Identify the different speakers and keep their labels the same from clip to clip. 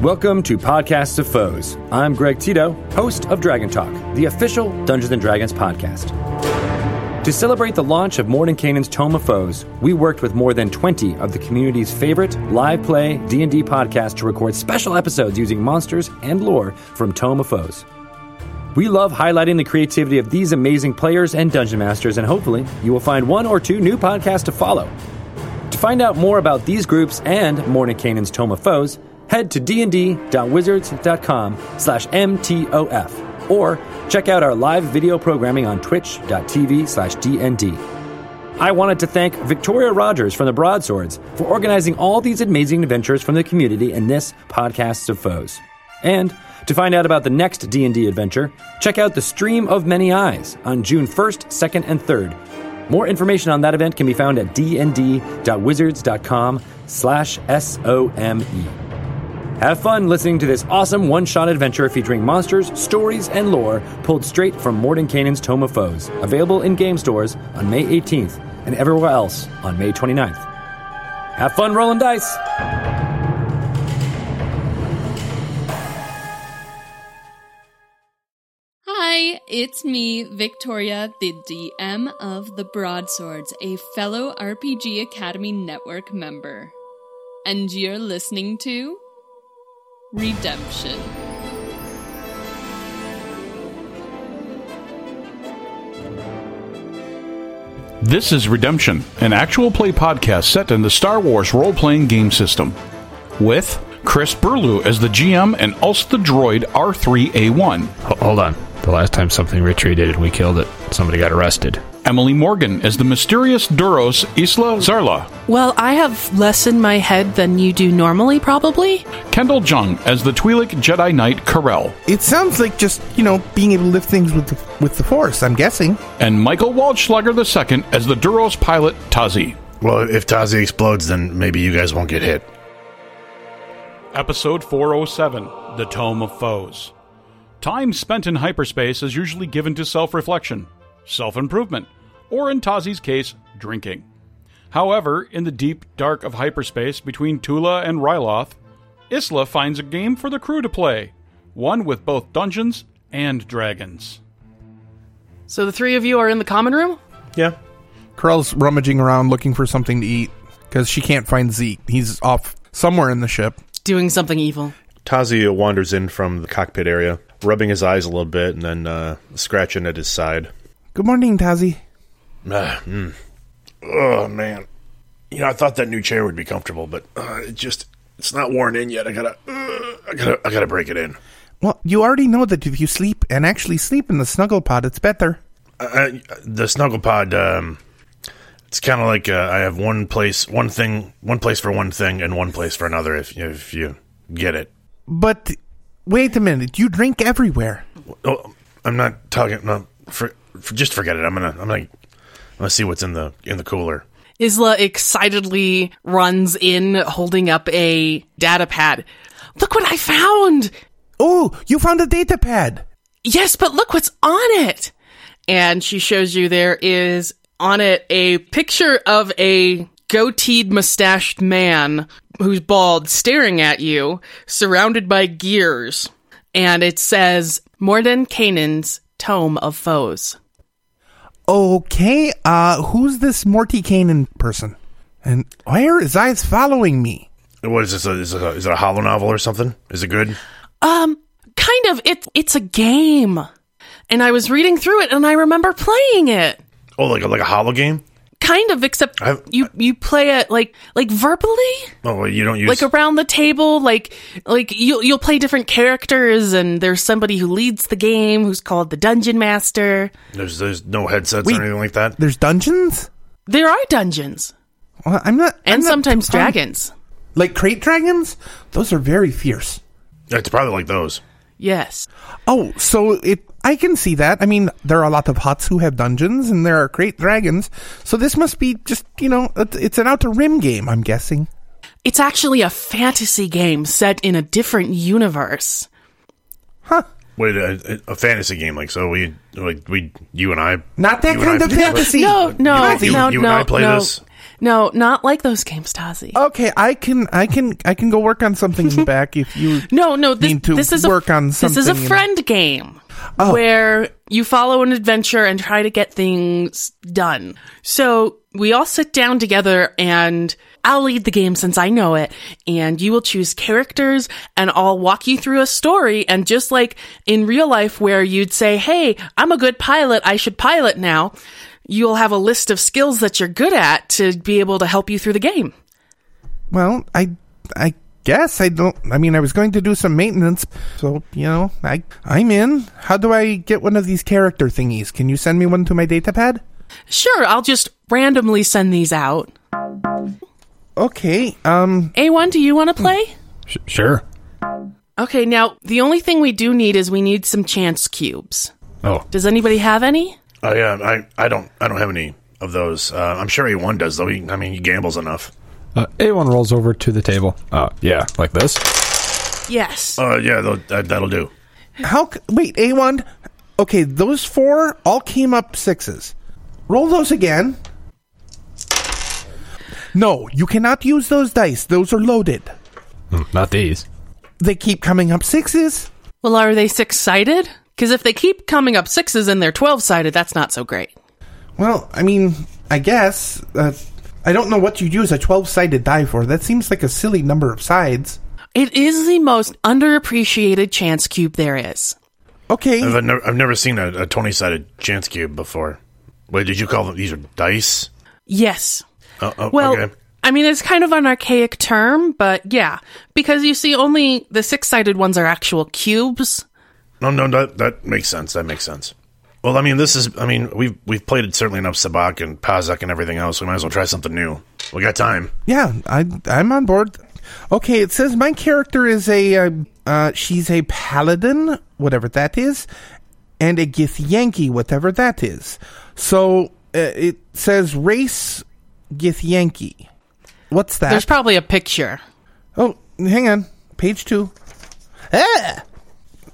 Speaker 1: Welcome to Podcasts of Foes. I'm Greg Tito, host of Dragon Talk, the official Dungeons and Dragons podcast. To celebrate the launch of Mordenkainen's Tome of Foes, we worked with more than 20 of the community's favorite live play D&D podcasts to record special episodes using monsters and lore from Tome of Foes. We love highlighting the creativity of these amazing players and dungeon masters and hopefully you will find one or two new podcasts to follow. To find out more about these groups and Mordenkainen's Tome of Foes, head to dnd.wizards.com slash mtof or check out our live video programming on twitch.tv slash dnd. I wanted to thank Victoria Rogers from the Broadswords for organizing all these amazing adventures from the community in this Podcasts of Foes. And to find out about the next D&D adventure, check out The Stream of Many Eyes on June 1st, 2nd, and 3rd more information on that event can be found at dnd.wizards.com slash S-O-M-E. Have fun listening to this awesome one-shot adventure featuring monsters, stories, and lore pulled straight from Mordenkainen's Tome of Foes, available in game stores on May 18th and everywhere else on May 29th. Have fun rolling dice!
Speaker 2: Hi, it's me, Victoria, the DM of the Broadswords, a fellow RPG Academy Network member. And you're listening to Redemption.
Speaker 3: This is Redemption, an actual play podcast set in the Star Wars role playing game system. With Chris Burlew as the GM and also the droid R3A1,
Speaker 4: H- Oh, Hold on. The last time something retreated and we killed it, somebody got arrested.
Speaker 3: Emily Morgan as the mysterious Duros Isla Zarla,
Speaker 5: Well, I have less in my head than you do normally, probably.
Speaker 3: Kendall Jung as the Twi'lek Jedi Knight Karel,
Speaker 6: It sounds like just you know being able to lift things with the, with the force. I'm guessing.
Speaker 3: and Michael Waldschlager II as the Duros pilot Tazi.
Speaker 7: Well, if Tazi explodes, then maybe you guys won't get hit.
Speaker 3: Episode 407 The Tome of Foes. Time spent in hyperspace is usually given to self reflection, self improvement, or in Tazi's case, drinking. However, in the deep dark of hyperspace between Tula and Ryloth, Isla finds a game for the crew to play, one with both dungeons and dragons.
Speaker 5: So the three of you are in the common room?
Speaker 8: Yeah.
Speaker 6: Corell's rummaging around looking for something to eat because she can't find Zeke. He's off somewhere in the ship.
Speaker 5: Doing something evil.
Speaker 7: Tazi wanders in from the cockpit area, rubbing his eyes a little bit and then uh, scratching at his side.
Speaker 6: Good morning, Tazi.
Speaker 7: Ah, mm. Oh, man. You know, I thought that new chair would be comfortable, but uh, it just, it's not worn in yet. I gotta, uh, I gotta, I gotta break it in.
Speaker 6: Well, you already know that if you sleep and actually sleep in the snuggle pod, it's better.
Speaker 7: uh, the snuggle pod um it's kind of like uh, I have one place, one thing, one place for one thing, and one place for another. If if you get it,
Speaker 6: But wait a minute, you drink everywhere.
Speaker 7: oh, I'm not talking. No, for, for just forget it. I'm gonna, I'm gonna, I'm gonna see what's in the in the cooler.
Speaker 5: Isla excitedly runs in holding up a data pad. Look what I found!
Speaker 6: Oh, you found a data pad.
Speaker 5: Yes, but look what's on it! And she shows you there is on it a picture of a goateed mustached man who's bald staring at you, surrounded by gears. And it says, Morden Kanan's Tome of Foes.
Speaker 6: Okay, uh, who's this Morty Kanan person? And why are his eyes following me?
Speaker 7: What is this? A, is, it a, is it a hollow novel or something? Is it good?
Speaker 5: Um, kind of. It's it's a game. And I was reading through it and I remember playing it.
Speaker 7: Oh, like a, like a hollow game?
Speaker 5: Kind of, except
Speaker 7: I've-
Speaker 5: you you play it like like verbally?
Speaker 7: Oh, well, you don't use
Speaker 5: like around the table like like you'll you'll play different characters and there's somebody who leads the game who's called the dungeon master
Speaker 7: there's there's no headsets
Speaker 6: Wait.
Speaker 7: or anything like that.
Speaker 6: There's dungeons.
Speaker 5: there are dungeons
Speaker 6: Well, I'm not. I'm
Speaker 5: and
Speaker 6: not
Speaker 5: sometimes
Speaker 6: fond-
Speaker 5: dragons
Speaker 6: Like crate dragons? Those are very fierce.
Speaker 7: It's probably like those.
Speaker 5: yes
Speaker 6: Oh, so it I can see that. I mean, there are a lot of huts who have dungeons and there are crate dragons. So this must be just, you know, it- it's an outer rim game, I'm guessing.
Speaker 5: it's actually a fantasy game set in a different universe
Speaker 6: Huh.
Speaker 7: Wait, a, a fantasy game like so we like we you and I
Speaker 6: Not that
Speaker 7: you and
Speaker 6: kind
Speaker 7: I-
Speaker 6: of fantasy.
Speaker 5: no no
Speaker 7: you,
Speaker 5: no
Speaker 7: you
Speaker 5: no
Speaker 7: and I play
Speaker 5: no.
Speaker 7: this.
Speaker 5: No, not like those games, Tazi.
Speaker 6: Okay, I can, I can, I can go work on something back if you.
Speaker 5: No, no. This,
Speaker 6: Need to
Speaker 5: this is
Speaker 6: work
Speaker 5: a,
Speaker 6: on
Speaker 5: This is a
Speaker 6: something, Oh. you know.
Speaker 5: friend game where you follow an adventure and try to get things done. So we all sit down together, and I'll lead the game since I know it, and you will choose characters, and I'll walk you through a story. And just like in real life, where you'd say, "Hey, I'm a good pilot. I should pilot now." You'll have a list of skills that you're good at to be able to help you through the game.
Speaker 6: Well, I, I guess I don't. I mean, I was going to do some maintenance, so you know, I, I'm in. How do I get one of these character thingies? Can you send me one to my datapad?
Speaker 5: Sure, I'll just randomly send these out.
Speaker 6: Okay. Um.
Speaker 5: A1, do you want to play?
Speaker 4: Sh- sure.
Speaker 5: Okay, now the only thing we do need is we need some chance cubes.
Speaker 4: Oh,
Speaker 5: Does anybody have any?
Speaker 7: I, uh, I, I don't, I don't have any of those. Uh, I'm sure A1 does though. He, I mean, he gambles enough.
Speaker 4: uh, A1 rolls over to the table. Uh, yeah, like this.
Speaker 5: Yes.
Speaker 7: Uh, yeah, tho- that, that'll do.
Speaker 6: How? c- Wait, A one. Okay, those four all came up sixes. Roll those again. No, you cannot use those dice. Those are loaded.
Speaker 4: Hmm, not these.
Speaker 6: They keep coming up sixes.
Speaker 5: Well, are they six sided? Because if they keep coming up sixes and they're 12 sided, that's not so great.
Speaker 6: Well, I mean, I guess. Uh, I don't know what you'd use a 12 sided die for. That seems like a silly number of sides.
Speaker 5: It is the most underappreciated chance cube there is.
Speaker 6: Okay.
Speaker 7: I've never, I've never seen a, a twenty sided chance cube before. Wait, did you call them? These are dice.
Speaker 5: Yes.
Speaker 7: Oh, oh,
Speaker 5: Well,
Speaker 7: okay.
Speaker 5: I mean, it's kind of an archaic term, but yeah. Because you see, only the six sided ones are actual cubes.
Speaker 7: no, no, that that makes sense. That makes sense. Well, I mean, this is. I mean, we've we've played it certainly enough Sabak and Pazak and everything else. We might as well try something new. We got time.
Speaker 6: Yeah, I, I'm on board. Okay, it says my character is a. Uh, uh, she's a paladin, whatever that is, and a Githyanki, whatever that is. So uh, it says race Githyanki. What's that?
Speaker 5: There's probably a picture.
Speaker 6: oh, hang on. Page two. Ah!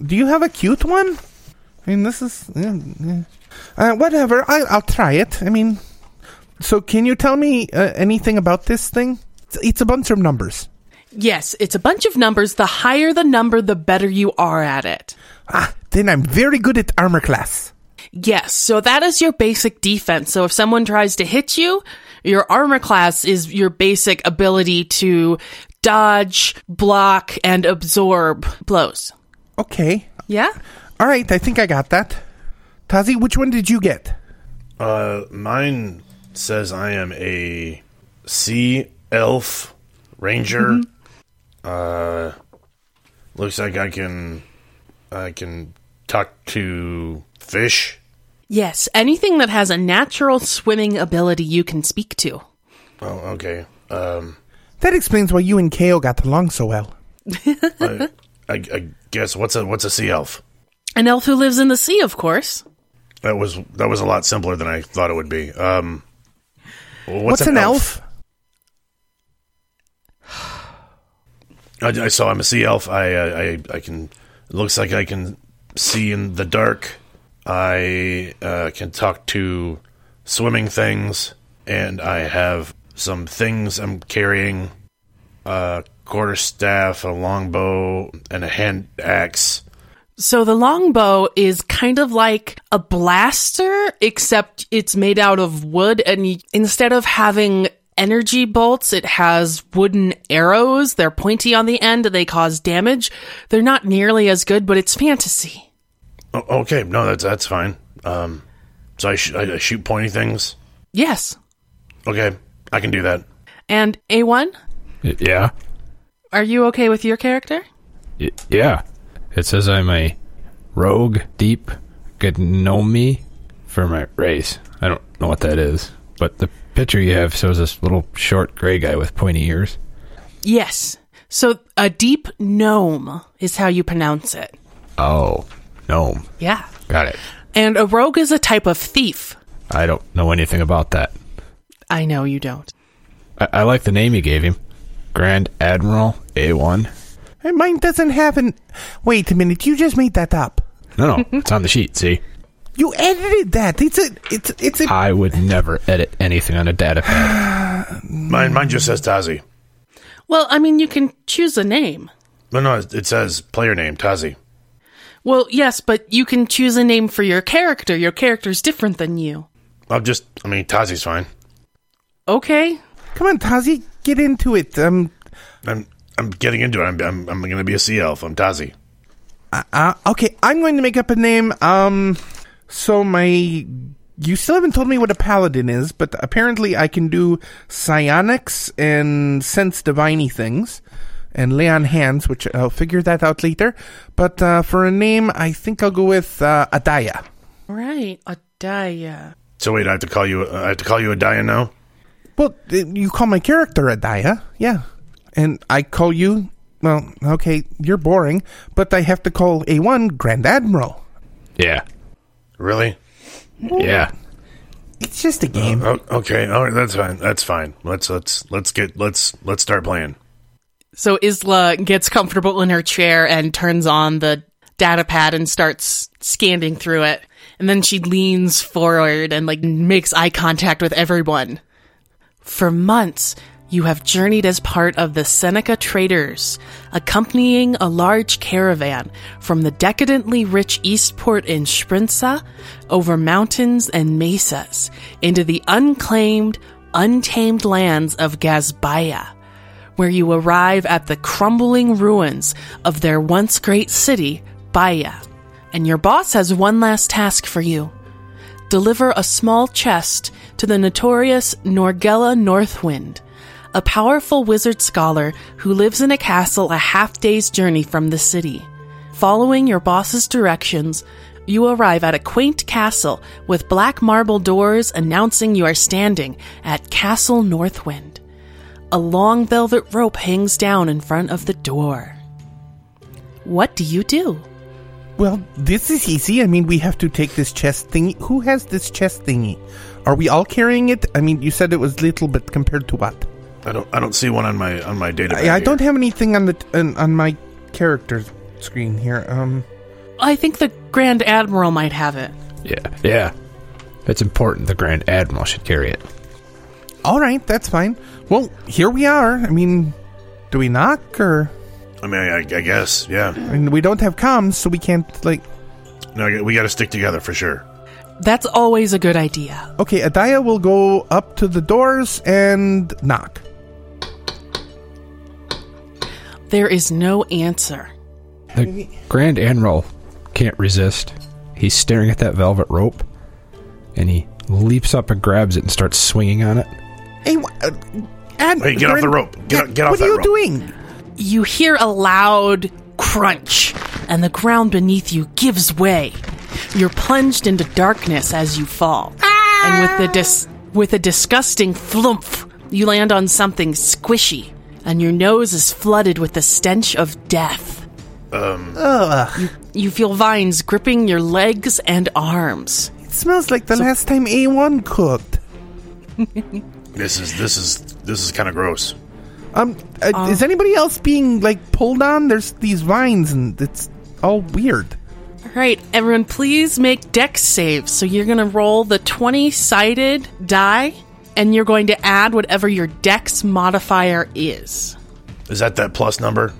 Speaker 6: Do you have a cute one? I mean, this is. yeah, yeah. Uh, whatever, I, I'll try it. I mean. So, can you tell me uh, anything about this thing? It's, it's a bunch of numbers.
Speaker 5: Yes, it's a bunch of numbers. The higher the number, the better you are at it.
Speaker 6: Ah, then I'm very good at armor class.
Speaker 5: Yes, so that is your basic defense. So if someone tries to hit you, your armor class is your basic ability to dodge, block, and absorb blows.
Speaker 6: Okay.
Speaker 5: Yeah?
Speaker 6: All right, I think I got that. Tazi, which one did you get?
Speaker 7: Uh, mine says I am a sea elf ranger. Uh, looks like I can I can talk to fish.
Speaker 5: Yes, anything that has a natural swimming ability you can speak to.
Speaker 7: Oh, okay. Um,
Speaker 6: That explains why you and Kale got along so well.
Speaker 7: I, I, I guess what's a what's a sea elf?
Speaker 5: An elf who lives in the sea, of course.
Speaker 7: That was that was a lot simpler than I thought it would be. Um, what's,
Speaker 6: What's, an, elf?
Speaker 7: I, I so I'm a sea elf. I, uh, I I can. Looks like I can see in the dark. I uh, can talk to swimming things, and I have some things I'm carrying: a quarter staff, a longbow, and a hand axe.
Speaker 5: So the longbow is kind of like a blaster, except it's made out of wood. And y- instead of having energy bolts, it has wooden arrows. They're pointy on the end. They cause damage. They're not nearly as good, but it's fantasy.
Speaker 7: O- okay, no, that's that's fine. Um, so I, sh- I I shoot pointy things.
Speaker 5: Yes.
Speaker 7: Okay, I can do that.
Speaker 5: And A1,
Speaker 4: Y- yeah.
Speaker 5: are you okay with your character?
Speaker 4: Y- yeah. It says I'm a rogue deep gnomi for my race. I don't know what that is, but the picture you have shows this little short gray guy with pointy ears.
Speaker 5: Yes. So a deep gnome is how you pronounce it.
Speaker 4: Oh, gnome.
Speaker 5: Yeah.
Speaker 4: Got it.
Speaker 5: And a rogue is a type of thief.
Speaker 4: I don't know anything about that.
Speaker 5: I know you don't.
Speaker 4: I, I like the name you gave him Grand Admiral A1.
Speaker 6: Hey, Mine doesn't have an. Wait a minute, you just made that up.
Speaker 4: No, no, it's on the sheet, see?
Speaker 6: You edited that. It's a. It's it's a.
Speaker 4: I would never edit anything on a data pad.
Speaker 7: Mine, mine just says Tazi.
Speaker 5: Well, I mean, you can choose a name.
Speaker 7: No, no, it it says player name Tazi.
Speaker 5: Well, yes, but you can choose a name for your character. Your character's different than you.
Speaker 7: I'm just, I mean, Tazi's fine.
Speaker 5: Okay.
Speaker 6: come on, Tazi, get into it. Um.
Speaker 7: I'm, I'm getting into it. I'm, I'm, I'm going to be a sea elf. I'm Tazi.
Speaker 6: Uh, okay, I'm going to make up a name. Um. So my. You still haven't told me what a paladin is, but apparently I can do psionics and sense diviney things, and lay on hands, which I'll figure that out later. But uh, for a name, I think I'll go with uh, Adaya.
Speaker 5: Right. Adaya.
Speaker 7: So wait, I have to call you. I have to call you a Dian now.
Speaker 6: Well, uh, you call my character Adaya, yeah, and I call you. Well, okay, you're boring, but I have to call A1 Grand Admiral.
Speaker 4: Yeah.
Speaker 7: Really?
Speaker 4: Yeah.
Speaker 6: It's just a game.
Speaker 7: Oh, okay. All right. That's fine. That's fine. Let's let's let's get let's let's start playing.
Speaker 5: So Isla gets comfortable in her chair and turns on the data pad and starts scanning through it. And then she leans forward and like makes eye contact with everyone. For months, you have journeyed as part of the Seneca traders, accompanying a large caravan from the decadently rich Eastport in Sprinza over mountains and mesas into the unclaimed, untamed lands of Gazbaya where you arrive at the crumbling ruins of their once great city, Baia. And your boss has one last task for you deliver a small chest to the notorious Norgella Northwind, a powerful wizard scholar who lives in a castle a half day's journey from the city. Following your boss's directions, you arrive at a quaint castle with black marble doors announcing you are standing at Castle Northwind. A long velvet rope hangs down in front of the door. What do you do?
Speaker 6: Well, this is easy. I mean, we have to take this chest thingy. Who has this chest thingy? Are we all carrying it? I mean, you said it was little, but compared to what?
Speaker 7: I don't I don't see one on my on my data.
Speaker 6: I, I don't have anything on the on, on my character screen here. Um,
Speaker 5: I think the Grand Admiral might have it.
Speaker 4: Yeah. Yeah. It's important the Grand Admiral should carry it.
Speaker 6: all right, that's fine. Well, here we are. I mean, do we knock or?
Speaker 7: I mean, I, I guess. Yeah.
Speaker 6: I mean, we don't have comms, so we can't like.
Speaker 7: No, we got to stick together for sure.
Speaker 5: That's always a good idea.
Speaker 6: Okay, Adaya will go up to the doors and knock.
Speaker 5: There is no answer.
Speaker 4: The Grand Admiral can't resist. He's staring at that velvet rope and he leaps up and grabs it and starts swinging on it.
Speaker 6: Hey, wha- uh, Ad-
Speaker 7: Hey, get off the rope. Get o- get off
Speaker 6: What
Speaker 7: that
Speaker 6: are you
Speaker 7: rope.
Speaker 6: doing?
Speaker 5: You hear a loud crunch, and the ground beneath you gives way. You're plunged into darkness as you fall. And with the dis- with a disgusting flumph, you land on something squishy, and your nose is flooded with the stench of death. You, you feel vines gripping your legs and arms.
Speaker 6: It smells like the last time A1 cooked.
Speaker 7: This is this is this is kind of gross.
Speaker 6: Um, uh, is anybody else being like pulled on? There's these vines, and it's all weird.
Speaker 5: All right, everyone, please make dex saves. So you're going to roll the 20 sided die, and you're going to add whatever your dex modifier is.
Speaker 7: Is that that plus number?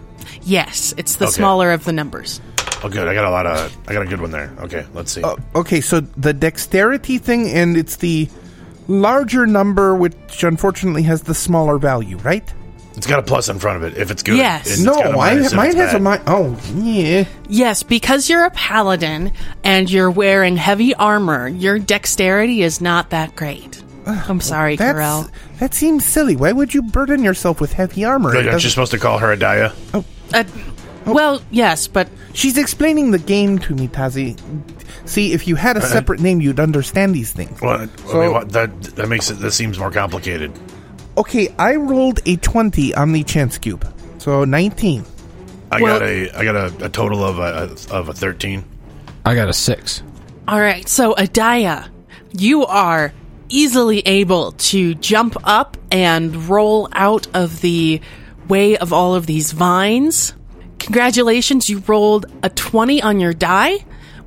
Speaker 5: Yes, it's the
Speaker 7: Okay.
Speaker 5: smaller of the numbers.
Speaker 7: Oh, good. I got a lot of. I got a good one there. Okay, let's see.
Speaker 6: Uh, okay, so the dexterity thing, and it's the larger number, which unfortunately has the smaller value, right?
Speaker 7: It's got a plus in front of it. If it's good.
Speaker 5: Yes.
Speaker 7: and it's
Speaker 6: No,
Speaker 7: got a
Speaker 6: mine,
Speaker 7: minus if
Speaker 6: Oh, mine
Speaker 7: it's
Speaker 6: has a
Speaker 7: bad.
Speaker 6: mi- Oh, yeah.
Speaker 5: Yes, because you're a paladin and you're wearing heavy armor, your dexterity is not that great. I'm sorry,
Speaker 6: That's,
Speaker 5: Corel.
Speaker 6: that seems silly. Why would you burden yourself with heavy armor? It
Speaker 7: Good, Aren't you
Speaker 6: doesn't-
Speaker 7: supposed to call her a Daya?
Speaker 5: Uh, well, yes, but
Speaker 6: She's explaining the game to me, Tazi. See, if you had a separate name, you'd understand these things.
Speaker 7: Well, I
Speaker 6: So-
Speaker 7: mean, what, that that makes it. That seems more complicated.
Speaker 6: Okay, I rolled a 20 on the chance cube. So 19.
Speaker 7: I
Speaker 5: Well-
Speaker 7: got a. I got a, a total of a of a thirteen.
Speaker 4: I got a six.
Speaker 5: All right, so Adaya, you are easily able to jump up and roll out of the way of all of these vines. Congratulations, you rolled a 20 on your die,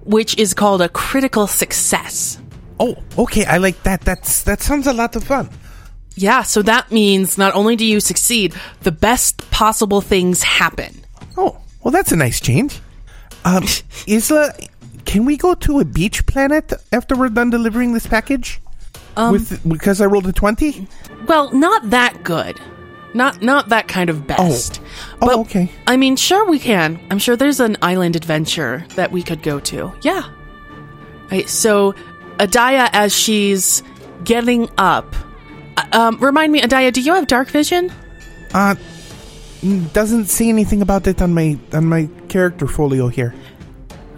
Speaker 5: which is called a critical success.
Speaker 6: Oh, okay. I like that. That's that sounds a lot of fun.
Speaker 5: Yeah, so that means not only do you succeed, the best possible things happen.
Speaker 6: Oh, well, that's a nice change. Um, Isla, can we go to a beach planet after we're done delivering this package? With because I rolled a twenty.
Speaker 5: Well, not that good. Not not that kind of best.
Speaker 6: Oh, okay.
Speaker 5: I mean, sure we can. I'm sure there's an island adventure that we could go to. Yeah. Right, so Adaya as she's getting up. uh, Um, remind me, Adaya, do you have dark vision?
Speaker 6: Uh, mm, doesn't say anything about it on my on my character folio here.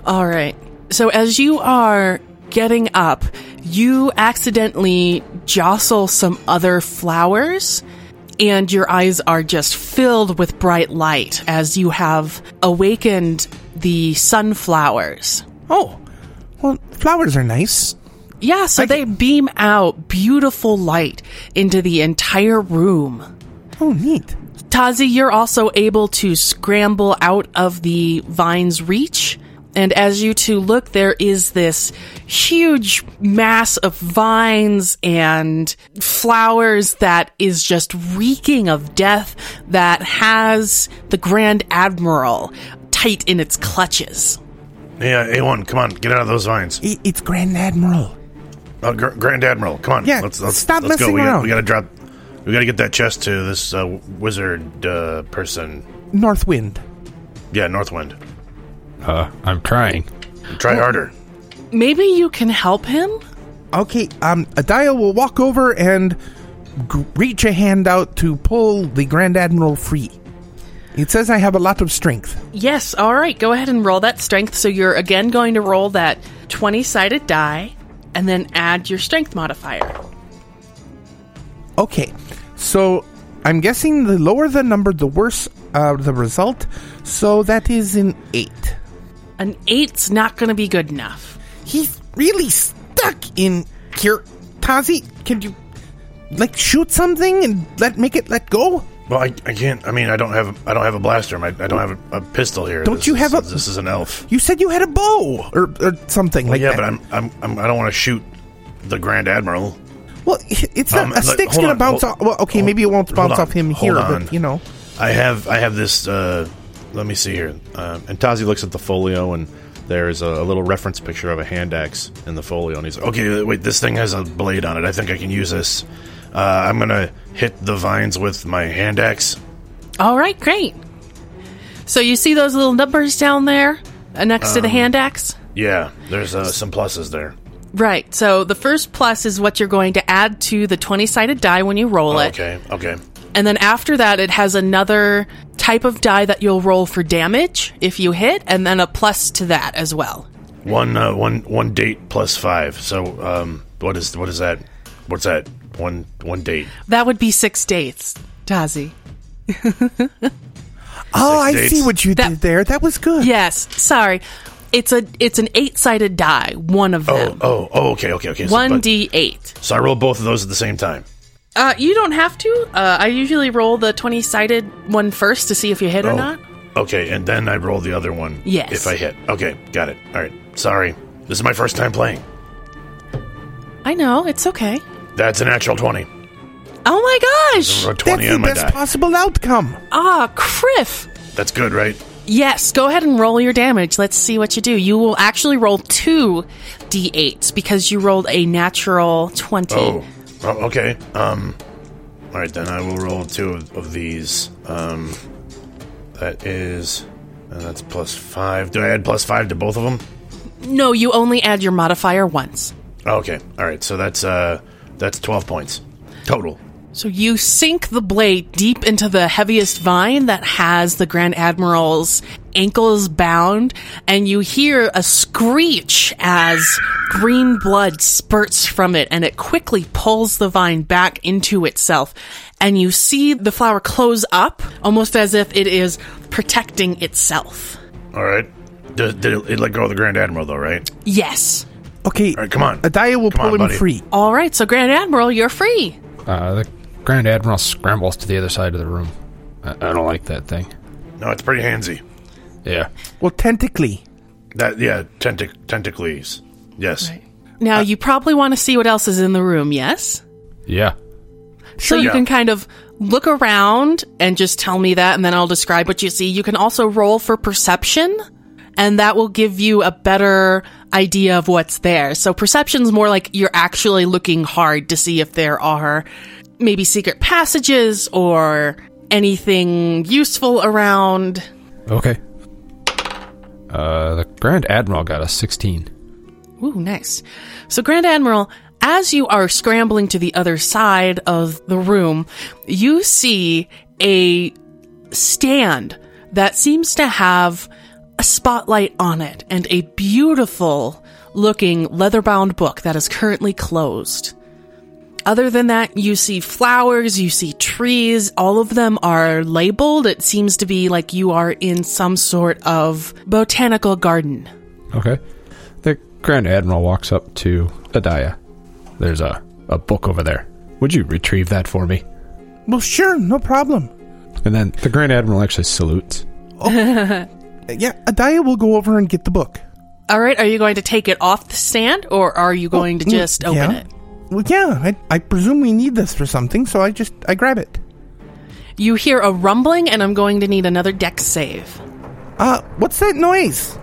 Speaker 5: All right. So as you are getting up, you accidentally jostle some other flowers, and your eyes are just filled with bright light as you have awakened the sunflowers.
Speaker 6: Oh, well, flowers are nice.
Speaker 5: Yeah, so they beam out beautiful light into the entire room.
Speaker 6: Oh, neat.
Speaker 5: Tazi, you're also able to scramble out of the vine's reach. And as you two look, there is this huge mass of vines and flowers that is just reeking of death that has the Grand Admiral tight in its clutches.
Speaker 7: Yeah, A1, come on, get out of those vines.
Speaker 6: I- it's Grand Admiral.
Speaker 7: Uh, Gr- Grand Admiral, come on.
Speaker 6: Yeah,
Speaker 7: let's, let's
Speaker 6: stop
Speaker 7: let's
Speaker 6: messing
Speaker 7: go. We gotta-
Speaker 6: around.
Speaker 7: We gotta drop. We gotta get that chest to this uh, wizard uh, person.
Speaker 6: North Wind.
Speaker 7: Yeah, Northwind.
Speaker 4: Uh, I'm trying.
Speaker 7: Try harder.
Speaker 5: Maybe you can help him?
Speaker 6: Okay, um, Adiah will walk over and g- reach a hand out to pull the Grand Admiral free. It says I have a lot of strength.
Speaker 5: Yes, all right. Go ahead and roll that strength. So you're again going to roll that 20 sided die and then add your strength modifier.
Speaker 6: Okay, so I'm guessing the lower the number, the worse uh, the result. So that is an eight.
Speaker 5: An eight's not going to be good enough.
Speaker 6: He's really stuck in here. Tazi, can you like shoot something and let make it let go?
Speaker 7: Well, I, I can't. I mean, I don't have. I don't have a blaster. I, I don't have a, a pistol here.
Speaker 6: Don't
Speaker 7: This
Speaker 6: you
Speaker 7: is-
Speaker 6: have a-
Speaker 7: This is an elf.
Speaker 6: You said you had a bow or, or something like that.
Speaker 7: yeah, but I'm, I'm. I'm. I don't want to shoot the Grand Admiral.
Speaker 6: Well, it's not
Speaker 7: Um,
Speaker 6: a
Speaker 7: look,
Speaker 6: stick's
Speaker 7: hold
Speaker 6: gonna
Speaker 7: on,
Speaker 6: bounce
Speaker 7: hold-
Speaker 6: off. Well, okay,
Speaker 7: hold-
Speaker 6: maybe it won't
Speaker 7: hold
Speaker 6: bounce
Speaker 7: on,
Speaker 6: off him
Speaker 7: hold
Speaker 6: here,
Speaker 7: on.
Speaker 6: but you know.
Speaker 7: I have I have this. Uh, let me see here. Uh, and Tazi looks at the folio, and there's a, a little reference picture of a hand axe in the folio, and he's like, "Okay, wait, this thing has a blade on it. I think I can use this. Uh, I'm gonna hit the vines with my hand axe.
Speaker 5: All right, great. So you see those little numbers down there uh, next to the
Speaker 7: Um,
Speaker 5: hand axe?
Speaker 7: Yeah, there's uh, some pluses there.
Speaker 5: Right. So the first plus is what you're going to add to the 20 sided die when you roll it.
Speaker 7: okay, okay.
Speaker 5: And then after that, it has another type of die that you'll roll for damage if you hit, and then a plus to that as well.
Speaker 7: One uh, one one date plus five. So um, what is what is that? What's that? One one date.
Speaker 5: That would be six dates, Tazi.
Speaker 6: Oh, I
Speaker 7: dates.
Speaker 6: see what you
Speaker 5: That-
Speaker 6: did there. That was good.
Speaker 5: Yes, sorry. It's a it's an eight sided die, one of
Speaker 7: Oh
Speaker 5: them.
Speaker 7: oh oh. Okay okay okay. So-
Speaker 5: One
Speaker 7: but-
Speaker 5: D eight.
Speaker 7: So I roll both of those at the same time.
Speaker 5: Uh you don't have to. Uh I usually roll the twenty sided one first to see if you hit or
Speaker 7: Oh,
Speaker 5: not.
Speaker 7: Okay, and then I roll the other one.
Speaker 5: Yes.
Speaker 7: If I hit. Okay, got it. All right. Sorry. This is my first time playing.
Speaker 5: I know, it's okay.
Speaker 7: That's a natural 20.
Speaker 5: Oh my gosh!
Speaker 7: Roll
Speaker 6: That's
Speaker 7: 20
Speaker 6: the
Speaker 7: on my
Speaker 6: best
Speaker 7: die.
Speaker 6: possible outcome.
Speaker 5: Ah, Criff!
Speaker 7: That's good, right?
Speaker 5: Yes, go ahead and roll your damage. Let's see what you do. You will actually roll two d8s because you rolled a natural 20.
Speaker 7: Oh. oh okay. Um All right, then I will roll two of, of these. Um that is and that's plus 5. Do I add plus 5 to both of them?
Speaker 5: No, you only add your modifier once.
Speaker 7: Okay. All right. So that's uh that's 12 points total.
Speaker 5: So you sink the blade deep into the heaviest vine that has the Grand Admiral's ankles bound, and you hear a screech as green blood spurts from it, and it quickly pulls the vine back into itself. And you see the flower close up, almost as if it is protecting itself.
Speaker 7: All right. Did, did it, it let go of the Grand Admiral though, right?
Speaker 5: Yes.
Speaker 6: Okay,
Speaker 7: All right, come on.
Speaker 6: Adiah will
Speaker 7: Come
Speaker 6: pull
Speaker 7: on,
Speaker 6: him
Speaker 7: buddy.
Speaker 6: free.
Speaker 5: All right, so Grand Admiral, you're free.
Speaker 4: Uh, the Grand Admiral scrambles to the other side of the room. I, I don't like that thing.
Speaker 7: No, it's pretty handsy.
Speaker 4: Yeah.
Speaker 6: Authentically.
Speaker 7: That yeah, tentac tentacles. Yes.
Speaker 5: Now, you probably want to see what else is in the room, yes?
Speaker 4: Yeah.
Speaker 5: So you
Speaker 7: Yeah.
Speaker 5: can kind of look around and just tell me that, and then I'll describe what you see. You can also roll for perception, and that will give you a better idea of what's there. So perception's more like you're actually looking hard to see if there are maybe secret passages or anything useful around.
Speaker 4: Okay. Uh, the Grand Admiral got a 16.
Speaker 5: Ooh, nice. So, Grand Admiral, as you are scrambling to the other side of the room, you see a stand that seems to have a spotlight on it and a beautiful looking leather bound book that is currently closed. Other than that, you see flowers, you see trees, all of them are labeled. It seems to be like you are in some sort of botanical garden.
Speaker 4: Okay. The Grand Admiral walks up to Adaya. There's a, a book over there. Would you retrieve that for me?
Speaker 6: Well, sure, no problem.
Speaker 4: And then the Grand Admiral actually salutes.
Speaker 6: Uh, Yeah, Adaya will go over and get the book.
Speaker 5: All right, are you going to take it off the stand or are you going to
Speaker 6: Mm,
Speaker 5: just open
Speaker 6: yeah.
Speaker 5: it?
Speaker 6: Well, yeah, I, I presume we need this for something, so I just I grab it.
Speaker 5: You hear a rumbling and I'm going to need another deck save.
Speaker 6: Uh, what's that noise?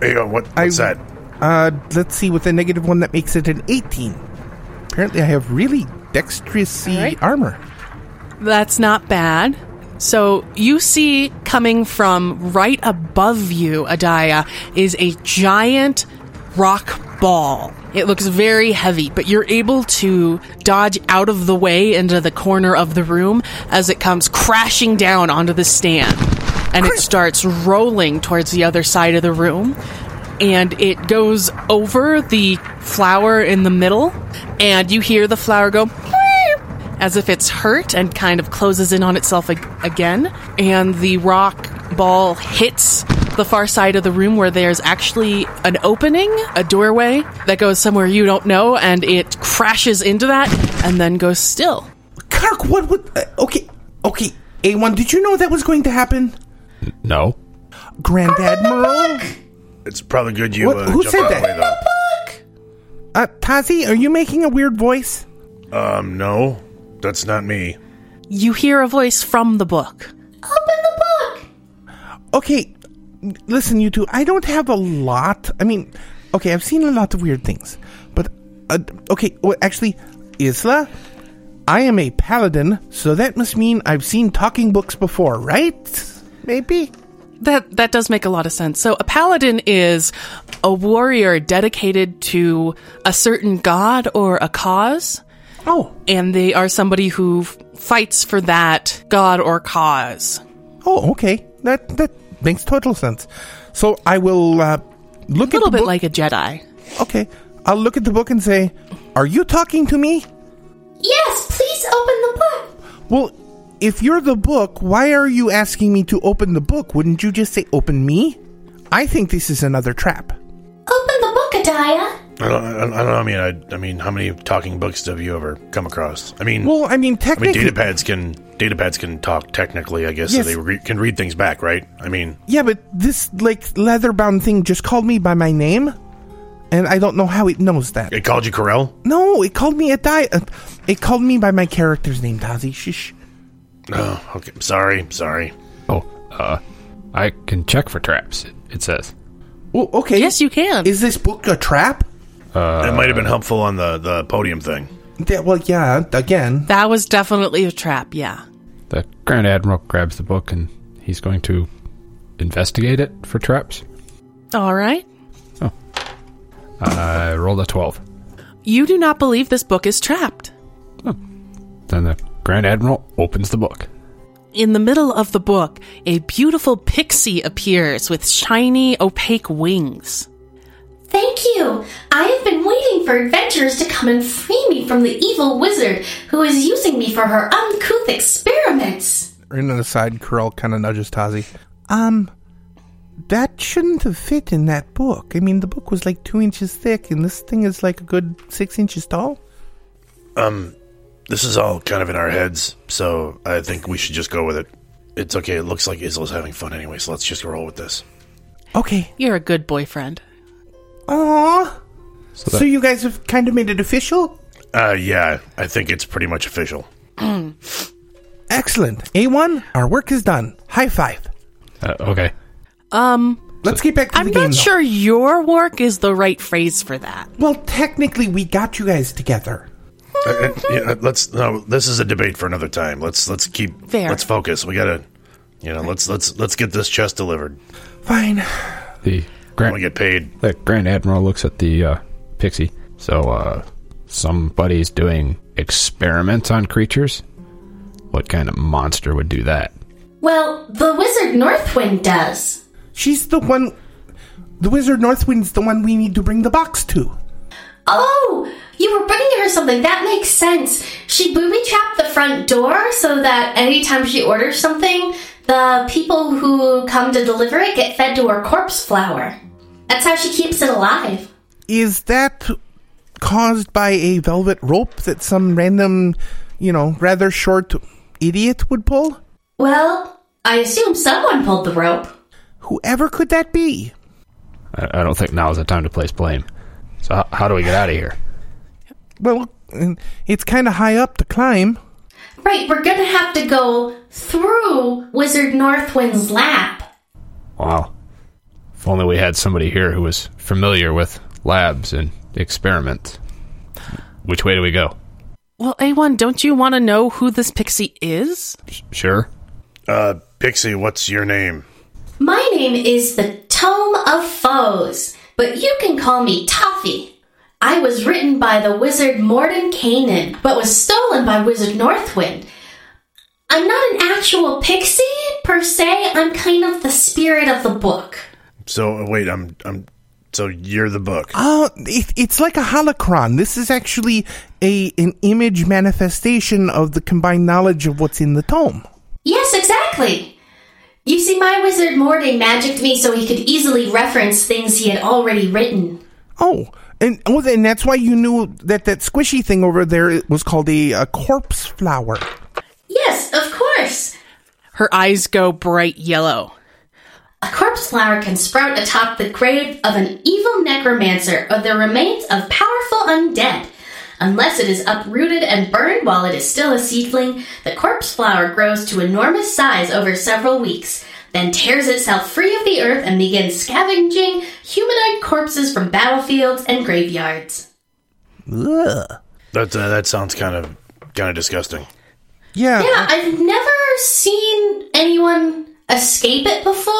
Speaker 7: Hey, uh, what, what's
Speaker 6: I-
Speaker 7: that?
Speaker 6: Uh, let's see, with a negative one, that makes it an 18. Apparently, I have really dexterous
Speaker 5: right.
Speaker 6: armor.
Speaker 5: That's not bad. So you see coming from right above you, Adaya, is a giant rock ball. It looks very heavy, but you're able to dodge out of the way into the corner of the room as it comes crashing down onto the stand. And it starts rolling towards the other side of the room. and it goes over the flower in the middle, and you hear the flower go as if it's hurt and kind of closes in on itself ag- again. And the rock ball hits the far side of the room where there's actually an opening, a doorway that goes somewhere you don't know, and it crashes into that and then goes still.
Speaker 6: Kirk, what would. Uh, okay, okay. A1, did you know that was going to happen?
Speaker 4: No.
Speaker 6: Grand Admiral?
Speaker 7: It's probably good you
Speaker 6: What-
Speaker 7: uh,
Speaker 6: who
Speaker 7: jump
Speaker 6: said
Speaker 7: out
Speaker 6: that?
Speaker 7: of the way
Speaker 6: Uh, Tazi, are you making a weird voice?
Speaker 7: though. Um, no, that's not me.
Speaker 5: You hear a voice from the book.
Speaker 6: Okay, listen, you two. I don't have a lot. I mean, okay, I've seen a lot of weird things, but uh, okay. Well, actually, Isla, I am a paladin, so that must mean I've seen talking books before, right? Maybe.
Speaker 5: That that does make a lot of sense. So a paladin is a warrior dedicated to a certain god or a cause,
Speaker 6: Oh,
Speaker 5: and they are somebody who f- fights for that god or cause.
Speaker 6: oh, okay. That that makes total sense. So I will uh, look
Speaker 5: A little
Speaker 6: at the
Speaker 5: bit
Speaker 6: book.
Speaker 5: like a Jedi.
Speaker 6: okay, I'll look at the book and say, "Are you talking to me?"
Speaker 8: Yes, please open the book.
Speaker 6: Well, if you're the book, why are you asking me to open the book? Wouldn't you just say open me? I think this is another trap.
Speaker 8: Open the book, Adaya.
Speaker 7: I don't. I, don't- I don't. know, I mean, I, I mean, how many talking books have you ever come across? I mean,
Speaker 6: Well, I mean,
Speaker 7: I mean,
Speaker 6: technically,
Speaker 7: data pads can data pads can talk technically, I guess.
Speaker 6: Yes.
Speaker 7: So they re- can read things back, right? I mean,
Speaker 6: yeah, but this like leather-bound thing just called me by my name, and I don't know how it knows that.
Speaker 7: it called you Corel.
Speaker 6: No, it called me a di- uh, It called me by my character's name, Tazi. Shh.
Speaker 7: Oh, okay. Sorry, sorry.
Speaker 4: Oh, uh, I can check for traps, it, it says.
Speaker 6: Oh, okay.
Speaker 5: Yes, you can.
Speaker 6: Is this book a trap?
Speaker 7: that might have been helpful on the the podium thing.
Speaker 6: Yeah, well, yeah. Again,
Speaker 5: that was definitely a trap. Yeah.
Speaker 4: The Grand Admiral grabs the book and he's going to investigate it for traps.
Speaker 5: All right.
Speaker 4: I rolled a 12.
Speaker 5: You do not believe this book is trapped.
Speaker 4: Then the Grand Admiral opens the book.
Speaker 5: In the middle of the book, a beautiful pixie appears with shiny, opaque wings.
Speaker 8: Thank you. I have been waiting for adventurers to come and free me from the evil wizard who is using me for her uncouth experiments.
Speaker 6: and on the side, Curl kind of nudges Tazi. Um, that shouldn't have fit in that book. I mean, the book was like two inches thick, and this thing is like a good six inches tall.
Speaker 7: Um, This is all kind of in our heads, so I think we should just go with it. It's okay. It looks like Isla's having fun anyway, so let's just roll with this.
Speaker 6: Okay.
Speaker 5: You're a good boyfriend.
Speaker 6: Aww. So,
Speaker 4: that-
Speaker 6: you guys have kind of made it official?
Speaker 7: Uh, yeah, I think it's pretty much official.
Speaker 6: Excellent. A1, our work is done. High five.
Speaker 4: Uh, okay.
Speaker 5: Um,
Speaker 6: Let's get back to
Speaker 5: I'm
Speaker 6: the game.
Speaker 5: not
Speaker 6: though.
Speaker 5: sure your work is the right phrase for that.
Speaker 6: Well, technically, we got you guys together.
Speaker 7: Uh, uh, yeah, uh, let's no. This is a debate for another time. Let's let's keep.
Speaker 5: Fair.
Speaker 7: Let's focus. We gotta, you know, let's let's let's get this chest delivered.
Speaker 6: Fine.
Speaker 4: The
Speaker 7: I want
Speaker 4: grand,
Speaker 7: to get paid.
Speaker 4: the grand admiral looks at the uh, pixie. So, uh, somebody's doing experiments on creatures. What kind of monster would do that?
Speaker 8: Well, the wizard Northwind does.
Speaker 6: She's the one. The wizard Northwind's the one we need to bring the box to.
Speaker 8: Oh, you were bringing her something. That makes sense. She booby trapped the front door so that anytime she orders something, the people who come to deliver it get fed to her corpse flour. That's how she keeps it alive.
Speaker 6: Is that caused by a velvet rope that some random, you know, rather short idiot would pull?
Speaker 8: Well, I assume someone pulled the rope.
Speaker 6: Whoever could that be?
Speaker 4: I, I don't think now is the time to place blame. So, how, how do we get out of here?
Speaker 6: Well, it's kind of high up to climb.
Speaker 8: Right, we're gonna have to go through Wizard Northwind's lab.
Speaker 4: Wow. If only we had somebody here who was familiar with labs and experiments. Which way do we go?
Speaker 5: Well, A1, don't you want to know who this pixie is?
Speaker 4: Sure.
Speaker 7: Uh, Pixie, what's your name?
Speaker 8: My name is the Tome of Foes, but you can call me Toffee. I was written by the wizard Morden Kanan, but was stolen by Wizard Northwind. I'm not an actual pixie, per se, I'm kind of the spirit of the book.
Speaker 7: So uh, wait, I'm I'm. So you're the book.
Speaker 6: Oh, it, it's like a holocron. This is actually a an image manifestation of the combined knowledge of what's in the tome.
Speaker 8: Yes, exactly! You see, my wizard Morden magicked me so he could easily reference things he had already written.
Speaker 6: Oh, and oh, and that's why you knew that that squishy thing over there was called a, a corpse flower.
Speaker 8: Yes, of course!
Speaker 5: Her eyes go bright yellow.
Speaker 8: A corpse flower can sprout atop the grave of an evil necromancer or the remains of powerful undead. Unless it is uprooted and burned while it is still a seedling, the corpse flower grows to enormous size over several weeks, then tears itself free of the earth and begins scavenging humanoid corpses from battlefields and graveyards.
Speaker 6: Ugh.
Speaker 7: That uh, that sounds kind of kind of disgusting.
Speaker 6: Yeah.
Speaker 8: Yeah, I've never seen anyone escape it before.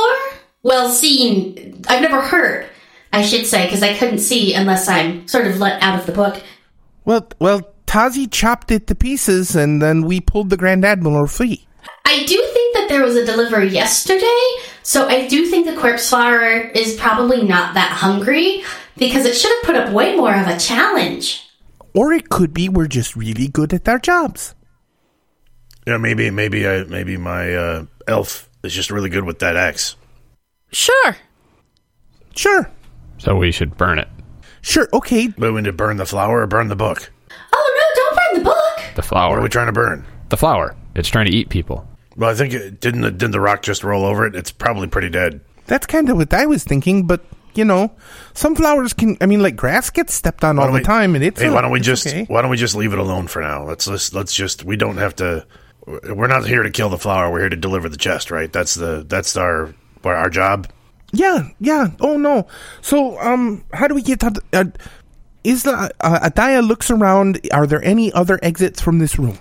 Speaker 8: Well, seen. I've never heard, I should say, because I couldn't see unless I'm sort of let out of the book.
Speaker 6: Well, well, Tazi chopped it to pieces, and then we pulled the Grand Admiral free.
Speaker 8: I do think that there was a delivery yesterday, so I do think the corpse flower is probably not that hungry because it should have put up way more of a challenge.
Speaker 6: Or it could be we're just really good at our jobs.
Speaker 7: Yeah, maybe maybe I maybe my uh, elf is just really good with that axe.
Speaker 5: Sure.
Speaker 6: Sure.
Speaker 4: So we should burn it.
Speaker 6: Sure. Okay.
Speaker 7: But we need to burn the flower or burn the book.
Speaker 8: Oh no, don't burn the book!
Speaker 4: The
Speaker 7: What
Speaker 4: flower.
Speaker 7: are we trying to burn?
Speaker 4: the flower. It's trying to eat people.
Speaker 7: Well, I think it, didn't the, didn't the rock just roll over it? It's probably pretty dead.
Speaker 6: That's kind of what I was thinking, but you know, some flowers can. I mean, like grass gets stepped on all
Speaker 7: Why don't
Speaker 6: the
Speaker 7: we-
Speaker 6: time, and it's.
Speaker 7: hey,
Speaker 6: uh,
Speaker 7: why don't we
Speaker 6: it's
Speaker 7: just
Speaker 6: okay.
Speaker 7: why don't we just leave it alone for now? Let's let's let's just we don't have to. We're not here to kill the flower. We're here to deliver the chest, right? That's the that's our our job.
Speaker 6: Yeah, yeah. Oh no. So, um, how do we get? out uh, is the uh, Adaya looks around? Are there any other exits from this room?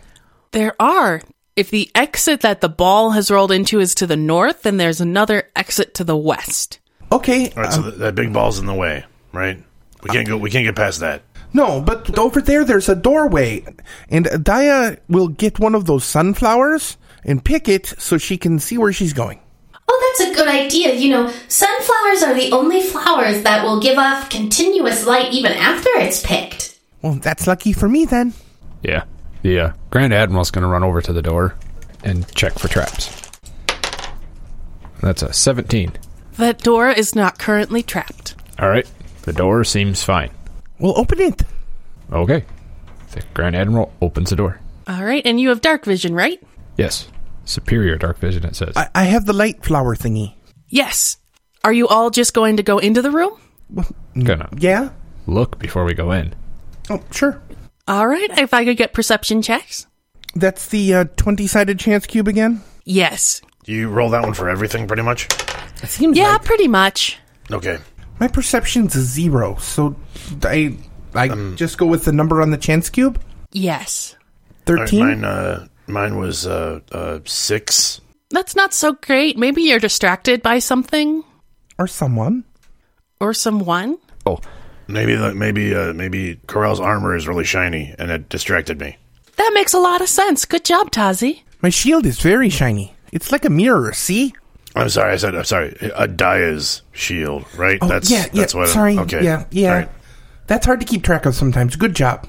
Speaker 5: There are. If the exit that the ball has rolled into is to the north, then there's another exit to the west.
Speaker 6: Okay.
Speaker 7: All right, so th- that big ball's in the way, right? We can't go. We can't get past that.
Speaker 6: No, but over there, there's a doorway, and Adaya will get one of those sunflowers and pick it so she can see where she's going.
Speaker 8: Oh, that's a good idea. You know, sunflowers are the only flowers that will give off continuous light even after it's picked.
Speaker 6: Well, that's lucky for me then.
Speaker 4: Yeah. The uh, Grand Admiral's going to run over to the door and check for traps. That's a 17.
Speaker 5: That door is not currently trapped.
Speaker 4: All right. The door seems fine.
Speaker 6: We'll open it.
Speaker 4: Okay. The Grand Admiral opens the door.
Speaker 5: All right, and you have dark vision, right?
Speaker 4: Yes. Superior dark vision, it says.
Speaker 6: I, I have the light flower thingy.
Speaker 5: Yes. Are you all just going to go into the room?
Speaker 4: Gonna
Speaker 6: Yeah?
Speaker 4: look before we go in.
Speaker 6: Oh, sure.
Speaker 5: All right, if I could get perception checks.
Speaker 6: That's the uh, 20 sided chance cube again?
Speaker 5: Yes.
Speaker 7: You roll that one for everything, pretty much.
Speaker 6: It seems
Speaker 5: Yeah, pretty much.
Speaker 7: Okay.
Speaker 6: My perception's zero, so I I
Speaker 7: Hmm.
Speaker 6: just go with the number on the chance cube?
Speaker 5: Yes.
Speaker 7: All right,
Speaker 6: 13?
Speaker 7: mine, uh, mine was uh, uh, six.
Speaker 5: That's not so great. Maybe you're distracted by something
Speaker 6: Or someone.
Speaker 5: or someone.
Speaker 4: Oh,
Speaker 7: Maybe the, maybe uh, maybe Corel's armor is really shiny, and it distracted me.
Speaker 5: That makes a lot of sense. Good job, Tazi.
Speaker 6: My shield is very shiny. It's like a mirror, see?
Speaker 7: I'm sorry. I said I'm sorry. Adaya's shield, right?
Speaker 6: Oh, yeah, yeah.
Speaker 7: I'm-
Speaker 6: sorry. Yeah, yeah.
Speaker 7: All right.
Speaker 6: That's hard to keep track of sometimes. Good job,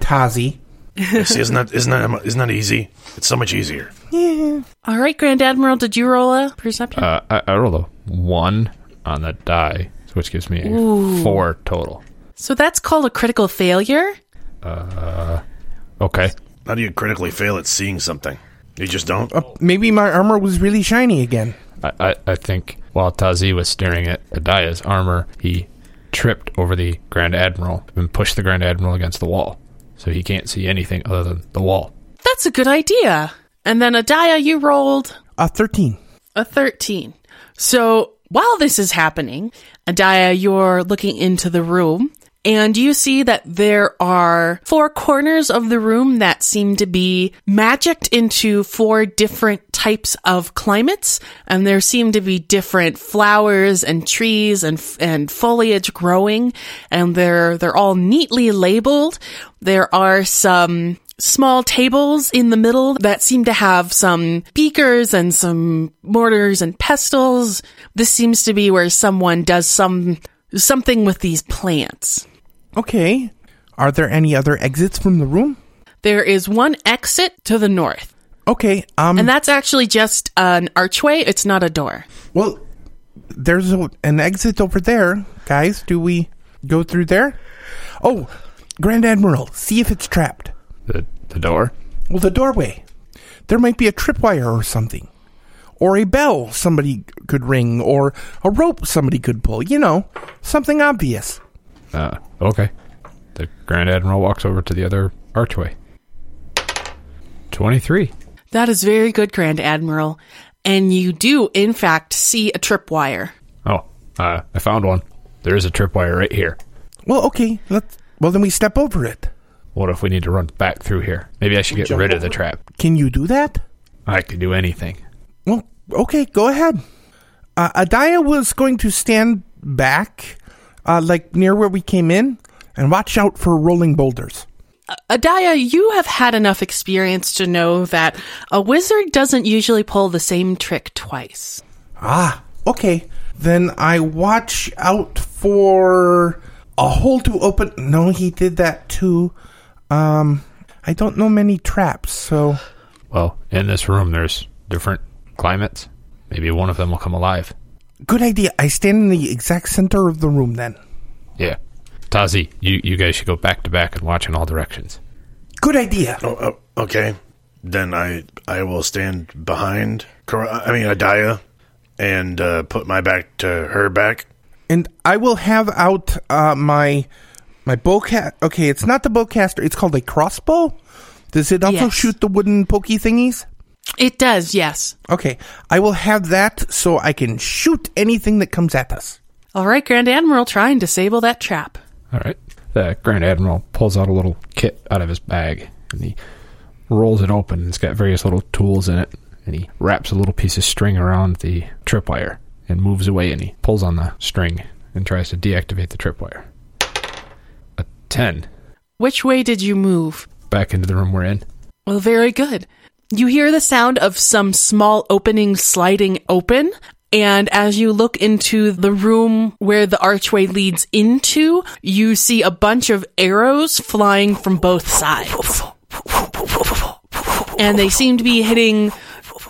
Speaker 6: Tazi.
Speaker 7: See, isn't that isn't that isn't that easy? It's so much easier.
Speaker 5: All right, Grand Admiral, did you roll a perception?
Speaker 4: uh, I, I rolled a one on the die, which gives me a four total.
Speaker 5: so that's called a critical failure.
Speaker 4: Uh, Okay.
Speaker 7: How do you critically fail at seeing something? You just don't.
Speaker 6: Oh. Uh, Maybe my armor was really shiny again.
Speaker 4: I, I, I think while Tazi was staring at Adaya's armor, he tripped over the Grand Admiral and pushed the Grand Admiral against the wall. So he can't see anything other than the wall.
Speaker 5: That's a good idea. And then Adaya, you rolled
Speaker 6: Uh, 13.
Speaker 5: a 13. So while this is happening, Adaya, you're looking into the room and you see that there are four corners of the room that seem to be magicked into four different types of climates. And there seem to be different flowers and trees and, and foliage growing. And they're, they're all neatly labeled. There are some small tables in the middle that seem to have some beakers and some mortars and pestles. This seems to be where someone does some something with these plants.
Speaker 6: Okay. Are there any other exits from the room?
Speaker 5: There is one exit to the north,
Speaker 6: Okay. Um.
Speaker 5: and that's actually just an archway. It's not a door.
Speaker 6: well, there's a, an exit over there, guys. Do we go through there? Oh, Grand Admiral, see if it's trapped.
Speaker 4: The, the door?
Speaker 6: Well, the doorway. There might be a tripwire or something, or a bell somebody could ring, or a rope somebody could pull. You know, something obvious.
Speaker 4: Uh, okay. The Grand Admiral walks over to the other archway. 23.
Speaker 5: That is very good, Grand Admiral. And you do, in fact, see a tripwire.
Speaker 4: Oh, uh, I found one. There is a tripwire right here.
Speaker 6: Well, okay. Let's. Well, then we step over it.
Speaker 4: What if we need to run back through here? Maybe I should get
Speaker 6: Jump
Speaker 4: rid of
Speaker 6: over
Speaker 4: the
Speaker 6: it.
Speaker 4: trap.
Speaker 6: Can you do that?
Speaker 4: I could do anything.
Speaker 6: Well, okay, go ahead. Uh, Adaya was going to stand back, uh, like near where we came in, and watch out for rolling boulders.
Speaker 5: Adaya, you have had enough experience to know that a wizard doesn't usually pull the same trick twice.
Speaker 6: Ah, okay. Then I watch out for a hole to open. No, he did that too. Um, I don't know many traps, so
Speaker 4: Well, in this room, there's different climates. Maybe one of them will come alive.
Speaker 6: good idea. I stand in the exact center of the room then.
Speaker 4: Yeah. Tazi, you, you guys should go back to back and watch in all directions.
Speaker 6: Good idea.
Speaker 7: Oh, oh, okay. Then I I will stand behind. Cor- I mean Adaya, and uh, put my back to her back.
Speaker 6: and I will have out uh, my my bowcast. Okay, it's not the bowcaster; it's called a crossbow. Does it also
Speaker 5: Yes.
Speaker 6: shoot the wooden pokey thingies?
Speaker 5: It does, yes.
Speaker 6: Okay, I will have that so I can shoot anything that comes at us.
Speaker 5: All right, Grand Admiral, try and disable that trap.
Speaker 4: All right. The Grand Admiral pulls out a little kit out of his bag and he rolls it open. and It's got various little tools in it. And he wraps a little piece of string around the tripwire and moves away. And he pulls on the string and tries to deactivate the tripwire. A 10.
Speaker 5: Which way did you move?
Speaker 4: Back into the room we're in.
Speaker 5: Well, very good. You hear the sound of some small opening sliding open, and as you look into the room where the archway leads into, you see a bunch of arrows flying from both sides. And they seem to be hitting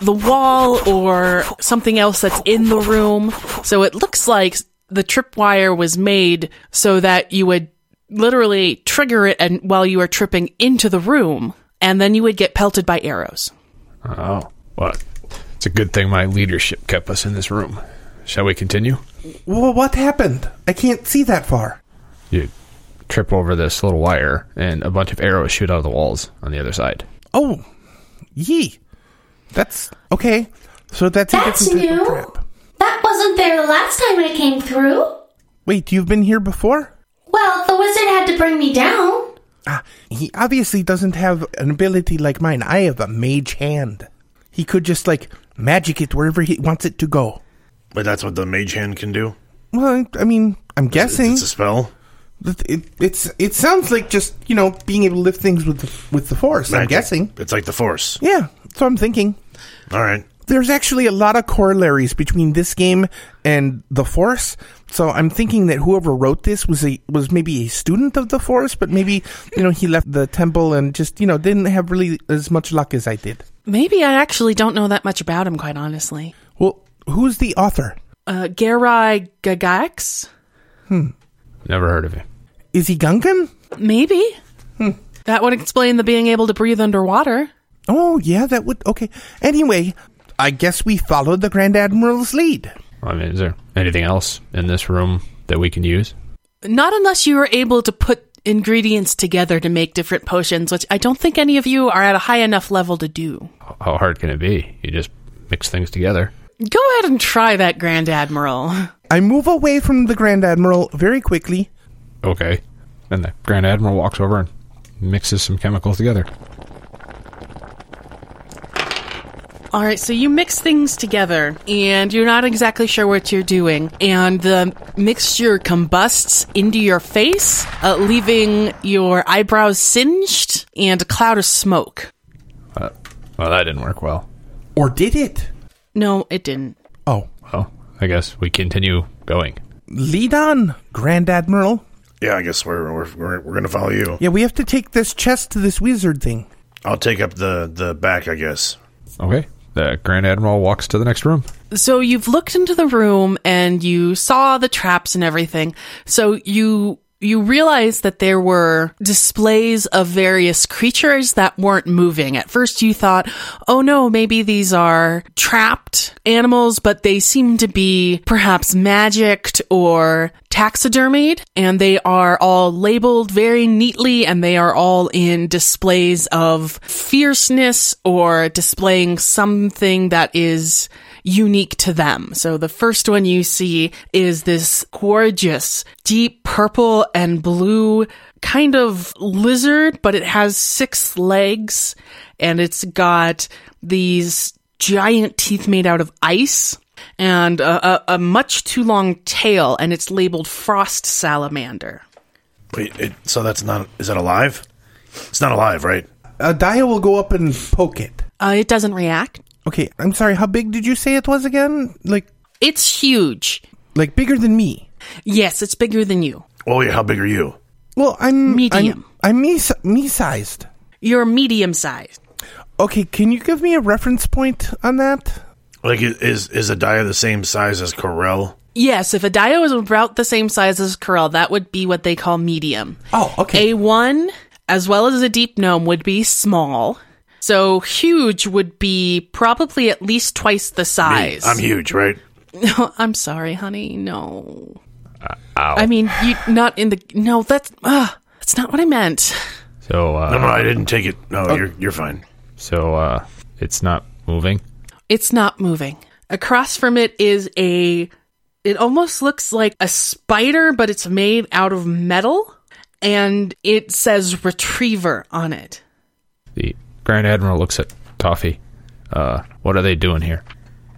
Speaker 5: the wall or something else that's in the room. So it looks like the tripwire was made so that you would literally trigger it and while you are tripping into the room and then you would get pelted by arrows.
Speaker 4: Oh. Well, it's a good thing my leadership kept us in this room. Shall we continue?
Speaker 6: Well, what happened? I can't see that far.
Speaker 4: You trip over this little wire, and a bunch of arrows shoot out of the walls on the other side.
Speaker 6: Oh, ye. That's okay. So that's,
Speaker 8: That's
Speaker 6: a different type
Speaker 8: new.
Speaker 6: of trap.
Speaker 8: That wasn't there the last time I came through.
Speaker 6: Wait, you've been here before?
Speaker 8: Well, the wizard had to bring me down.
Speaker 6: Ah, he obviously doesn't have an ability like mine. I have a mage hand. He could just like magic it wherever he wants it to go.
Speaker 7: But that's what the mage hand can do.
Speaker 6: Well, I I mean, I'm guessing
Speaker 7: It's a spell.
Speaker 6: It, it- it's it sounds like just you know being able to lift things with the, with the force. I'm
Speaker 7: Magic.
Speaker 6: guessing.
Speaker 7: It's like the force.
Speaker 6: Yeah, so I'm thinking.
Speaker 7: All right.
Speaker 6: There's actually a lot of corollaries between this game and the Force, so I'm thinking that whoever wrote this was a was maybe a student of the Force, but maybe you know he left the temple and just you know didn't have really as much luck as I did.
Speaker 5: Maybe I actually don't know that much about him, quite honestly.
Speaker 6: Well, who's the author?
Speaker 5: Uh, Garai Gagax?
Speaker 4: Never heard of him.
Speaker 6: Is he Gungan?
Speaker 5: Maybe. That would explain the being able to breathe underwater.
Speaker 6: Oh yeah, that would okay. Anyway, I guess we followed the Grand Admiral's lead.
Speaker 4: I mean, is there anything else in this room that we can use?
Speaker 5: Not unless you are able to put ingredients together to make different potions, which I don't think any of you are at a high enough level to do.
Speaker 4: How- How hard can it be? You just mix things together.
Speaker 5: Go ahead and try that, Grand Admiral.
Speaker 6: I move away from the Grand Admiral very quickly.
Speaker 4: Okay. And the Grand Admiral walks over and mixes some chemicals together.
Speaker 5: All right, so you mix things together and you're not exactly sure what you're doing. And the mixture combusts into your face, uh, leaving your eyebrows singed and a cloud of smoke.
Speaker 4: Uh, well, that didn't work well.
Speaker 6: Or did it?
Speaker 5: No, it didn't.
Speaker 6: Oh,
Speaker 4: Well, I guess we continue going.
Speaker 6: lead on, Grand Admiral.
Speaker 7: Yeah, I guess we're we're we're, we're gonna follow you.
Speaker 6: Yeah, we have to take this chest to this wizard thing.
Speaker 7: I'll take up the the back. I guess.
Speaker 4: Okay. The Grand Admiral walks to the next room.
Speaker 5: So you've looked into the room and you saw the traps and everything. So you you realize that there were displays of various creatures that weren't moving. At first you thought, "Oh no, maybe these are trapped animals, but they seem to be perhaps magicked or taxidermied and they are all labeled very neatly and they are all in displays of fierceness or displaying something that is unique to them. So the first one you see is this gorgeous deep purple and blue kind of lizard, but it has six legs and it's got these giant teeth made out of ice and a, a, a much too long tail and it's labeled frost salamander.
Speaker 7: Wait, it, so that's not is that alive? It's not alive, right?
Speaker 6: Uh, Daya will go up and poke it.
Speaker 5: Uh, it doesn't react.
Speaker 6: Okay, I'm sorry. How big did you say it was again? Like,
Speaker 5: It's huge.
Speaker 6: like bigger than me.
Speaker 5: Yes, it's bigger than you.
Speaker 7: Oh yeah, how big are you?
Speaker 6: Well, I'm
Speaker 5: Medium.
Speaker 6: I'm, I'm me me sized.
Speaker 5: You're medium sized.
Speaker 6: Okay, can you give me a reference point on that?
Speaker 7: Like i- is is Adaya the same size as Corell?
Speaker 5: Yes, if a dio is about the same size as Corel, that would be what they call medium.
Speaker 6: Oh, okay.
Speaker 5: A one, as well as a deep gnome, would be small. So huge would be probably at least twice the size.
Speaker 7: I'm huge, right?
Speaker 5: I'm sorry, honey. No. I mean, you not in the no. That's uh, that's not what I meant.
Speaker 4: So,
Speaker 7: No, no,
Speaker 4: uh,
Speaker 7: I didn't take it.
Speaker 6: Oh.
Speaker 7: No, you're you're fine.
Speaker 4: so, uh, it's not moving.
Speaker 5: It's not moving. Across from it is a. It almost looks like a spider, but it's made out of metal, and it says retriever on it.
Speaker 4: The Grand Admiral looks at Toffee. Uh, what are they doing here?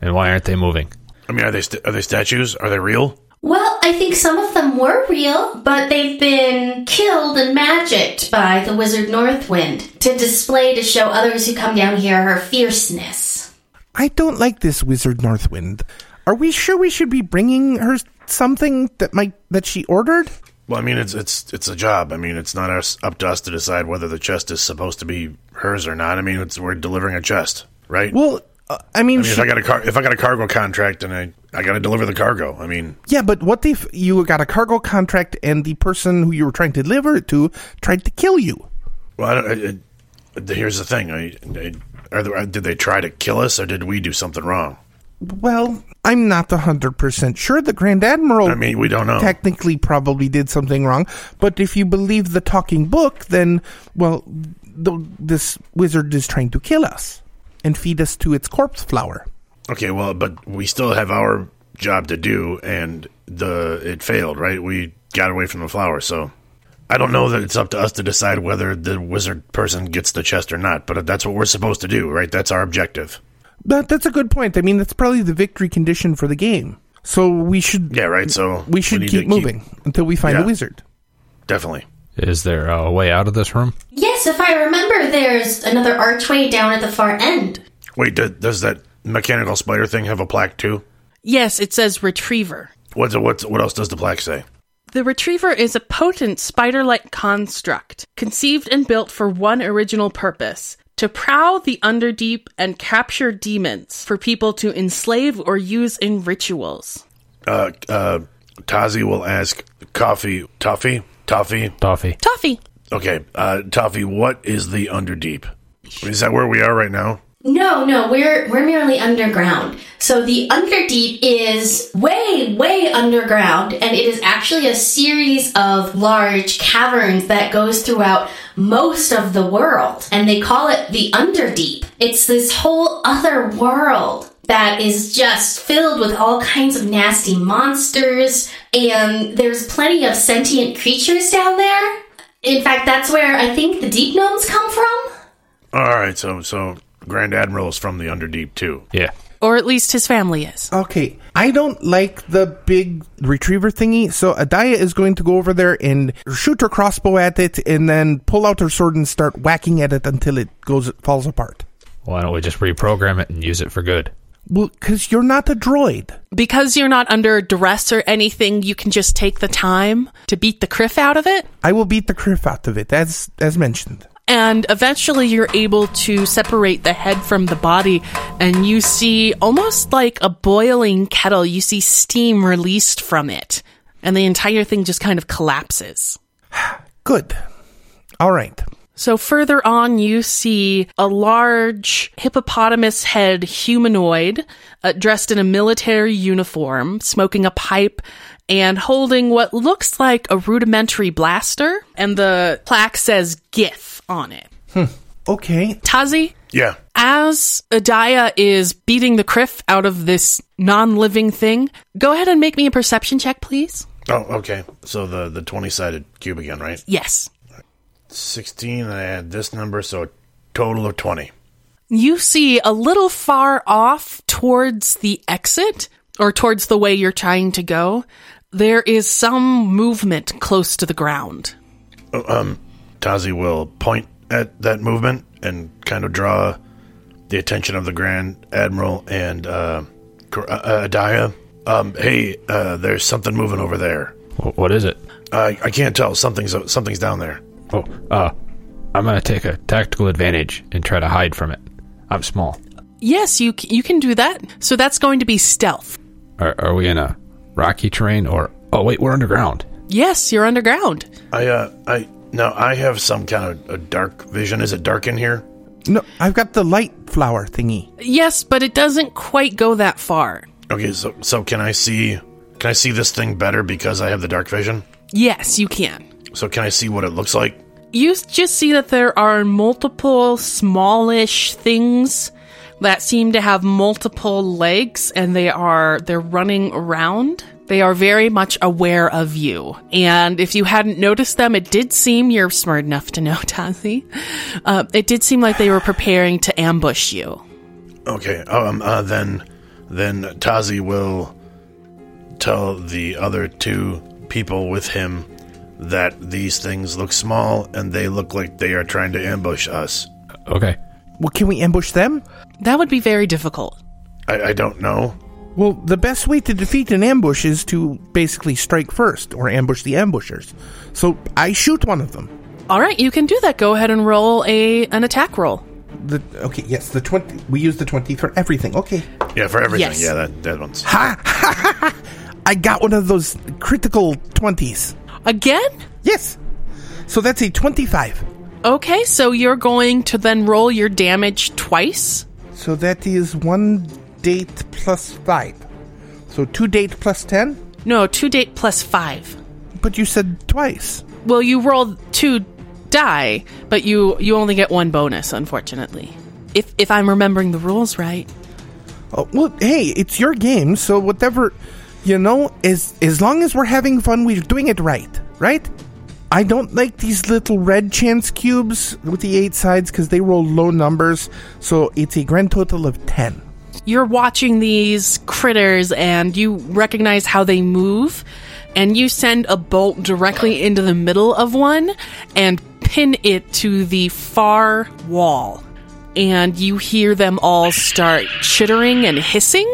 Speaker 4: And why aren't they moving?
Speaker 7: I mean, are they st- are they statues? Are they real?
Speaker 8: Well, I think some of them were real, but they've been killed and magicked by the wizard Northwind to display to show others who come down here her fierceness.
Speaker 6: I don't like this wizard Northwind. Are we sure we should be bringing her something that might that she ordered?
Speaker 7: Well, I mean, it's it's it's a job. I mean, it's not us up to us to decide whether the chest is supposed to be hers or not. I mean, it's, we're delivering a chest, right?
Speaker 6: Well, uh, I mean,
Speaker 7: I mean,
Speaker 6: she-
Speaker 7: if I got a car, if I got a cargo contract, and I I got to deliver the cargo. I mean,
Speaker 6: Yeah, but what if you got a cargo contract and the person who you were trying to deliver it to tried to kill you?
Speaker 7: well, I don't, I, I, here's the thing: I, I, are there, did they try to kill us, or did we do something wrong?
Speaker 6: Well, I'm not 100% sure. The Grand Admiral
Speaker 7: I mean, oh. we don't know.
Speaker 6: technically probably did something wrong, but if you believe the talking book, then, well, the, this wizard is trying to kill us and feed us to its corpse flower.
Speaker 7: Okay, well, but we still have our job to do, and the it failed, right? We got away from the flower, so I don't know that it's up to us to decide whether the wizard person gets the chest or not. But that's what we're supposed to do, right? That's our objective.
Speaker 6: But that's a good point. I mean, that's probably the victory condition for the game. So we should
Speaker 7: Yeah, right. So
Speaker 6: we should
Speaker 7: need to
Speaker 6: keep moving until we find
Speaker 7: Yeah.
Speaker 6: a wizard.
Speaker 7: Definitely.
Speaker 4: Is there a way out of this room?
Speaker 8: Yes, if I remember, there's another archway down at the far end.
Speaker 7: Wait, do, does that mechanical spider thing have a plaque too?
Speaker 5: Yes, it says retriever.
Speaker 7: What's what's what else does the plaque say?
Speaker 5: The Retriever is a potent spider like construct, conceived and built for one original purpose to prowl the underdeep and capture demons for people to enslave or use in rituals.
Speaker 7: Uh, uh, Tazi will ask Coffee, Toffee, Toffee.
Speaker 4: Toffee.
Speaker 5: Toffee!
Speaker 7: Okay, uh, Toffee, what is the Underdeep? Is that where we are right now?
Speaker 8: No, no, we're we're merely underground. So the Underdeep is way, way underground, and it is actually a series of large caverns that goes throughout most of the world, and they call it the Underdeep. It's this whole other world that is just filled with all kinds of nasty monsters, and there's plenty of sentient creatures down there. In fact, that's where I think the deep gnomes come from.
Speaker 7: All right, so so Grand Admiral is from the Underdeep too.
Speaker 4: Yeah.
Speaker 5: Or at least his family is.
Speaker 6: Okay, I don't like the big retriever thingy, so Adaya is going to go over there and shoot her crossbow at it, and then pull out her sword and start whacking at it until it goes falls apart.
Speaker 4: Why don't we just reprogram it and use it for good?
Speaker 6: Well, because you're not a droid.
Speaker 5: Because you're not under duress or anything, you can just take the time to beat the criff out of it.
Speaker 6: I will beat the crap out of it, as as mentioned.
Speaker 5: and eventually you're able to separate the head from the body and you see almost like a boiling kettle you see steam released from it and the entire thing just kind of collapses
Speaker 6: Good. All right.
Speaker 5: so further on you see a large hippopotamus head humanoid uh, dressed in a military uniform smoking a pipe and holding what looks like a rudimentary blaster and the plaque says gif on it
Speaker 6: Okay.
Speaker 5: tazi
Speaker 7: Yeah.
Speaker 5: as Adaya is beating the criff out of this non-living thing, go ahead and make me a perception check, please.
Speaker 7: Oh, okay. So the the twenty sided cube again, right?
Speaker 5: Yes.
Speaker 7: Sixteen, and I add this number, so total of twenty.
Speaker 5: You see a little far off towards the exit or towards the way you're trying to go, there is some movement close to the ground.
Speaker 7: Oh, um, Tazi will point at that movement and kind of draw the attention of the Grand Admiral and uh, Cor- uh, uh, Adaya. Um, hey, uh, there's something moving over there.
Speaker 4: Wh- What is it?
Speaker 7: I I can't tell. Something's something's down there.
Speaker 4: Oh, uh, I'm gonna take a tactical advantage and try to hide from it. I'm small.
Speaker 5: Yes, you c- you can do that. So that's going to be stealth.
Speaker 4: Are, are we in a rocky terrain or? Oh wait, we're underground.
Speaker 5: Yes, you're underground.
Speaker 7: I uh I now I have some kind of a dark vision. Is it dark in here?
Speaker 6: No, I've got the light flower thingy.
Speaker 5: Yes, but it doesn't quite go that far.
Speaker 7: Okay, so so can I see can I see this thing better because I have the dark vision?
Speaker 5: Yes, you can.
Speaker 7: So can I see what it looks like?
Speaker 5: you s- just see that there are multiple smallish things that seem to have multiple legs and they are they're running around they are very much aware of you and if you hadn't noticed them it did seem you're smart enough to know tazi uh, it did seem like they were preparing to ambush you
Speaker 7: Okay. Um uh, then then Tazi will tell the other two people with him that these things look small and they look like they are trying to ambush us.
Speaker 4: Okay.
Speaker 6: Well, can we ambush them?
Speaker 5: that would be very difficult
Speaker 7: I, I don't know.
Speaker 6: Well, the best way to defeat an ambush is to basically strike first or ambush the ambushers. So I shoot one of them.
Speaker 5: all right you can do that go ahead and roll a an attack roll
Speaker 6: The okay, yes, the twenty. We use the twenty for everything. Okay,
Speaker 7: Yeah, for everything.
Speaker 5: Yes.
Speaker 7: Yeah, that that one's.
Speaker 6: I got one of those critical twenties.
Speaker 5: again
Speaker 6: Yes, so that's a twenty-five.
Speaker 5: okay so you're going to then roll your damage twice
Speaker 6: So that is one date plus five. So two date plus ten?
Speaker 5: No, two date plus five.
Speaker 6: But you said twice.
Speaker 5: Well, you roll two die, but you you only get one bonus, unfortunately. If if I'm remembering the rules right.
Speaker 6: Oh, well, hey, it's your game, so whatever, you know, as as long as we're having fun, we're doing it right, right? I don't like these little red chance cubes with the eight sides because they roll low numbers, so it's a grand total of ten.
Speaker 5: You're watching these critters and you recognize how they move and you send a bolt directly into the middle of one and pin it to the far wall. And you hear them all start chittering and hissing.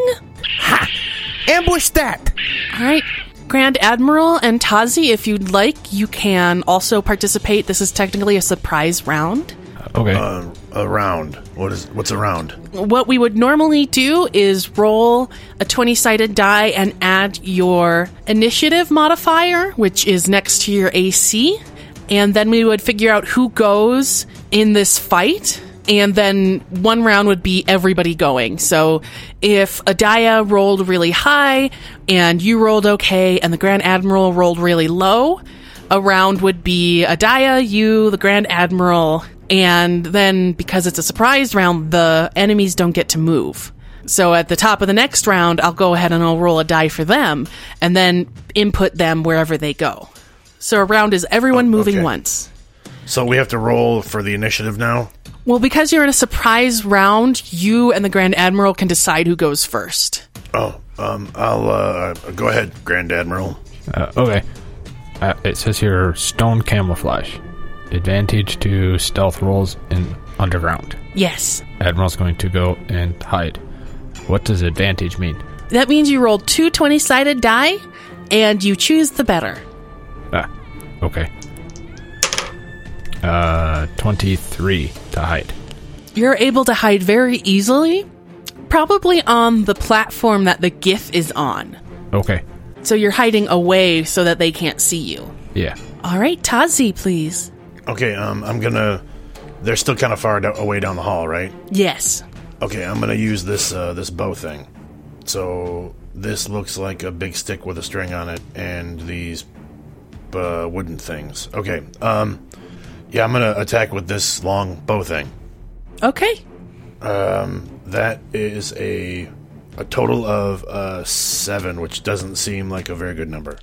Speaker 6: Ambush that!
Speaker 5: All right, Grand Admiral and Tazi, if you'd like, you can also participate. This is technically a surprise round.
Speaker 4: Okay.
Speaker 7: Uh, a round. What is? What's a round?
Speaker 5: What we would normally do is roll a 20 sided die and add your initiative modifier, which is next to your AC. And then we would figure out who goes in this fight. And then one round would be everybody going. So if Adaya rolled really high and you rolled okay and the Grand Admiral rolled really low, a round would be Adaya, you, the Grand Admiral, and then because it's a surprise round, the enemies don't get to move. So at the top of the next round, I'll go ahead and I'll roll a die for them and then input them wherever they go. So a round is everyone moving
Speaker 7: okay.
Speaker 5: once.
Speaker 7: So we have to roll for the initiative now.
Speaker 5: Well, because you're in a surprise round, you and the Grand Admiral can decide who goes first.
Speaker 7: Oh, um, I'll uh, go ahead, Grand Admiral.
Speaker 4: Uh, okay. Uh, it says here stone camouflage. Advantage to stealth rolls in underground.
Speaker 5: Yes.
Speaker 4: Admiral's going to go and hide. What does advantage mean?
Speaker 5: That means you roll two 20 sided die and you choose the better.
Speaker 4: Ah, okay. Uh, 23 to hide.
Speaker 5: You're able to hide very easily, probably on the platform that the GIF is on.
Speaker 4: Okay.
Speaker 5: So you're hiding away so that they can't see you.
Speaker 4: Yeah.
Speaker 5: All right, Tazi, please.
Speaker 7: Okay, um, I'm gonna. They're still kind of far do- away down the hall, right?
Speaker 5: Yes.
Speaker 7: Okay, I'm gonna use this uh, this bow thing. So this looks like a big stick with a string on it, and these uh, wooden things. Okay, um, yeah, I'm gonna attack with this long bow thing. Um,
Speaker 5: Okay.
Speaker 7: That is a a total of uh, seven, which doesn't seem like a very good number.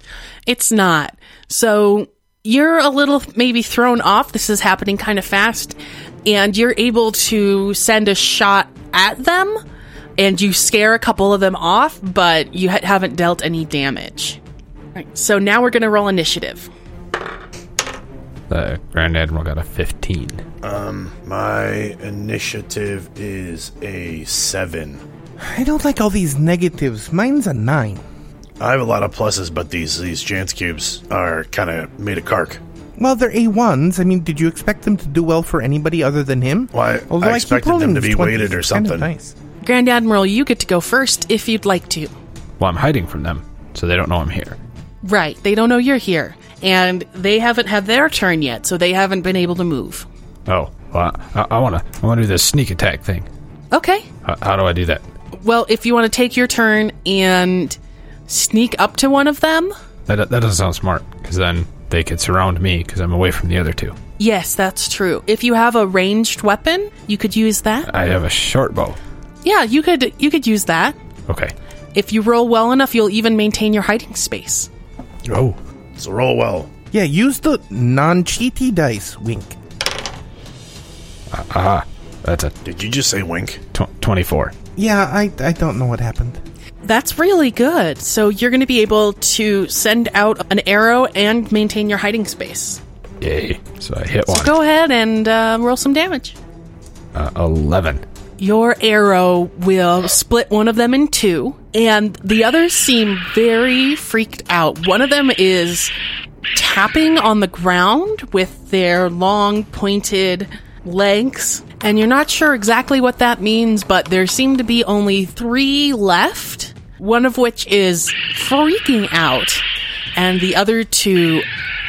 Speaker 5: It's not. So you're a little maybe thrown off. This is happening kind of fast. And you're able to send a shot at them and you scare a couple of them off, but you ha- haven't dealt any damage. Right. So now we're going to roll initiative.
Speaker 4: The Grand Admiral got a 15.
Speaker 7: Hmm, My initiative is a seven.
Speaker 6: I don't like all these negatives. Mine's a nine.
Speaker 7: I have a lot of pluses, but these these chance cubes are kind of made of cark.
Speaker 6: Well, they're A1s. I mean, did you expect them to do well for anybody other than him?
Speaker 7: Well, I- I
Speaker 6: keep
Speaker 7: expected them
Speaker 6: rolling
Speaker 7: to be
Speaker 6: these 20s.
Speaker 7: weighted or
Speaker 6: It's kind of
Speaker 7: something.
Speaker 6: Nice.
Speaker 5: Grand Admiral, you get to go first if you'd like to.
Speaker 4: Well, I'm hiding from them, so they don't know I'm here.
Speaker 5: Right. They don't know you're here. And they haven't had their turn yet, so they haven't been able to move.
Speaker 4: Oh, well, I, I wanna, I wanna do this sneak attack thing.
Speaker 5: Okay.
Speaker 4: How, how do I do that?
Speaker 5: Well, if you want to take your turn and sneak up to one of them,
Speaker 4: That, that doesn't sound smart, because then they could surround me because I'm away from the other two.
Speaker 5: yes, that's true. If you have a ranged weapon, you could use that.
Speaker 4: I have a short bow.
Speaker 5: Yeah, you could you could use that.
Speaker 4: Okay.
Speaker 5: If you roll well enough, you'll even maintain your hiding space.
Speaker 4: Oh.
Speaker 7: So roll well.
Speaker 6: Yeah, use the non cheaty dice. Wink.
Speaker 4: Aha. That's a
Speaker 7: Did you just say wink?
Speaker 4: tw- 24.
Speaker 6: Yeah, I, I don't know what happened.
Speaker 5: That's really good. So you're going to be able to send out an arrow and maintain your hiding space.
Speaker 4: Yay. So I hit one.
Speaker 5: Go ahead and uh, roll some damage.
Speaker 4: Uh, 11.
Speaker 5: Your arrow will split one of them in two, and the others seem very freaked out. One of them is tapping on the ground with their long, pointed legs, and you're not sure exactly what that means, but there seem to be only three left, one of which is freaking out, and the other two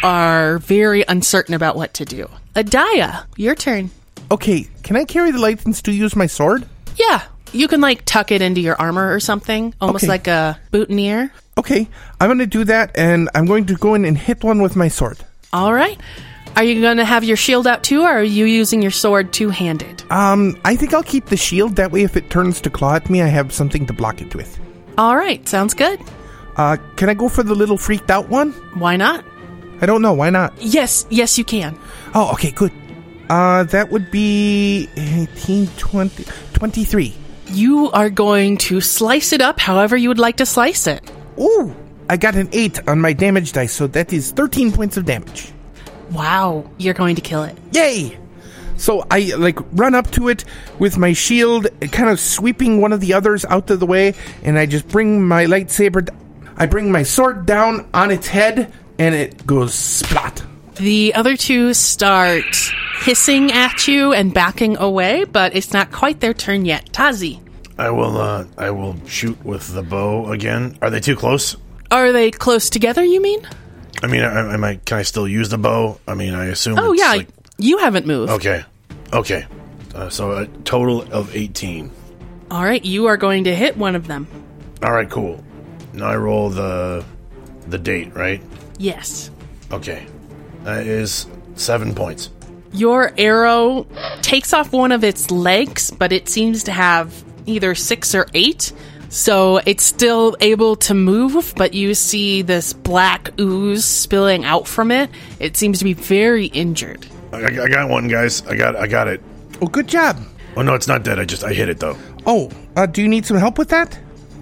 Speaker 5: are very uncertain about what to do. Adaya, your turn.
Speaker 6: Okay, can I carry the light and still use my sword?
Speaker 5: Yeah. You can like tuck it into your armor or something, almost
Speaker 6: Okay.
Speaker 5: like a boutonniere.
Speaker 6: Okay, I'm going to do that, and I'm going to go in and hit one with my sword.
Speaker 5: All right. Are you going to have your shield out too, or are you using your sword two handed?
Speaker 6: Um, I think I'll keep the shield. That way, if it turns to claw at me, I have something to block it with.
Speaker 5: All right. Sounds good.
Speaker 6: Uh, can I go for the little freaked out one?
Speaker 5: Why not?
Speaker 6: I don't know. Why not?
Speaker 5: Yes, yes, you can.
Speaker 6: Oh, okay, good. Uh, that would be 18, 20, 23.
Speaker 5: You are going to slice it up however you would like to slice it.
Speaker 6: Ooh, I got an 8 on my damage dice, so that is 13 points of damage.
Speaker 5: Wow. You're going to kill it.
Speaker 6: Yay! So I like run up to it with my shield, kind of sweeping one of the others out of the way, and I just bring my lightsaber. D- I bring my sword down on its head, and it goes splat.
Speaker 5: The other two start hissing at you and backing away, but it's not quite their turn yet. Tazi,
Speaker 7: I will. Uh, I will shoot with the bow again. Are they too close?
Speaker 5: are they close together, you mean?
Speaker 7: I mean, I, I might. Can I still use the bow? I mean, I assume.
Speaker 5: Oh,
Speaker 7: it's
Speaker 5: yeah.
Speaker 7: like-
Speaker 5: you haven't moved.
Speaker 7: okay. Okay. Uh, so a total of eighteen.
Speaker 5: All right. You are going to hit one of them.
Speaker 7: All right. Cool. Now I roll the the date. Right.
Speaker 5: Yes.
Speaker 7: Okay. That is seven points.
Speaker 5: Your arrow takes off one of its legs, but it seems to have either six or eight. So it's still able to move, but you see this black ooze spilling out from it. It seems to be very injured.
Speaker 7: I, I I got one, guys. I got. I got it.
Speaker 6: Oh, good job.
Speaker 7: Oh no, it's not dead. I just. I hit it though.
Speaker 6: Oh, uh, do you need some help with that?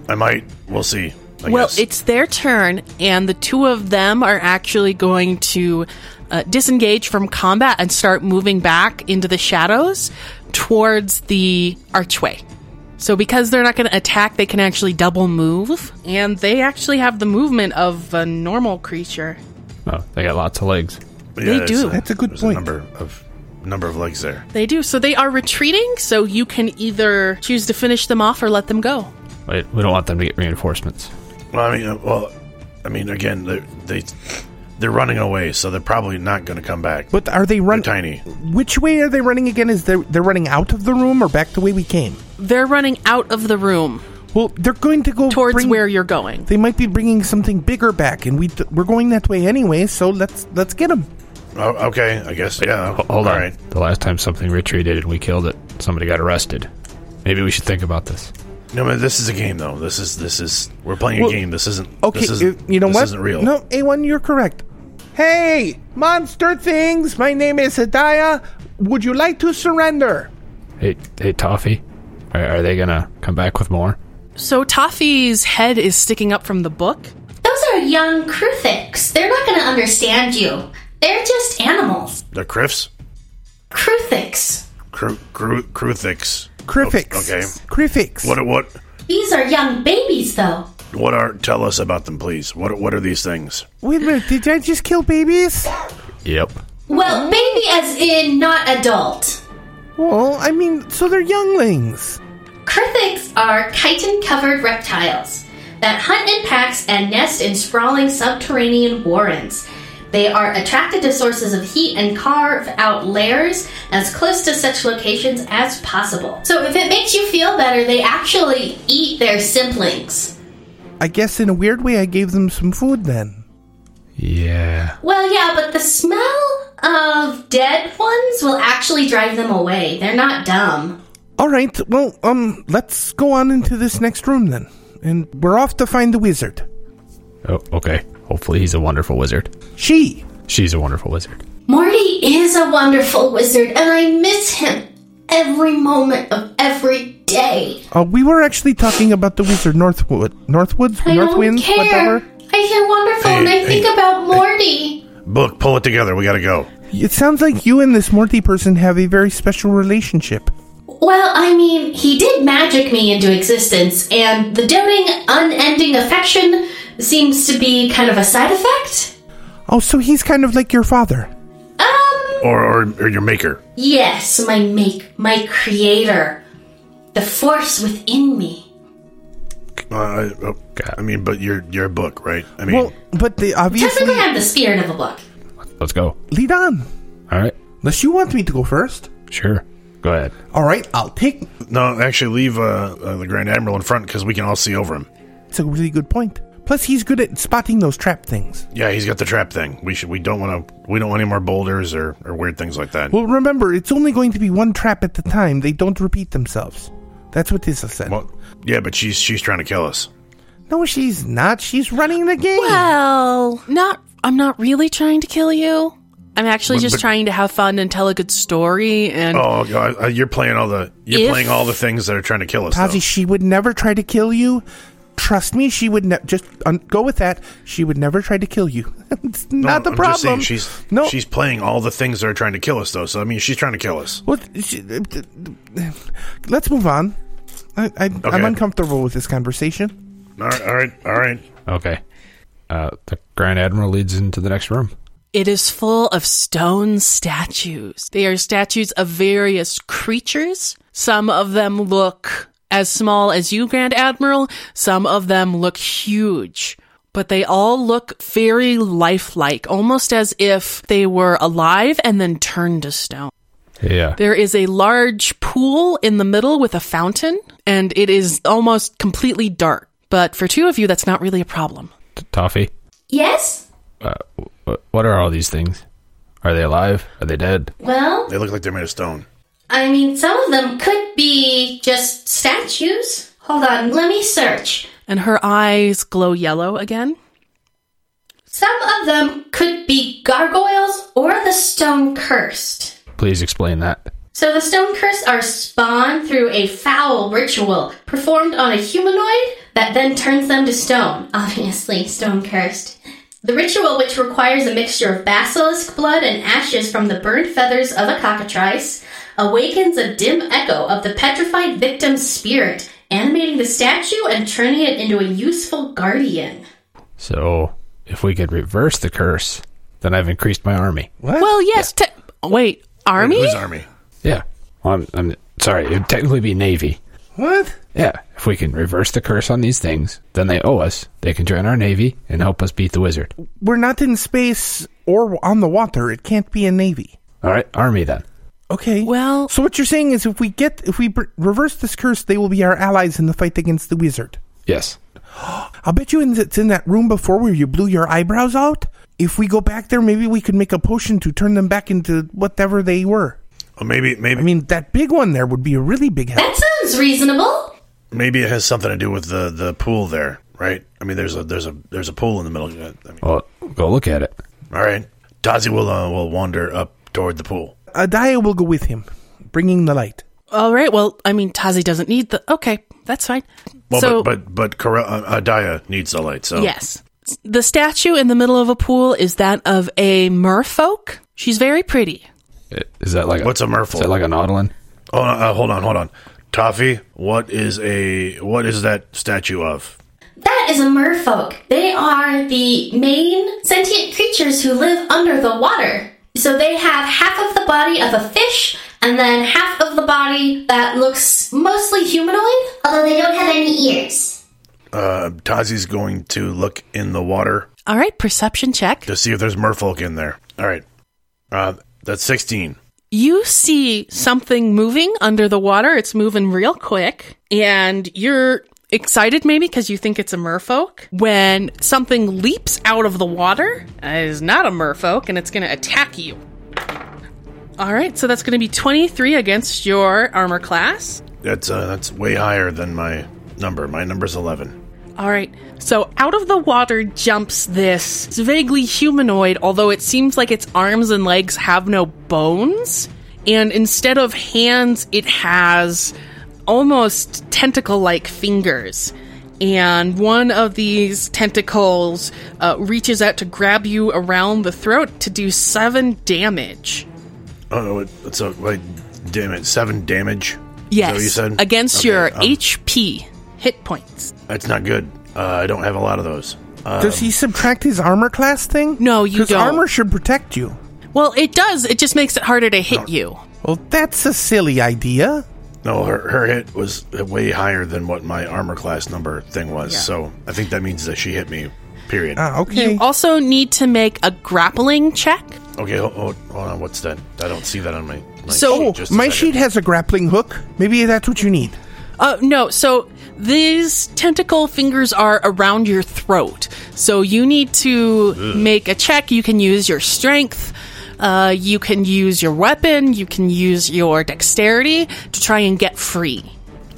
Speaker 7: I might. We'll see. I
Speaker 5: well,
Speaker 7: guess.
Speaker 5: it's their turn, and the two of them are actually going to uh, disengage from combat and start moving back into the shadows towards the archway. So, because they're not going to attack, they can actually double move, and they actually have the movement of a normal creature.
Speaker 4: Oh, they got lots of legs.
Speaker 7: Yeah,
Speaker 5: they do.
Speaker 7: it's
Speaker 6: That's a good
Speaker 7: there's
Speaker 6: point.
Speaker 7: number of number of legs there.
Speaker 5: They do. So, they are retreating, so you can either choose to finish them off or let them go.
Speaker 4: But we don't want them to get reinforcements.
Speaker 7: Well, I mean, uh, well, I mean, again, they, they they're running away, so they're probably not going to come back.
Speaker 6: But are they
Speaker 7: they're
Speaker 6: running?
Speaker 7: tiny.
Speaker 6: Which way are they running again? Is they they're running out of the room or back the way we came?
Speaker 5: They're running out of the room
Speaker 6: Well, they're going to go
Speaker 5: towards
Speaker 6: bring-
Speaker 5: where you're going.
Speaker 6: they might be bringing something bigger back, and we d- we're going that way anyway. So let's let's get them.
Speaker 7: Oh, okay, I guess. Yeah.
Speaker 4: Ho- Hold
Speaker 7: all
Speaker 4: on.
Speaker 7: right.
Speaker 4: The last time something retreated and we killed it, somebody got arrested. Maybe we should think about this.
Speaker 7: No, but this is a game, though. This is this is we're playing a
Speaker 6: Well,
Speaker 7: game. This isn't.
Speaker 6: Okay,
Speaker 7: this isn't,
Speaker 6: uh, you know
Speaker 7: this
Speaker 6: what?
Speaker 7: Isn't real.
Speaker 6: No, A1, you're correct. Hey, monster things! My name is Hadaya. Would you like to surrender?
Speaker 4: Hey, hey, Toffee, are, are they gonna come back with more?
Speaker 5: So, Toffee's head is sticking up from the book.
Speaker 8: Those are young Kruthiks. They're not going to understand you. They're just animals.
Speaker 7: The Criffs,
Speaker 8: Kruthiks.
Speaker 7: Cru, Cru, Cruthics.
Speaker 6: Crifix.
Speaker 7: Okay.
Speaker 6: Crifix.
Speaker 7: What what
Speaker 8: These are young babies, though.
Speaker 7: what are? Tell us about them, please. What what are these things?
Speaker 6: Wait a minute. Did I just kill babies?
Speaker 4: Yep.
Speaker 8: Well, baby as in not adult.
Speaker 6: Well, I mean, so they're younglings.
Speaker 8: Kruthiks are chitin covered reptiles that hunt in packs and nest in sprawling subterranean warrens. They are attracted to sources of heat and carve out lairs as close to such locations as possible. So, if it makes you feel better, they actually eat their siblings.
Speaker 6: I guess in a weird way, I gave them some food then.
Speaker 4: Yeah.
Speaker 8: Well, yeah, but the smell of dead ones will actually drive them away. They're not dumb.
Speaker 6: All right. Well, um, let's go on into this next room then, and we're off to find the wizard.
Speaker 4: Oh, okay. Hopefully, he's a wonderful wizard.
Speaker 6: She.
Speaker 4: She's a wonderful wizard.
Speaker 8: Morty is a wonderful wizard, and I miss him every moment of every day.
Speaker 6: Uh, we were actually talking about the wizard Northwood, Northwoods,
Speaker 8: I
Speaker 6: Northwinds,
Speaker 8: don't care.
Speaker 6: whatever.
Speaker 8: I hear wonderful,
Speaker 7: Hey,
Speaker 8: and I
Speaker 7: hey,
Speaker 8: think about Morty.
Speaker 7: Book, pull it together. We got to go.
Speaker 6: It sounds like you and this Morty person have a very special relationship.
Speaker 8: Well, I mean, he did magic me into existence, and the doting, unending affection seems to be kind of a side effect.
Speaker 6: Oh, so he's kind of like your father.
Speaker 8: Um,
Speaker 7: Or or, or your maker.
Speaker 8: yes, my make, my creator, the force within me.
Speaker 7: Uh, I- oh, I mean, but your your book, right? I mean,
Speaker 6: Well, but they obviously
Speaker 8: Technically, I'm the spirit of a book.
Speaker 4: Let's go.
Speaker 6: lead on.
Speaker 4: All right.
Speaker 6: Unless you want me to go first.
Speaker 4: Sure. Go ahead.
Speaker 6: All right, I'll take.
Speaker 7: No, actually, leave uh, uh, the Grand Admiral in front because we can all see over him.
Speaker 6: It's a really good point. Plus, he's good at spotting those trap things.
Speaker 7: Yeah, he's got the trap thing. We should. We don't want to. We don't want any more boulders or, or weird things like that.
Speaker 6: Well, remember, it's only going to be one trap at the time. They don't repeat themselves. That's what Tissa said.
Speaker 7: Well, yeah, but she's she's trying to kill us.
Speaker 6: no, she's not. She's running the game.
Speaker 5: Well, not. I'm not really trying to kill you. I'm actually just trying to have fun and tell a good story. And
Speaker 7: Oh, God, uh, you're playing all the you're
Speaker 5: If-
Speaker 7: playing all the things that are trying to kill us.
Speaker 6: Tazi,
Speaker 7: though.
Speaker 6: she would never try to kill you. Trust me, she would never. Just un- go with that. She would never try to kill you. it's
Speaker 7: No,
Speaker 6: not the
Speaker 7: I'm
Speaker 6: problem.
Speaker 7: Just saying she's
Speaker 6: no.
Speaker 7: she's playing all the things that are trying to kill us, though. So I mean, she's trying to kill us.
Speaker 6: Well, she- uh, let's move on. I, I, I'm
Speaker 7: Okay.
Speaker 6: uncomfortable with this conversation.
Speaker 7: All right, all right, all right.
Speaker 4: Okay. Uh, the Grand Admiral leads into the next room.
Speaker 5: It is full of stone statues. They are statues of various creatures. Some of them look as small as you, Grand Admiral. Some of them look huge. But they all look very lifelike, almost as if they were alive and then turned to stone.
Speaker 4: Yeah.
Speaker 5: There is a large pool in the middle with a fountain, and it is almost completely dark. But for two of you, that's not really a problem.
Speaker 4: T- Toffee,
Speaker 8: Yes?
Speaker 4: uh, wh- what are all these things? Are they alive? Are they dead?
Speaker 8: Well,
Speaker 7: They look like they're made of stone.
Speaker 8: I mean, some of them could be just statues. Hold on, let me search.
Speaker 5: And her eyes glow yellow again.
Speaker 8: Some of them could be gargoyles or the stone cursed.
Speaker 4: Please explain that.
Speaker 8: So the stone curse are spawned through a foul ritual performed on a humanoid that then turns them to stone. Obviously, stone cursed. The ritual, which requires a mixture of basilisk blood and ashes from the burned feathers of a cockatrice, awakens a dim echo of the petrified victim's spirit, animating the statue and turning it into a useful guardian.
Speaker 4: So, if we could reverse the curse, then I've increased my army.
Speaker 6: What?
Speaker 5: Well, yes. Te- wait, army?
Speaker 7: Who's army?
Speaker 4: Yeah. Well, I'm, I'm sorry. It would technically be navy.
Speaker 6: what?
Speaker 4: Yeah. If we can reverse the curse on these things, then they owe us. They can join our navy and help us beat the wizard.
Speaker 6: We're not in space or on the water. It can't be a navy.
Speaker 4: All right, army then.
Speaker 6: Okay.
Speaker 5: Well-
Speaker 6: so what you're saying is, if we get, if we br- reverse this curse, they will be our allies in the fight against the wizard.
Speaker 4: Yes.
Speaker 6: I'll bet you in- it's in that room before where you blew your eyebrows out. If we go back there, maybe we could make a potion to turn them back into whatever they were.
Speaker 7: Oh, maybe maybe
Speaker 6: I mean, that big one there would be a really big help.
Speaker 8: That sounds reasonable.
Speaker 7: maybe it has something to do with the the pool there, right? I mean, there's a there's a there's a pool in the middle. Uh, I mean,
Speaker 4: Well, go look at it.
Speaker 7: all right. Tazi will uh, will wander up toward the pool.
Speaker 6: Adaya will go with him, bringing the light.
Speaker 5: All right. Well, I mean, Tazi doesn't need the. Okay, that's fine.
Speaker 7: Well,
Speaker 5: so,
Speaker 7: but oh. but but Corel- uh, Adaya needs the light. So
Speaker 5: yes. The statue in the middle of a pool is that of a merfolk. She's very pretty.
Speaker 4: I- Is that like
Speaker 7: What's a merfolk?
Speaker 4: Is that like a nautilin?
Speaker 7: Oh, uh, hold on, hold on. Toffee, what is a what is that statue of?
Speaker 8: That is a merfolk. They are the main sentient creatures who live under the water. So they have half of the body of a fish and then half of the body that looks mostly humanoid, although they don't have any ears.
Speaker 7: Uh, Tazi's going to look in the water
Speaker 5: All right, perception check.
Speaker 7: to see if there's merfolk in there. All right, uh, that's sixteen.
Speaker 5: You see something moving under the water. It's moving real quick. And you're excited, maybe, because you think it's a merfolk. When something leaps out of the water, it is not a merfolk, and it's going to attack you. All right, so that's going to be 23 against your armor class.
Speaker 7: That's uh, that's way higher than my number. My number's eleven.
Speaker 5: All right. So out of the water jumps this it's vaguely humanoid, although it seems like its arms and legs have no bones. And instead of hands, it has almost tentacle like fingers. And one of these tentacles uh, reaches out to grab you around the throat to do seven damage.
Speaker 7: Oh no, it's a like damn it, seven damage.
Speaker 5: Yes.
Speaker 7: So you said
Speaker 5: against
Speaker 7: Okay,
Speaker 5: your
Speaker 7: um,
Speaker 5: HP hit points.
Speaker 7: That's not good. Uh, I don't have a lot of those. Uh,
Speaker 6: Does he subtract his armor class thing?
Speaker 5: No, you
Speaker 6: 'Cause
Speaker 5: don't.
Speaker 6: armor should protect you.
Speaker 5: Well, it does. It just makes it harder to hit you.
Speaker 6: Well, that's a silly idea.
Speaker 7: no, her her hit was way higher than what my armor class number thing was. So I think that means that she hit me. Period.
Speaker 6: Ah, okay.
Speaker 5: You also need to make a grappling check.
Speaker 7: Okay, ho- ho- hold on. What's that? I don't see that on my, my
Speaker 5: So-
Speaker 7: sheet.
Speaker 6: Oh,
Speaker 7: Just a
Speaker 6: my
Speaker 7: second.
Speaker 6: sheet has a grappling hook. Maybe that's what you need.
Speaker 5: Uh, no, so these tentacle fingers are around your throat. So you need to make a check. You can use your strength, uh, you can use your weapon, you can use your dexterity to try and get free.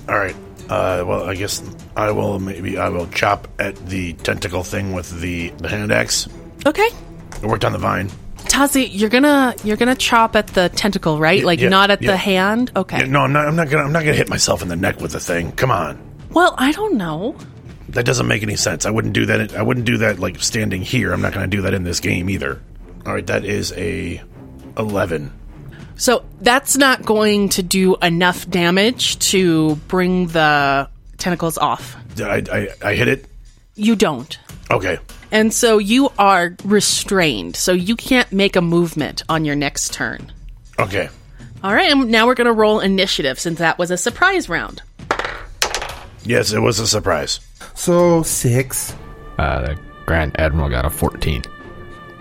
Speaker 7: All right. Uh, well, I guess I will. Maybe I will chop at the tentacle thing with the, the hand axe.
Speaker 5: Okay.
Speaker 7: It worked on the vine.
Speaker 5: Tazi, you're gonna you're gonna chop at the tentacle, right? like
Speaker 7: yeah,
Speaker 5: not at
Speaker 7: yeah.
Speaker 5: the hand. Okay.
Speaker 7: Yeah, no, I'm not. I'm not gonna. I'm not gonna hit myself in the neck with the thing. Come on,
Speaker 5: Well, I don't know.
Speaker 7: that doesn't make any sense. I wouldn't do that. I wouldn't do that like standing here. I'm not gonna do that in this game either. All right, that is a eleven.
Speaker 5: So that's not going to do enough damage to bring the tentacles off.
Speaker 7: Did I, I I hit it.
Speaker 5: You don't.
Speaker 7: Okay.
Speaker 5: And so you are restrained. So you can't make a movement on your next turn.
Speaker 7: Okay.
Speaker 5: All right, and now we're going to roll initiative since that was a surprise round.
Speaker 7: Yes, it was a surprise.
Speaker 6: So six.
Speaker 4: Uh, the Grand Admiral got a 14.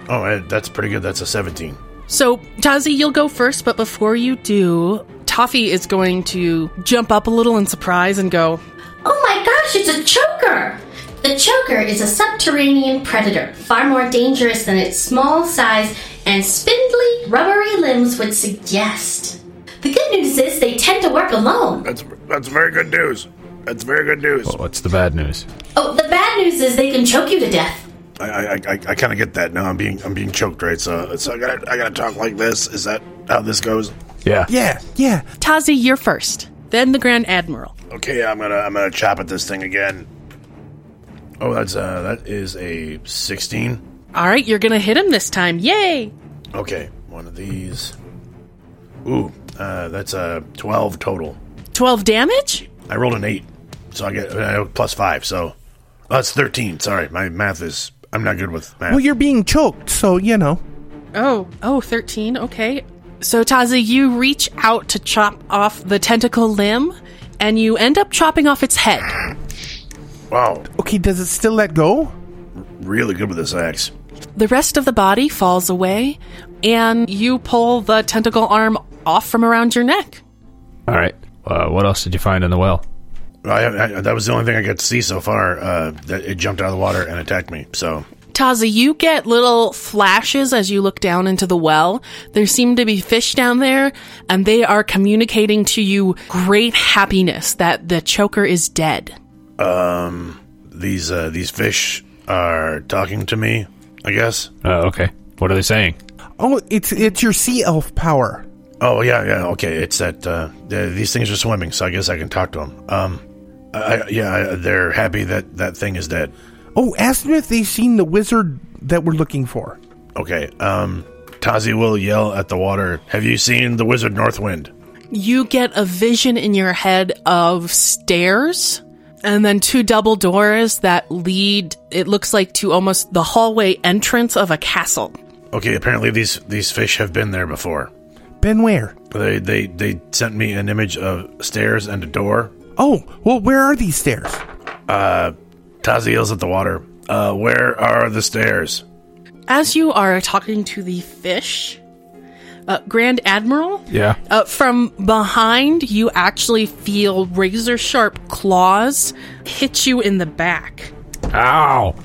Speaker 7: Oh, eh, that's pretty good. That's a seventeen.
Speaker 5: So, Tazi, you'll go first, but before you do, Toffee is going to jump up a little in surprise and go,
Speaker 8: Oh my gosh, it's a choker! The choker is a subterranean predator, far more dangerous than its small size and spindly, rubbery limbs would suggest. The good news is they tend to work alone.
Speaker 7: That's that's very good news. That's very good news.
Speaker 4: Well, what's the bad news?
Speaker 8: Oh, the bad news is they can choke you to death.
Speaker 7: I I, I, I kind of get that now. I'm being I'm being choked, right? So so I gotta I gotta talk like this. Is that how this goes?
Speaker 4: Yeah.
Speaker 6: Yeah, yeah.
Speaker 5: Tazi, you're first, then the Grand Admiral.
Speaker 7: Okay, I'm gonna I'm gonna chop at this thing again. Oh, that's uh that is a sixteen.
Speaker 5: All right, you're going to hit him this time. Yay!
Speaker 7: Okay, one of these. Ooh, uh, that's a twelve total.
Speaker 5: 12 damage?
Speaker 7: I rolled an eight, so I get uh, plus five. So oh, that's thirteen. Sorry, my math is I'm not good with math.
Speaker 6: Well, you're being choked, so you know.
Speaker 5: Oh, oh, 13. Okay. So, Tazi, you reach out to chop off the tentacle limb, and you end up chopping off its head.
Speaker 7: wow,
Speaker 6: Okay, does it still let go?
Speaker 7: really good with this axe.
Speaker 5: The rest of the body falls away, and you pull the tentacle arm off from around your neck.
Speaker 4: All right. Uh, what else did you find in the well?
Speaker 7: I, I, that was the only thing I got to see so far. Uh, that it jumped out of the water and attacked me. So
Speaker 5: Tazi, you get little flashes as you look down into the well. There seem to be fish down there, and they are communicating to you great happiness that the choker is dead.
Speaker 7: these uh, these fish are talking to me. I guess.
Speaker 4: Uh, okay. What are they saying?
Speaker 6: Oh, it's it's your sea elf power.
Speaker 7: Oh yeah, yeah. Okay, it's that uh, th- these things are swimming, so I guess I can talk to them. Um, I, I, yeah, I, they're happy that that thing is dead.
Speaker 6: Oh, ask them if they've seen the wizard that we're looking for.
Speaker 7: Okay. Um, Tazi will yell at the water. Have you seen the wizard Northwind?
Speaker 5: you get a vision in your head of stairs and then two double doors that lead it looks like to almost the hallway entrance of a castle
Speaker 7: Okay. Apparently these these fish have been there before.
Speaker 6: Ben, where?
Speaker 7: They they they sent me an image of stairs and a door.
Speaker 6: Oh, well, where are these stairs?
Speaker 7: Tazi yells at the water. Uh, where are the stairs?
Speaker 5: as you are talking to the fish uh, grand admiral
Speaker 4: Yeah.
Speaker 5: uh, from behind you actually feel razor sharp claws hit you in the back
Speaker 4: Ow!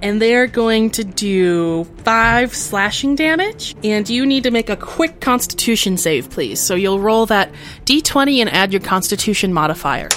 Speaker 5: and they're going to do five slashing damage. And you need to make a quick Constitution save, please. So you'll roll that d20 and add your Constitution modifier.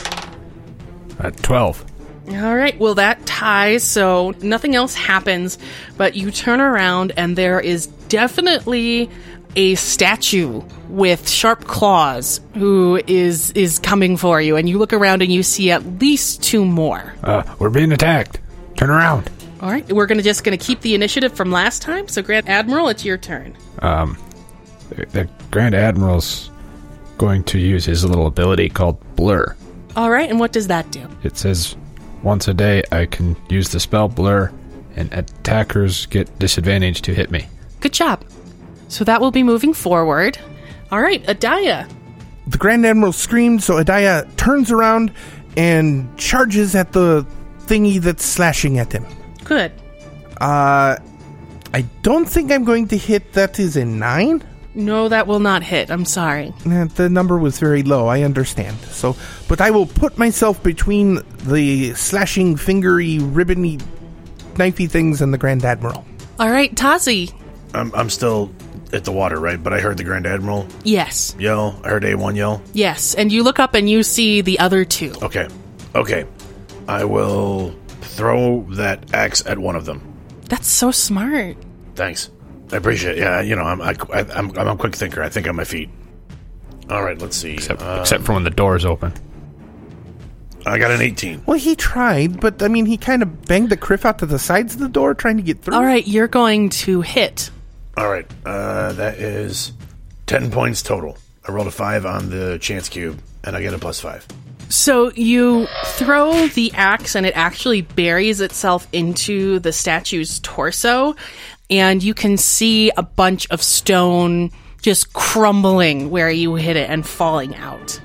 Speaker 4: At 12.
Speaker 5: All right, well, that ties, so nothing else happens, but you turn around and there is definitely a statue with sharp claws who is is coming for you and you look around and you see at least two more.
Speaker 4: Uh, we're being attacked. Turn around.
Speaker 5: All right, we're going to just going to keep the initiative from last time. So Grand Admiral, it's your turn.
Speaker 4: The, the Grand Admiral's going to use his little ability called Blur.
Speaker 5: All right, and what does that do?
Speaker 4: It says once a day I can use the spell Blur, and attackers get disadvantage to hit me.
Speaker 5: Good job. So that will be moving forward. All right, Adaya.
Speaker 6: The Grand Admiral screamed, so Adaya turns around and charges at the thingy that's slashing at him.
Speaker 5: Good.
Speaker 6: Uh, I don't think I'm going to hit. That is a nine.
Speaker 5: No, that will not hit. I'm sorry.
Speaker 6: Eh, The number was very low. I understand. So, but I will put myself between the slashing, fingery, ribbony, knifey things and the Grand Admiral.
Speaker 5: All right, Tazi.
Speaker 7: I'm, I'm still at the water, right? But I heard the Grand Admiral
Speaker 5: Yes.
Speaker 7: yell. I heard A1 yell.
Speaker 5: Yes. And you look up and you see the other two.
Speaker 7: Okay. Okay. I will throw that axe at one of them.
Speaker 5: That's so smart.
Speaker 7: Thanks. I appreciate it. Yeah, you know, I'm, I, I'm, I'm a quick thinker. I think on my feet. All right, let's see.
Speaker 4: Except,
Speaker 7: Uh,
Speaker 4: except for when the door's open.
Speaker 7: I got an 18.
Speaker 6: Well, he tried, but I mean, he kind of banged the criff out to the sides of the door trying to get through.
Speaker 5: All right, you're going to hit.
Speaker 7: All right. Uh, that is 10 points total. I rolled a 5 on the chance cube, and I get a plus 5.
Speaker 5: So you throw the axe and it actually buries itself into the statue's torso, and you can see a bunch of stone just crumbling where you hit it and falling out.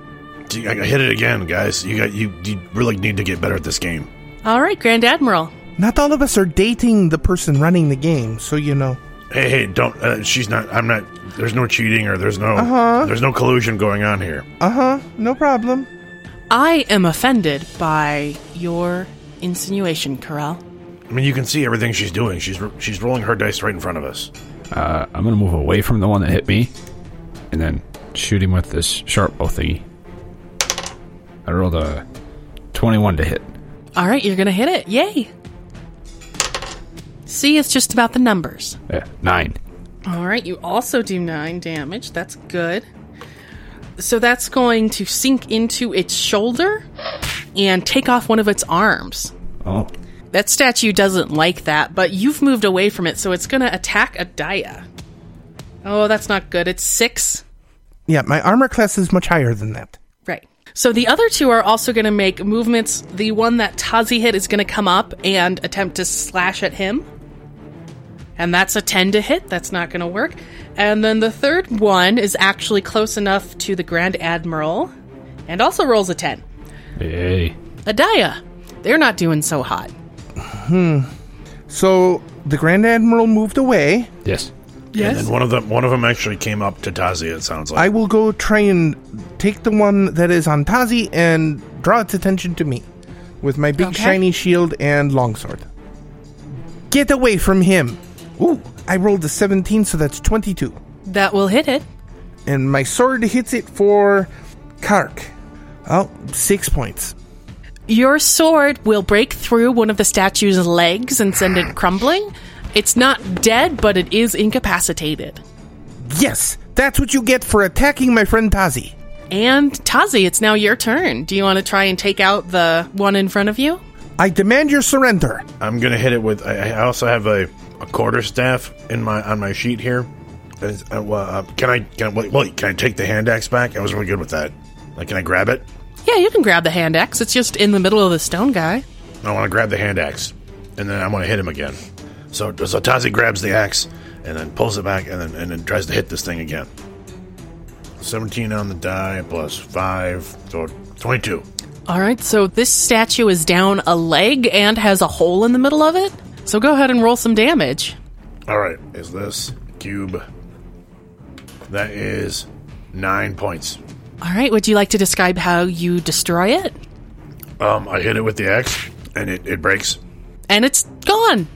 Speaker 7: Gee, I I hit it again, guys. You got you, you really need to get better at this game.
Speaker 5: All right, Grand Admiral.
Speaker 6: Not all of us are dating the person running the game, so you know.
Speaker 7: Hey, hey, don't. Uh, she's not. I'm not. There's no cheating or there's no. There's no collusion going on here.
Speaker 6: Uh huh. No problem.
Speaker 5: I am offended by your insinuation, Corral.
Speaker 7: I mean, you can see everything she's doing. She's ro- she's rolling her dice right in front of us.
Speaker 4: Uh, I'm gonna move away from the one that hit me, and then shoot him with this sharp bow thingy. I rolled a 21 to hit.
Speaker 5: All right, you're going to hit it. Yay. See, it's just about the numbers.
Speaker 4: Yeah, nine.
Speaker 5: All right, you also do nine damage. That's good. So that's going to sink into its shoulder and take off one of its arms.
Speaker 4: Oh,
Speaker 5: That statue doesn't like that, but you've moved away from it, so it's going to attack Adaya. Oh, that's not good. It's six.
Speaker 6: Yeah, my armor class is much higher than that.
Speaker 5: Right. So the other two are also going to make movements. The one that Tazi hit is going to come up and attempt to slash at him. And that's a 10 to hit. That's not going to work. And then the third one is actually close enough to the Grand Admiral and also rolls a 10.
Speaker 4: hey.
Speaker 5: Adaya, they're not doing so hot.
Speaker 6: So the Grand Admiral moved away.
Speaker 4: Yes.
Speaker 7: Yes. And then one of them one of them actually came up to Tazi. It sounds
Speaker 6: I
Speaker 7: like.
Speaker 6: will go try and take the one that is on Tazi and draw its attention to me with my big
Speaker 5: Okay.
Speaker 6: shiny shield and longsword. Get away from him! Ooh, I rolled a 17, so that's 22.
Speaker 5: That will hit it.
Speaker 6: And my sword hits it for Kark. Oh, six points.
Speaker 5: Your sword will break through one of the statue's legs and send it crumbling. It's not dead, but it is incapacitated.
Speaker 6: Yes, that's what you get for attacking my friend Tazi.
Speaker 5: And Tazi, it's now your turn. Do you want to try and take out the one in front of you?
Speaker 6: I demand your surrender.
Speaker 7: I'm gonna hit it with. I, I also have a, a quarter staff in my on my sheet here. Is- uh, well, uh, can I can I, wait, wait, Can I take the hand axe back? I was really good with that. Like, can I grab it?
Speaker 5: Yeah, you can grab the hand axe. It's just in the middle of the stone guy.
Speaker 7: I want to grab the hand axe, and then I want to hit him again. So so Tazi grabs the axe and then pulls it back and then and then tries to hit this thing again. Seventeen on the die plus five, so twenty-two.
Speaker 5: All right, so this statue is down a leg and has a hole in the middle of it. So go ahead and roll some damage.
Speaker 7: All right, is this cube? That is nine points.
Speaker 5: All right, would you like to describe how you destroy it?
Speaker 7: Um, I hit it with the axe, and it, it breaks.
Speaker 5: And it's gone.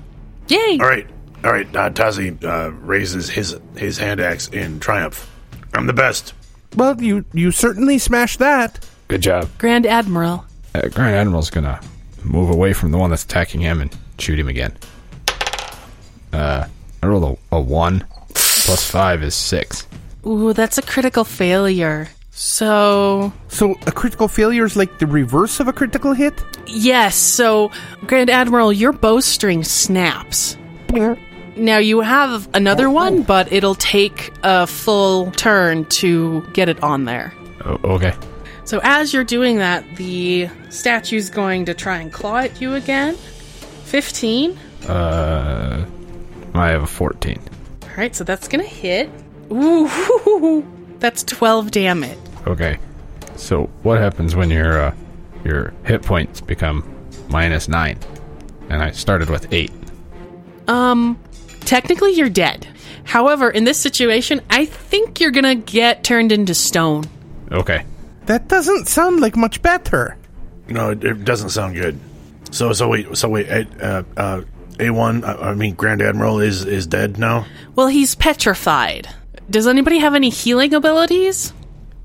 Speaker 5: Yay.
Speaker 7: All right, all right. Uh, Tazi uh, raises his his hand axe in triumph. I'm the best.
Speaker 6: Well, you you certainly smashed that.
Speaker 4: Good job.
Speaker 5: Grand Admiral.
Speaker 4: Uh, Grand Admiral's gonna move away from the one that's attacking him and shoot him again. Uh, I rolled a, a one. Plus five is six.
Speaker 5: Ooh, that's a critical failure. So,
Speaker 6: So a critical failure is like the reverse of a critical hit.
Speaker 5: Yes, so Grand Admiral, your bowstring snaps. Now you have another one, but it'll take a full turn to get it on there.
Speaker 4: O- Oh, okay.
Speaker 5: So as you're doing that, the statue's going to try and claw at you again. 15.
Speaker 4: Uh, I have a 14.
Speaker 5: All right, so that's going to hit. Ooh. That's 12 damage.
Speaker 4: Okay. So what happens when your uh, your hit points become minus nine? And I started with eight.
Speaker 5: Um Technically, you're dead. However, in this situation, I think you're gonna get turned into stone.
Speaker 4: Okay.
Speaker 6: That doesn't sound like much better.
Speaker 7: No, it, it doesn't sound good. So, so wait, so wait. Uh, uh, A one, I, I mean, Grand Admiral is is dead now.
Speaker 5: Well, he's petrified. Does anybody have any healing abilities?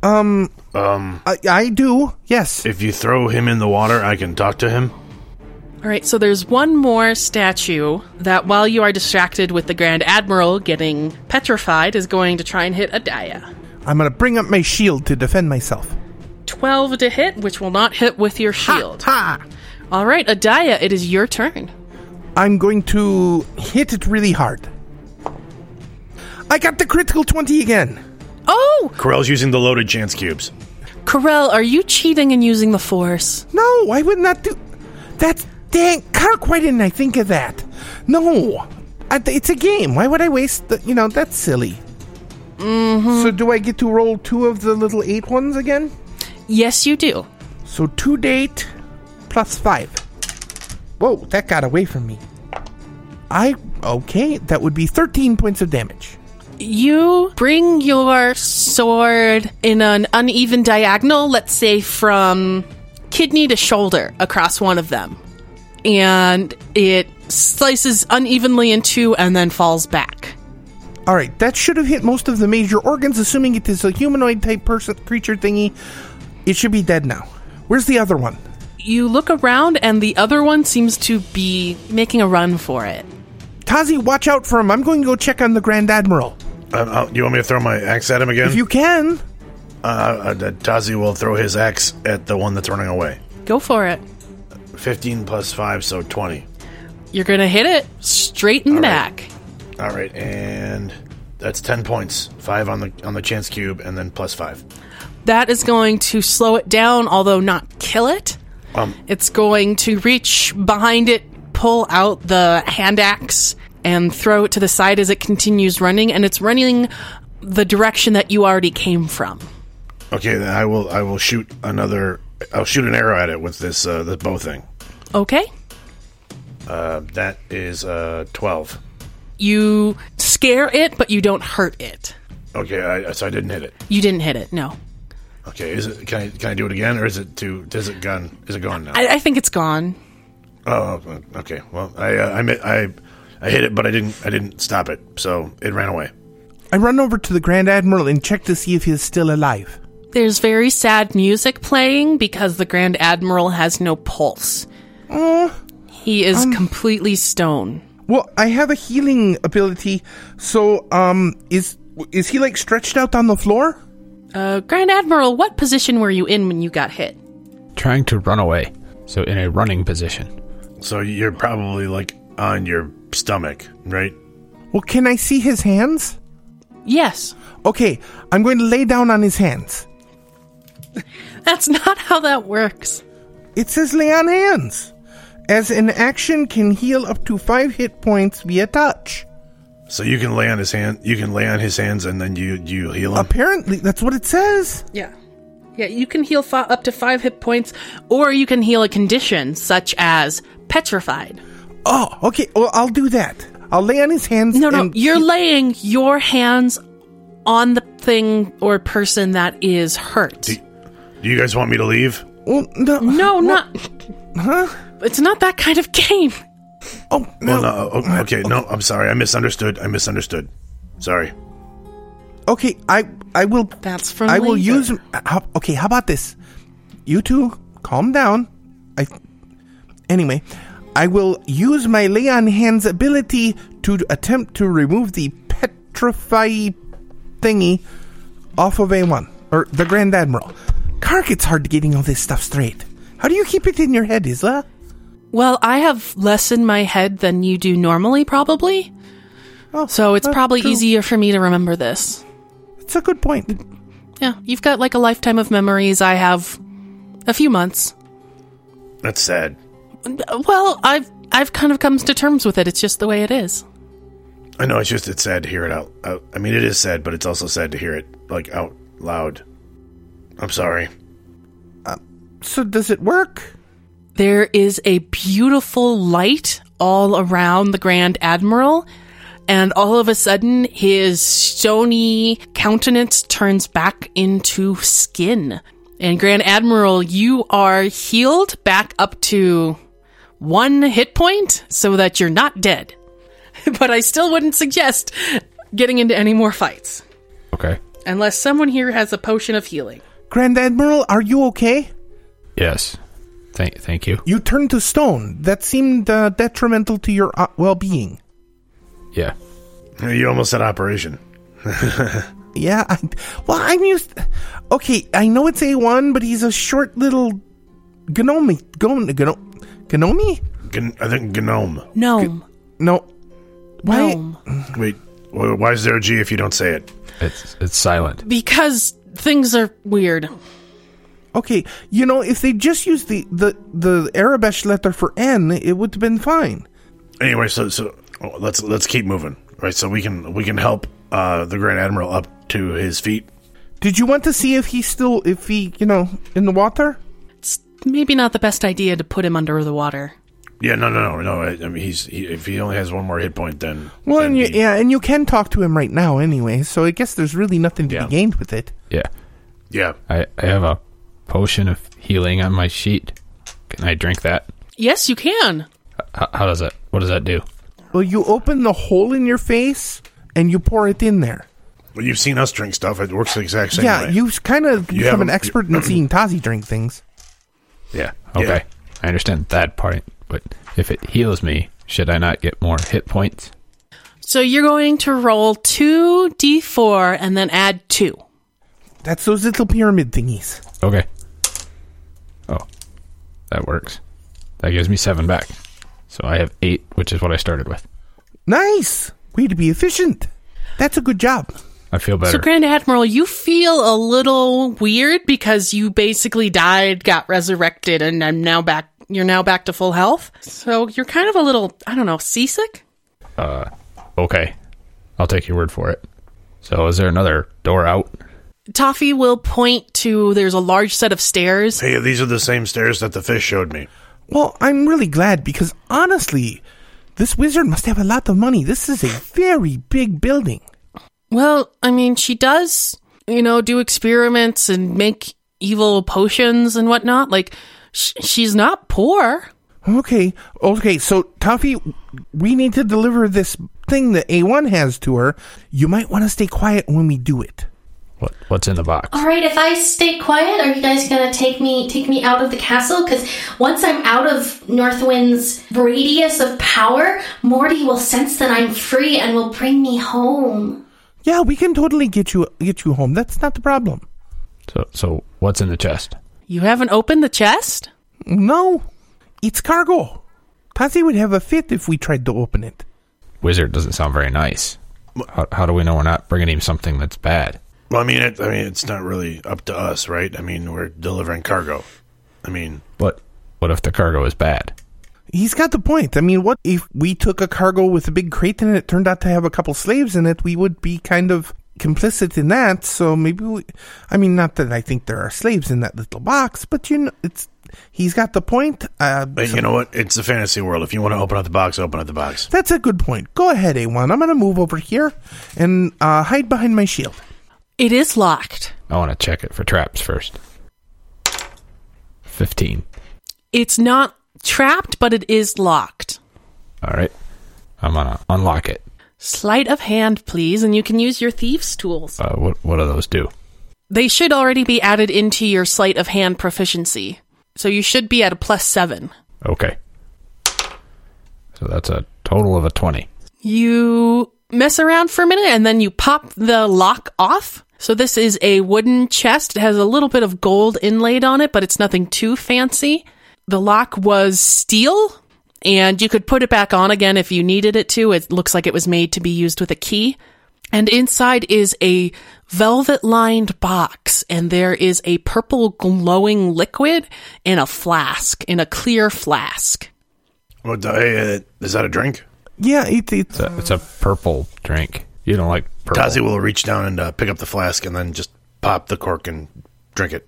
Speaker 6: I, I do. Yes.
Speaker 7: If you throw him in the water, I can talk to him.
Speaker 5: All right, so there's one more statue that, while you are distracted with the Grand Admiral getting petrified, is going to try and hit Adaya.
Speaker 6: I'm gonna bring up my shield to defend myself.
Speaker 5: 12 to hit, which will not hit with your shield.
Speaker 6: Ha!
Speaker 5: All right, Adaya, it is your turn.
Speaker 6: I'm going to hit it really hard. I got the critical 20 again.
Speaker 5: Oh,
Speaker 7: Corell's using the loaded chance cubes.
Speaker 5: Corell, are you cheating and using the Force?
Speaker 6: No, I would not do. That's dang. Kirk, why didn't I think of that? No. I th- It's a game. Why would I waste the. You know, that's silly. So do I get to roll two of the little eight ones again?
Speaker 5: Yes, you do.
Speaker 6: So two date plus five. Whoa, that got away from me. I. Okay, that would be 13 points of damage.
Speaker 5: You bring your sword in an uneven diagonal, let's say from kidney to shoulder across one of them. And it slices unevenly in two and then falls back.
Speaker 6: All right, that should have hit most of the major organs, assuming it is a humanoid type person creature thingy. It should be dead now. Where's the other one?
Speaker 5: You look around, and the other one seems to be making a run for it.
Speaker 6: Tazi, watch out for him. I'm going to go check on the Grand Admiral.
Speaker 7: Um, uh, you want me to throw my axe at him again?
Speaker 6: If you can.
Speaker 7: uh, uh, Tazi will throw his axe at the one that's running away.
Speaker 5: Go for it.
Speaker 7: Fifteen plus five, so twenty.
Speaker 5: You're going to hit it straight in the back.
Speaker 7: All right, and that's ten points. Five on the on the chance cube, and then plus five.
Speaker 5: That is going to slow it down, although not kill it.
Speaker 7: Um,
Speaker 5: It's going to reach behind it, pull out the hand axe, and throw it to the side as it continues running, and it's running the direction that you already came from.
Speaker 7: Okay, then I will. I will shoot another. I'll shoot an arrow at it with this uh, the bow thing.
Speaker 5: Okay?
Speaker 7: Uh, that is uh, twelve.
Speaker 5: You scare it, but you don't hurt it.
Speaker 7: Okay, I, so I didn't hit it.
Speaker 5: You didn't hit it, no.
Speaker 7: Okay, is it? Can I can I do it again, or is it too? Is it gone? Is it gone now?
Speaker 5: I, I think it's gone.
Speaker 7: oh, okay. Well, I uh, I mi- I I hit it, but I didn't I didn't stop it, so it ran away.
Speaker 6: I run over to the Grand Admiral and check to see if he is still alive.
Speaker 5: There's very sad music playing because the Grand Admiral has no pulse. he is completely stone.
Speaker 6: Well, I have a healing ability, so um, is is he like stretched out on the floor?
Speaker 5: Uh, Grand Admiral, what position were you in when you got hit?
Speaker 4: Trying to run away. So in a running position.
Speaker 7: So you're probably like on your stomach, right?
Speaker 6: Well, can I see his hands?
Speaker 5: Yes.
Speaker 6: Okay, I'm going to lay down on his hands.
Speaker 5: That's not how that works.
Speaker 6: It says lay on hands. As an action, can heal up to five hit points via touch.
Speaker 7: So you can lay on his hand. You can lay on his hands, and then you you heal him.
Speaker 6: Apparently, that's what it says.
Speaker 5: Yeah. Yeah, you can heal fi- up to five hit points, or you can heal a condition such as petrified.
Speaker 6: Oh, okay. Well, I'll do that. I'll lay on his hands.
Speaker 5: No, no,
Speaker 6: and-
Speaker 5: you're laying your hands on the thing or person that is hurt.
Speaker 7: Do you guys want me to leave?
Speaker 6: Well, Oh, no,
Speaker 5: No,
Speaker 6: Well,
Speaker 5: not.
Speaker 6: huh?
Speaker 5: It's not that kind of game.
Speaker 6: Oh no.
Speaker 7: Well, no. o- Okay, no. I'm sorry. I misunderstood. I misunderstood. Sorry.
Speaker 6: Okay, I I will.
Speaker 5: That's from
Speaker 6: I will
Speaker 5: later.
Speaker 6: use. How, okay, how about this? You two, calm down. I. Anyway, I will use my lay on hands ability to attempt to remove the petrify thingy off of A1 or the Grand Admiral. Kark, it's hard getting all this stuff straight. How do you keep it in your head, Isla?
Speaker 5: Well, I have less in my head than you do normally, probably.
Speaker 6: Oh,
Speaker 5: So it's
Speaker 6: well,
Speaker 5: probably
Speaker 6: true.
Speaker 5: easier for me to remember this.
Speaker 6: It's a good point.
Speaker 5: Yeah, you've got like a lifetime of memories. I have a few months.
Speaker 7: That's sad.
Speaker 5: Well, I've I've kind of comes to terms with it. It's just the way it is.
Speaker 7: I know. It's just it's sad to hear it out. out. I mean, it is sad, but it's also sad to hear it like out loud. I'm sorry.
Speaker 6: So does it work?
Speaker 5: There is a beautiful light all around the Grand Admiral, and all of a sudden his stony countenance turns back into skin. And Grand Admiral, you are healed back up to one hit point so that you're not dead. but I still wouldn't suggest getting into any more fights
Speaker 4: Okay.
Speaker 5: unless someone here has a potion of healing.
Speaker 6: Grand Admiral, are you okay?
Speaker 4: Yes. Thank thank you.
Speaker 6: You turned to stone. That seemed uh, detrimental to your uh, well being.
Speaker 4: Yeah.
Speaker 7: You almost said operation.
Speaker 6: Yeah, I, well, I'm used. Okay, I know it's A1, but he's a short little gnomi. Gnome. Gnome. Gnomi?
Speaker 7: Gn- I think gnome.
Speaker 5: Gnome.
Speaker 6: No. Why?
Speaker 5: Gnome.
Speaker 7: Wait, wh- why is there a G if you don't say it?
Speaker 4: It's it's silent.
Speaker 5: Because things are weird.
Speaker 6: Okay, you know, if they just used the, the, the Arabesh letter for N, it would have been fine.
Speaker 7: Anyway, so so oh, let's let's keep moving. Right, so we can we can help uh, the Grand Admiral up to his feet.
Speaker 6: Did you want to see if he's still, if he, you know, in the water?
Speaker 5: It's maybe not the best idea to put him under the water.
Speaker 7: Yeah, no, no, no, no. I, I mean, he's he, if he only has one more hit point, then
Speaker 6: Well,
Speaker 7: then
Speaker 6: and you,
Speaker 7: he-
Speaker 6: yeah, and you can talk to him right now anyway, so I guess there's really nothing to
Speaker 7: Yeah.
Speaker 6: be gained with it.
Speaker 4: Yeah.
Speaker 7: yeah.
Speaker 4: I, I have a potion of healing on my sheet. Can I drink that?
Speaker 5: Yes, you can.
Speaker 4: How, how does that? What does that do?
Speaker 6: Well, you open the hole in your face and you pour it in there.
Speaker 7: Well, you've seen us drink stuff; it works the exact same
Speaker 6: yeah,
Speaker 7: way.
Speaker 6: you kind of
Speaker 7: You
Speaker 6: become an
Speaker 7: haven't-
Speaker 6: expert in seeing Tazi drink things.
Speaker 4: Yeah. Okay. I understand that part, but if it heals me, should I not get more hit points?
Speaker 5: So you're going to roll 2d4 and then add 2.
Speaker 6: That's those little pyramid thingies.
Speaker 4: Okay. Oh, that works. That gives me seven back. So I have eight, which is what I started with.
Speaker 6: Nice! Way to be efficient. That's a good job.
Speaker 4: I feel better.
Speaker 5: So, Grand Admiral, you feel a little weird because you basically died, got resurrected, and I'm now back. You're now back to full health. So you're kind of a little, I don't know, seasick.
Speaker 4: okay. I'll take your word for it. So is there another door out?
Speaker 5: Toffee will point to there's a large set of stairs
Speaker 7: hey, these are the same stairs that the fish showed me.
Speaker 6: Well, I'm really glad because honestly, this wizard must have a lot of money. This is a very big building.
Speaker 5: Well, I mean, she does, you know, do experiments and make evil potions and whatnot. Like, sh- she's not poor.
Speaker 6: Okay, okay, so Toffee, we need to deliver this thing that A1 has to her. You might want to stay quiet when we do it.
Speaker 4: What What's in the box?
Speaker 8: All right, if I stay quiet, are you guys gonna take me take me out of the castle? Because once I'm out of Northwind's radius of power, Morty will sense that I'm free and will bring me home.
Speaker 6: Yeah, we can totally get you get you home. That's not the problem.
Speaker 4: So so what's in the chest?
Speaker 5: You haven't opened the chest?
Speaker 6: No, it's cargo. Tazi would have a fit if we tried to open it.
Speaker 4: Wizard doesn't sound very nice. How, how do we know we're not bringing him something that's bad?
Speaker 7: Well, I mean, it, I mean, it's not really up to us, right? I mean, we're delivering cargo. I mean,
Speaker 4: But what if the cargo is bad?
Speaker 6: He's got the point. I mean, what if we took a cargo with a big crate and it turned out to have a couple slaves in it? We would be kind of complicit in that. So maybe we, I mean, not that I think there are slaves in that little box, but you know, it's he's got the point. Uh,
Speaker 7: but
Speaker 6: so-
Speaker 7: you know what? It's a fantasy world. If you want to open up the box, open up the box.
Speaker 6: that's a good point. Go ahead, A1. I'm going to move over here and uh, hide behind my shield.
Speaker 5: It is locked.
Speaker 4: I want to check it for traps first. 15.
Speaker 5: It's not trapped, but it is locked.
Speaker 4: All right. I'm going to unlock it.
Speaker 5: Sleight of hand, please, and you can use your thieves' tools.
Speaker 4: Uh, what, what do those do?
Speaker 5: They should already be added into your sleight of hand proficiency. So you should be at a plus seven.
Speaker 4: Okay. So that's a total of a 20.
Speaker 5: You mess around for a minute and then you pop the lock off. So this is a wooden chest. It has a little bit of gold inlaid on it, but it's nothing too fancy. The lock was steel and you could put it back on again if you needed it to. It looks like it was made to be used with a key. And inside is a velvet lined box and there is a purple glowing liquid in a flask, in a clear flask.
Speaker 7: What the, hey, uh, is that a drink?
Speaker 6: Yeah, it, it's
Speaker 4: It's a, it's a purple drink. You don't like purple.
Speaker 7: Tazi will reach down and uh, pick up the flask and then just pop the cork and drink it.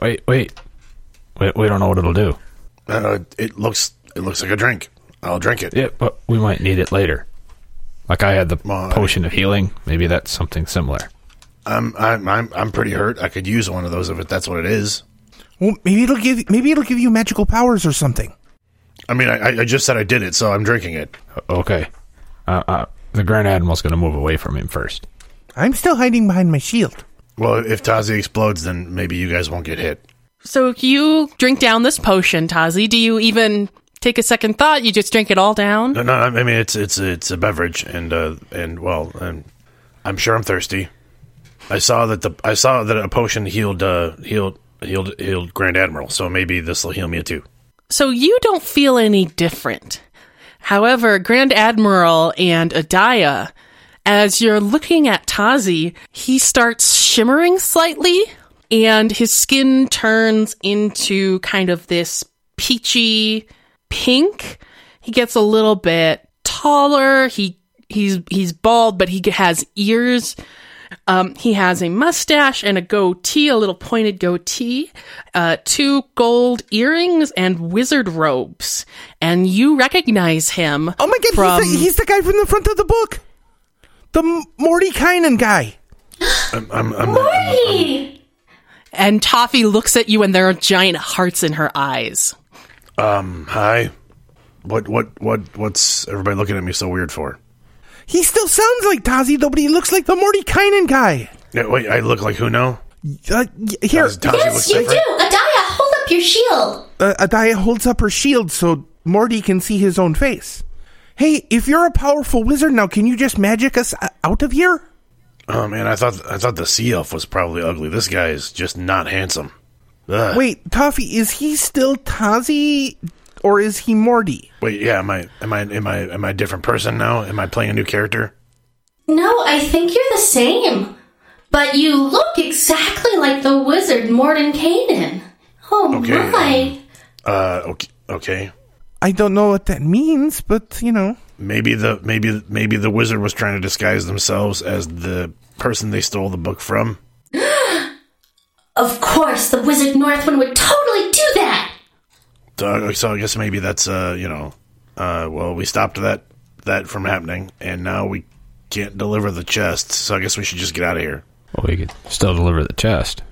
Speaker 4: Wait, wait. We, we don't know what it'll do.
Speaker 7: Uh, it looks it looks like a drink. I'll drink it.
Speaker 4: Yeah, but we might need it later. Like I had the
Speaker 7: Well, I-
Speaker 4: potion of healing. Maybe that's something similar.
Speaker 7: I'm I'm I'm I'm pretty hurt. I could use one of those if it, that's what it is.
Speaker 6: Well, maybe it'll give maybe it'll give you magical powers or something.
Speaker 7: I mean, I, I- I just said I did it, so I'm drinking it.
Speaker 4: O- Okay. Uh, uh, the Grand Admiral's going to move away from him first.
Speaker 6: I'm still hiding behind my shield.
Speaker 7: Well, if Tazi explodes, then maybe you guys won't get hit.
Speaker 5: So you drink down this potion, Tazi. Do you even take a second thought? You just drink it all down?
Speaker 7: No, no. I mean, it's it's it's a beverage, and uh, and well, I'm, I'm sure I'm thirsty. I saw that the I saw that a potion healed uh, healed healed healed Grand Admiral, so maybe this will heal me too.
Speaker 5: So you don't feel any different. However, Grand Admiral and Adaya, as you're looking at Tazi, he starts shimmering slightly and his skin turns into kind of this peachy pink. He gets a little bit taller. He he's he's bald, but he has ears. Um, he has a mustache and a goatee, a little pointed goatee, uh, two gold earrings, and wizard robes. And you recognize him.
Speaker 6: Oh my god,
Speaker 5: From,
Speaker 6: he's, the, he's the guy from the front of the book, the M- Morty Kynan guy.
Speaker 7: I'm I'm, I'm,
Speaker 8: Morty!
Speaker 5: and Toffee looks at you, and there are giant hearts in her eyes.
Speaker 7: um hi. What what what what's everybody looking at me so weird for?
Speaker 6: He still sounds like Tazi, though, but he looks like the Morty Kynan guy.
Speaker 7: Yeah, wait, I look like who now?
Speaker 6: Uh, y- here,
Speaker 7: Does- does he
Speaker 8: Yes,
Speaker 7: look
Speaker 8: you
Speaker 7: different?
Speaker 8: do! Adaya, hold up your shield!
Speaker 6: uh, Adaya holds up her shield so Morty can see his own face. Hey, if you're a powerful wizard now, can you just magic us uh, out of here?
Speaker 7: Oh man, I thought I thought the sea elf was probably ugly. This guy is just not handsome. Ugh.
Speaker 6: Wait, Toffee, is he still Tazi or is he Morty?
Speaker 7: wait, yeah, am I am I am I am I a different person now? Am I playing a new character?
Speaker 8: No, I think you're the same. But you look exactly like the wizard Morden Kanan. Oh
Speaker 7: Okay,
Speaker 8: my!
Speaker 7: Uh, okay, okay.
Speaker 6: I don't know what that means, but you know.
Speaker 7: Maybe the maybe maybe the wizard was trying to disguise themselves as the person they stole the book from.
Speaker 8: Of course, the wizard Northwind would totally do that!
Speaker 7: So, so I guess maybe that's uh you know, uh well we stopped that that from happening, and now we can't deliver the chest. So I guess we should just get out of here.
Speaker 4: Well, we could still deliver the chest.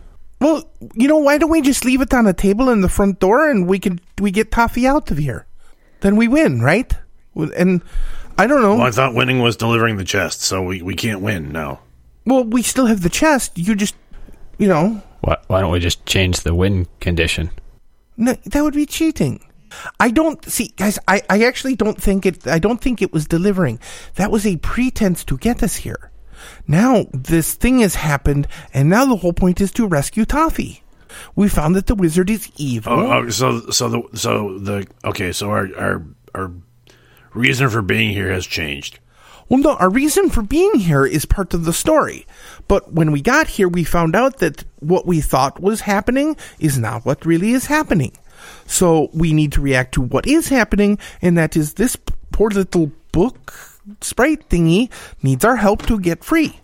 Speaker 6: Well, you know, why don't we just leave it on a table in the front door and we can we get Toffee out of here? Then we win, right? Well, And I don't know.
Speaker 7: Well, I thought winning was delivering the chest, so we we can't win now.
Speaker 6: Well, we still have the chest. You just, you know,
Speaker 4: Why, why don't we just change the win condition?
Speaker 6: No, that would be cheating. I don't see, guys. I, I actually don't think it. I don't think it was delivering. That was a pretense to get us here. Now this thing has happened, and now the whole point is to rescue Toffee. We found that the wizard is evil.
Speaker 7: Oh, oh, so so the so the okay, so our our our reason for being here has changed.
Speaker 6: Well, no, our reason for being here is part of the story. But when we got here, we found out that what we thought was happening is not what really is happening. So we need to react to what is happening, and that is this p- poor little book sprite thingy needs our help to get free.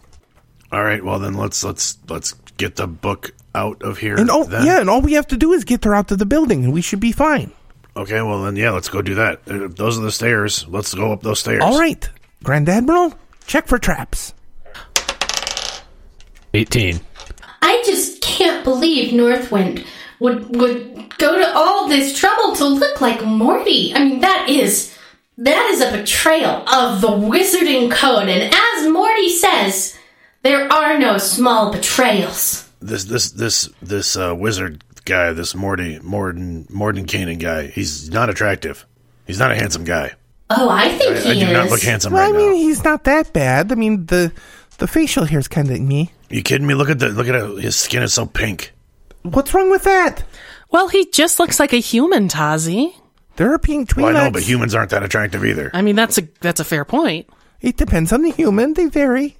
Speaker 7: All right, well then let's let's let's get the book out of here.
Speaker 6: And oh,
Speaker 7: then.
Speaker 6: yeah, and all we have to do is get her out of the building, and we should be fine.
Speaker 7: Okay, well then yeah, let's go do that. Uh, Those are the stairs. Let's go up those stairs.
Speaker 6: All right, Grand Admiral, check for traps.
Speaker 4: 18.
Speaker 8: I just can't believe Northwind would would go to all this trouble to look like Morty. I mean, that is that is a betrayal of the wizarding code. And as Morty says, there are no small betrayals.
Speaker 7: This this this this uh, wizard guy, this Morty Morden Morden Kanan guy. He's not attractive. He's not a handsome guy.
Speaker 8: Oh, I think
Speaker 7: I,
Speaker 8: he
Speaker 7: I do
Speaker 8: is.
Speaker 7: not look handsome
Speaker 6: Well, I
Speaker 7: right
Speaker 6: mean,
Speaker 7: now.
Speaker 6: he's not that bad. I mean, the the facial hair's kind of me.
Speaker 7: You kidding me? Look at the look at how his skin is so pink.
Speaker 6: What's wrong with that?
Speaker 5: Well, he just looks like a human, Tazi.
Speaker 6: There are pink
Speaker 7: Well,
Speaker 6: Twi'leks.
Speaker 7: I know, but humans aren't that attractive either.
Speaker 5: I mean, that's a that's a fair point.
Speaker 6: It depends on the human. They vary.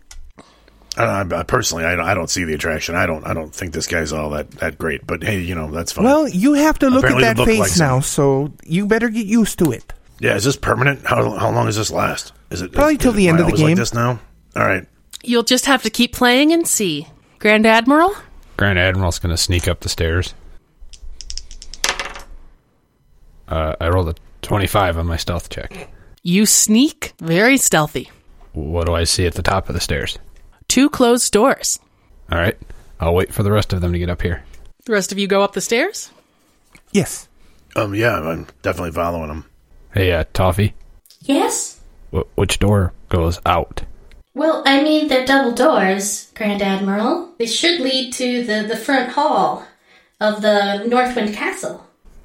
Speaker 7: I, don't- I, I personally, I don't, I don't see the attraction. I don't, I don't think this guy's all that, that great. But hey, you know that's fine.
Speaker 6: Well, you have to look
Speaker 7: Apparently
Speaker 6: at
Speaker 7: the
Speaker 6: that
Speaker 7: book
Speaker 6: face
Speaker 7: likes
Speaker 6: now, so you better get used to it.
Speaker 7: yeah, is this permanent? How, how long does this last? Is it
Speaker 6: Probably
Speaker 7: is-
Speaker 6: till
Speaker 7: is-
Speaker 6: the
Speaker 7: am
Speaker 6: end
Speaker 7: I
Speaker 6: of the
Speaker 7: always like
Speaker 6: game.
Speaker 7: this now. All right.
Speaker 5: You'll just have to keep playing and see. Grand Admiral?
Speaker 4: Grand Admiral's going to sneak up the stairs. Uh, I rolled a 25 on my stealth check.
Speaker 5: You sneak very stealthy.
Speaker 4: What do I see at the top of the stairs?
Speaker 5: Two closed doors.
Speaker 4: All right. I'll wait for the rest of them to get up here.
Speaker 5: The rest of you go up the stairs.
Speaker 6: Yes.
Speaker 7: Um, yeah, I'm definitely following him.
Speaker 4: Hey, uh, Toffee,
Speaker 8: Yes?
Speaker 4: wh- which door goes out?
Speaker 8: Well, I mean, they're double doors, Grand Admiral. They should lead to the, the front hall of the Northwind Castle.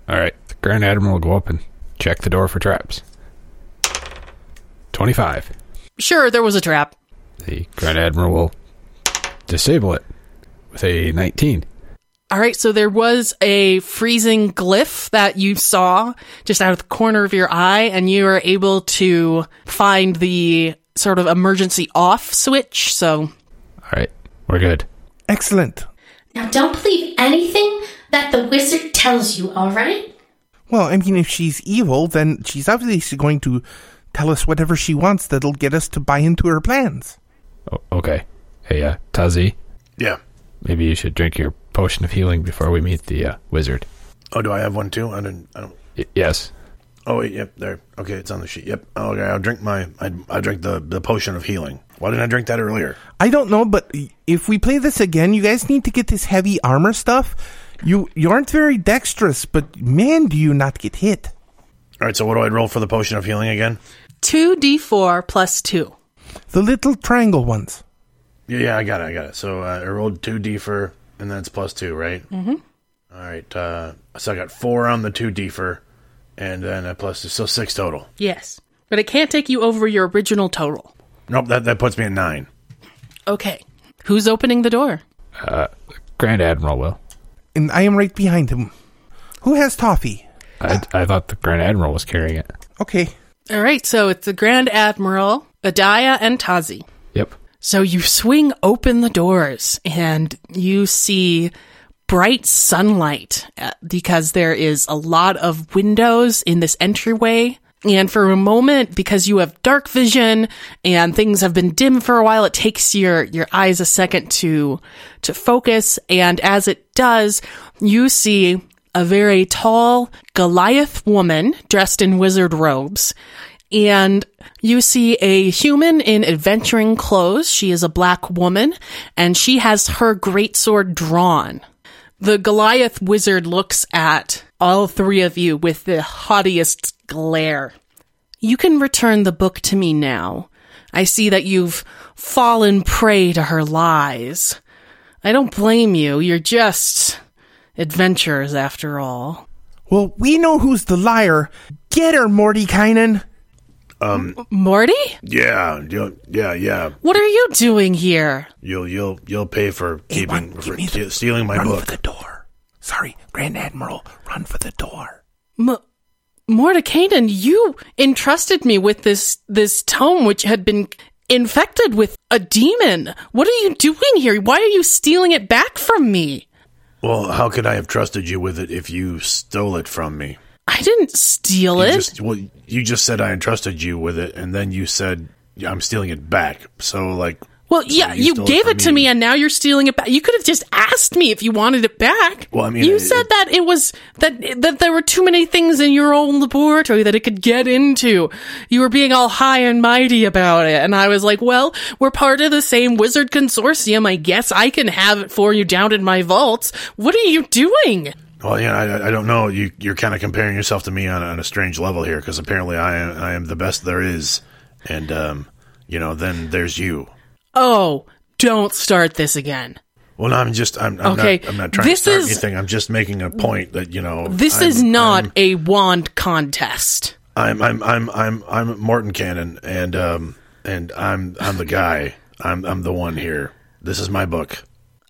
Speaker 4: All right. The Grand Admiral will go up and check the door for traps. 25.
Speaker 5: Sure, there was a trap.
Speaker 4: The Grand Admiral will disable it with a 19.
Speaker 5: All right, so there was a freezing glyph that you saw just out of the corner of your eye, and you were able to find the sort of emergency off switch. So,
Speaker 4: All right. We're good.
Speaker 6: Excellent.
Speaker 8: Now, don't believe anything that the wizard tells you, alright?
Speaker 6: Well, I mean, if she's evil, then she's obviously going to tell us whatever she wants that'll get us to buy into her plans.
Speaker 4: O- okay. Hey, uh, Tazi,
Speaker 7: Yeah.
Speaker 4: maybe you should drink your potion of healing before we meet the uh, wizard.
Speaker 7: Oh, do I have one too? I don't. I don't
Speaker 4: Y- yes.
Speaker 7: oh, wait. Yep. There. Okay, it's on the sheet. Yep. Oh, okay. I'll drink my. I, I drink the the potion of healing. Why didn't I drink that earlier?
Speaker 6: I don't know, but if we play this again, you guys need to get this heavy armor stuff. You you aren't very dexterous, but man, do you not get hit.
Speaker 7: All right. So what do I roll for the potion of healing again?
Speaker 5: 2d4 plus 2.
Speaker 6: The little triangle ones.
Speaker 7: Yeah, yeah. I got it. I got it. So uh, I rolled two D for, and that's plus two, right? Mm-hmm. All right. Uh, so I got four on the two D for, and then a plus two, so six total.
Speaker 5: Yes. But it can't take you over your original total.
Speaker 7: Nope. That that puts me at nine.
Speaker 5: Okay. Who's opening the door?
Speaker 4: Uh, Grand Admiral will.
Speaker 6: And I am right behind him. Who has toffee?
Speaker 4: I, I thought the Grand Admiral was carrying it.
Speaker 6: Okay.
Speaker 5: All right, so it's the Grand Admiral, Adaya, and Tazi.
Speaker 4: Yep.
Speaker 5: So you swing open the doors and you see bright sunlight uh, because there is a lot of windows in this entryway. And for a moment, because you have dark vision and things have been dim for a while, it takes your, your eyes a second to, to focus. And as it does, you see a very tall Goliath woman dressed in wizard robes and you see a human in adventuring clothes. She is a black woman and she has her greatsword drawn. The Goliath wizard looks at all three of you with the haughtiest glare. You can return the book to me now. I see that you've fallen prey to her lies. I don't blame you. You're just adventurers after all.
Speaker 6: Well, we know who's the liar. Get her, Mordekainen.
Speaker 5: Morty?
Speaker 7: Yeah. You'll, yeah. Yeah.
Speaker 5: What are you doing here?
Speaker 7: You'll you'll you'll pay for keeping
Speaker 6: One,
Speaker 7: for
Speaker 6: give me
Speaker 7: te-
Speaker 6: the-
Speaker 7: stealing my
Speaker 6: run
Speaker 7: book.
Speaker 6: for the door. Sorry, Grand Admiral, run for the door.
Speaker 5: M- Mordekainen, you entrusted me with this this tome which had been infected with a demon. What are you doing here? Why are you stealing it back from me?
Speaker 7: Well, how could I have trusted you with it if you stole it from me?
Speaker 5: I didn't steal
Speaker 7: You
Speaker 5: it.
Speaker 7: just, well, you just said I entrusted you with it, and then you said "Yeah, I'm stealing it back. So, like,
Speaker 5: well, yeah,
Speaker 7: you
Speaker 5: you,
Speaker 7: stole it
Speaker 5: gave
Speaker 7: from
Speaker 5: it to
Speaker 7: me.
Speaker 5: me and now you're stealing it back. You could have just asked me if you wanted it back.
Speaker 7: Well, I mean,
Speaker 5: you
Speaker 7: it-
Speaker 5: said that it was that that there were too many things in your own laboratory that it could get into. You were being all high and mighty about it, and I was like, "Well, we're part of the same wizard consortium. I guess I can have it for you down in my vaults." What are you doing?
Speaker 7: well, yeah, I, I don't know. You, you're kind of comparing yourself to me on, on a strange level here, because apparently I am, I am the best there is, and um, you know, then there's you.
Speaker 5: Oh, don't start this again.
Speaker 7: Well, no, I'm just, I'm, I'm
Speaker 5: Okay,
Speaker 7: not, I'm not trying
Speaker 5: this
Speaker 7: to start
Speaker 5: is-
Speaker 7: anything. I'm just making a point that you know,
Speaker 5: This
Speaker 7: I'm-
Speaker 5: is not
Speaker 7: I'm-
Speaker 5: a wand contest.
Speaker 7: I'm I'm I'm I'm I'm Morton Cannon, and um and I'm I'm the guy. I'm I'm the one here. This is my book.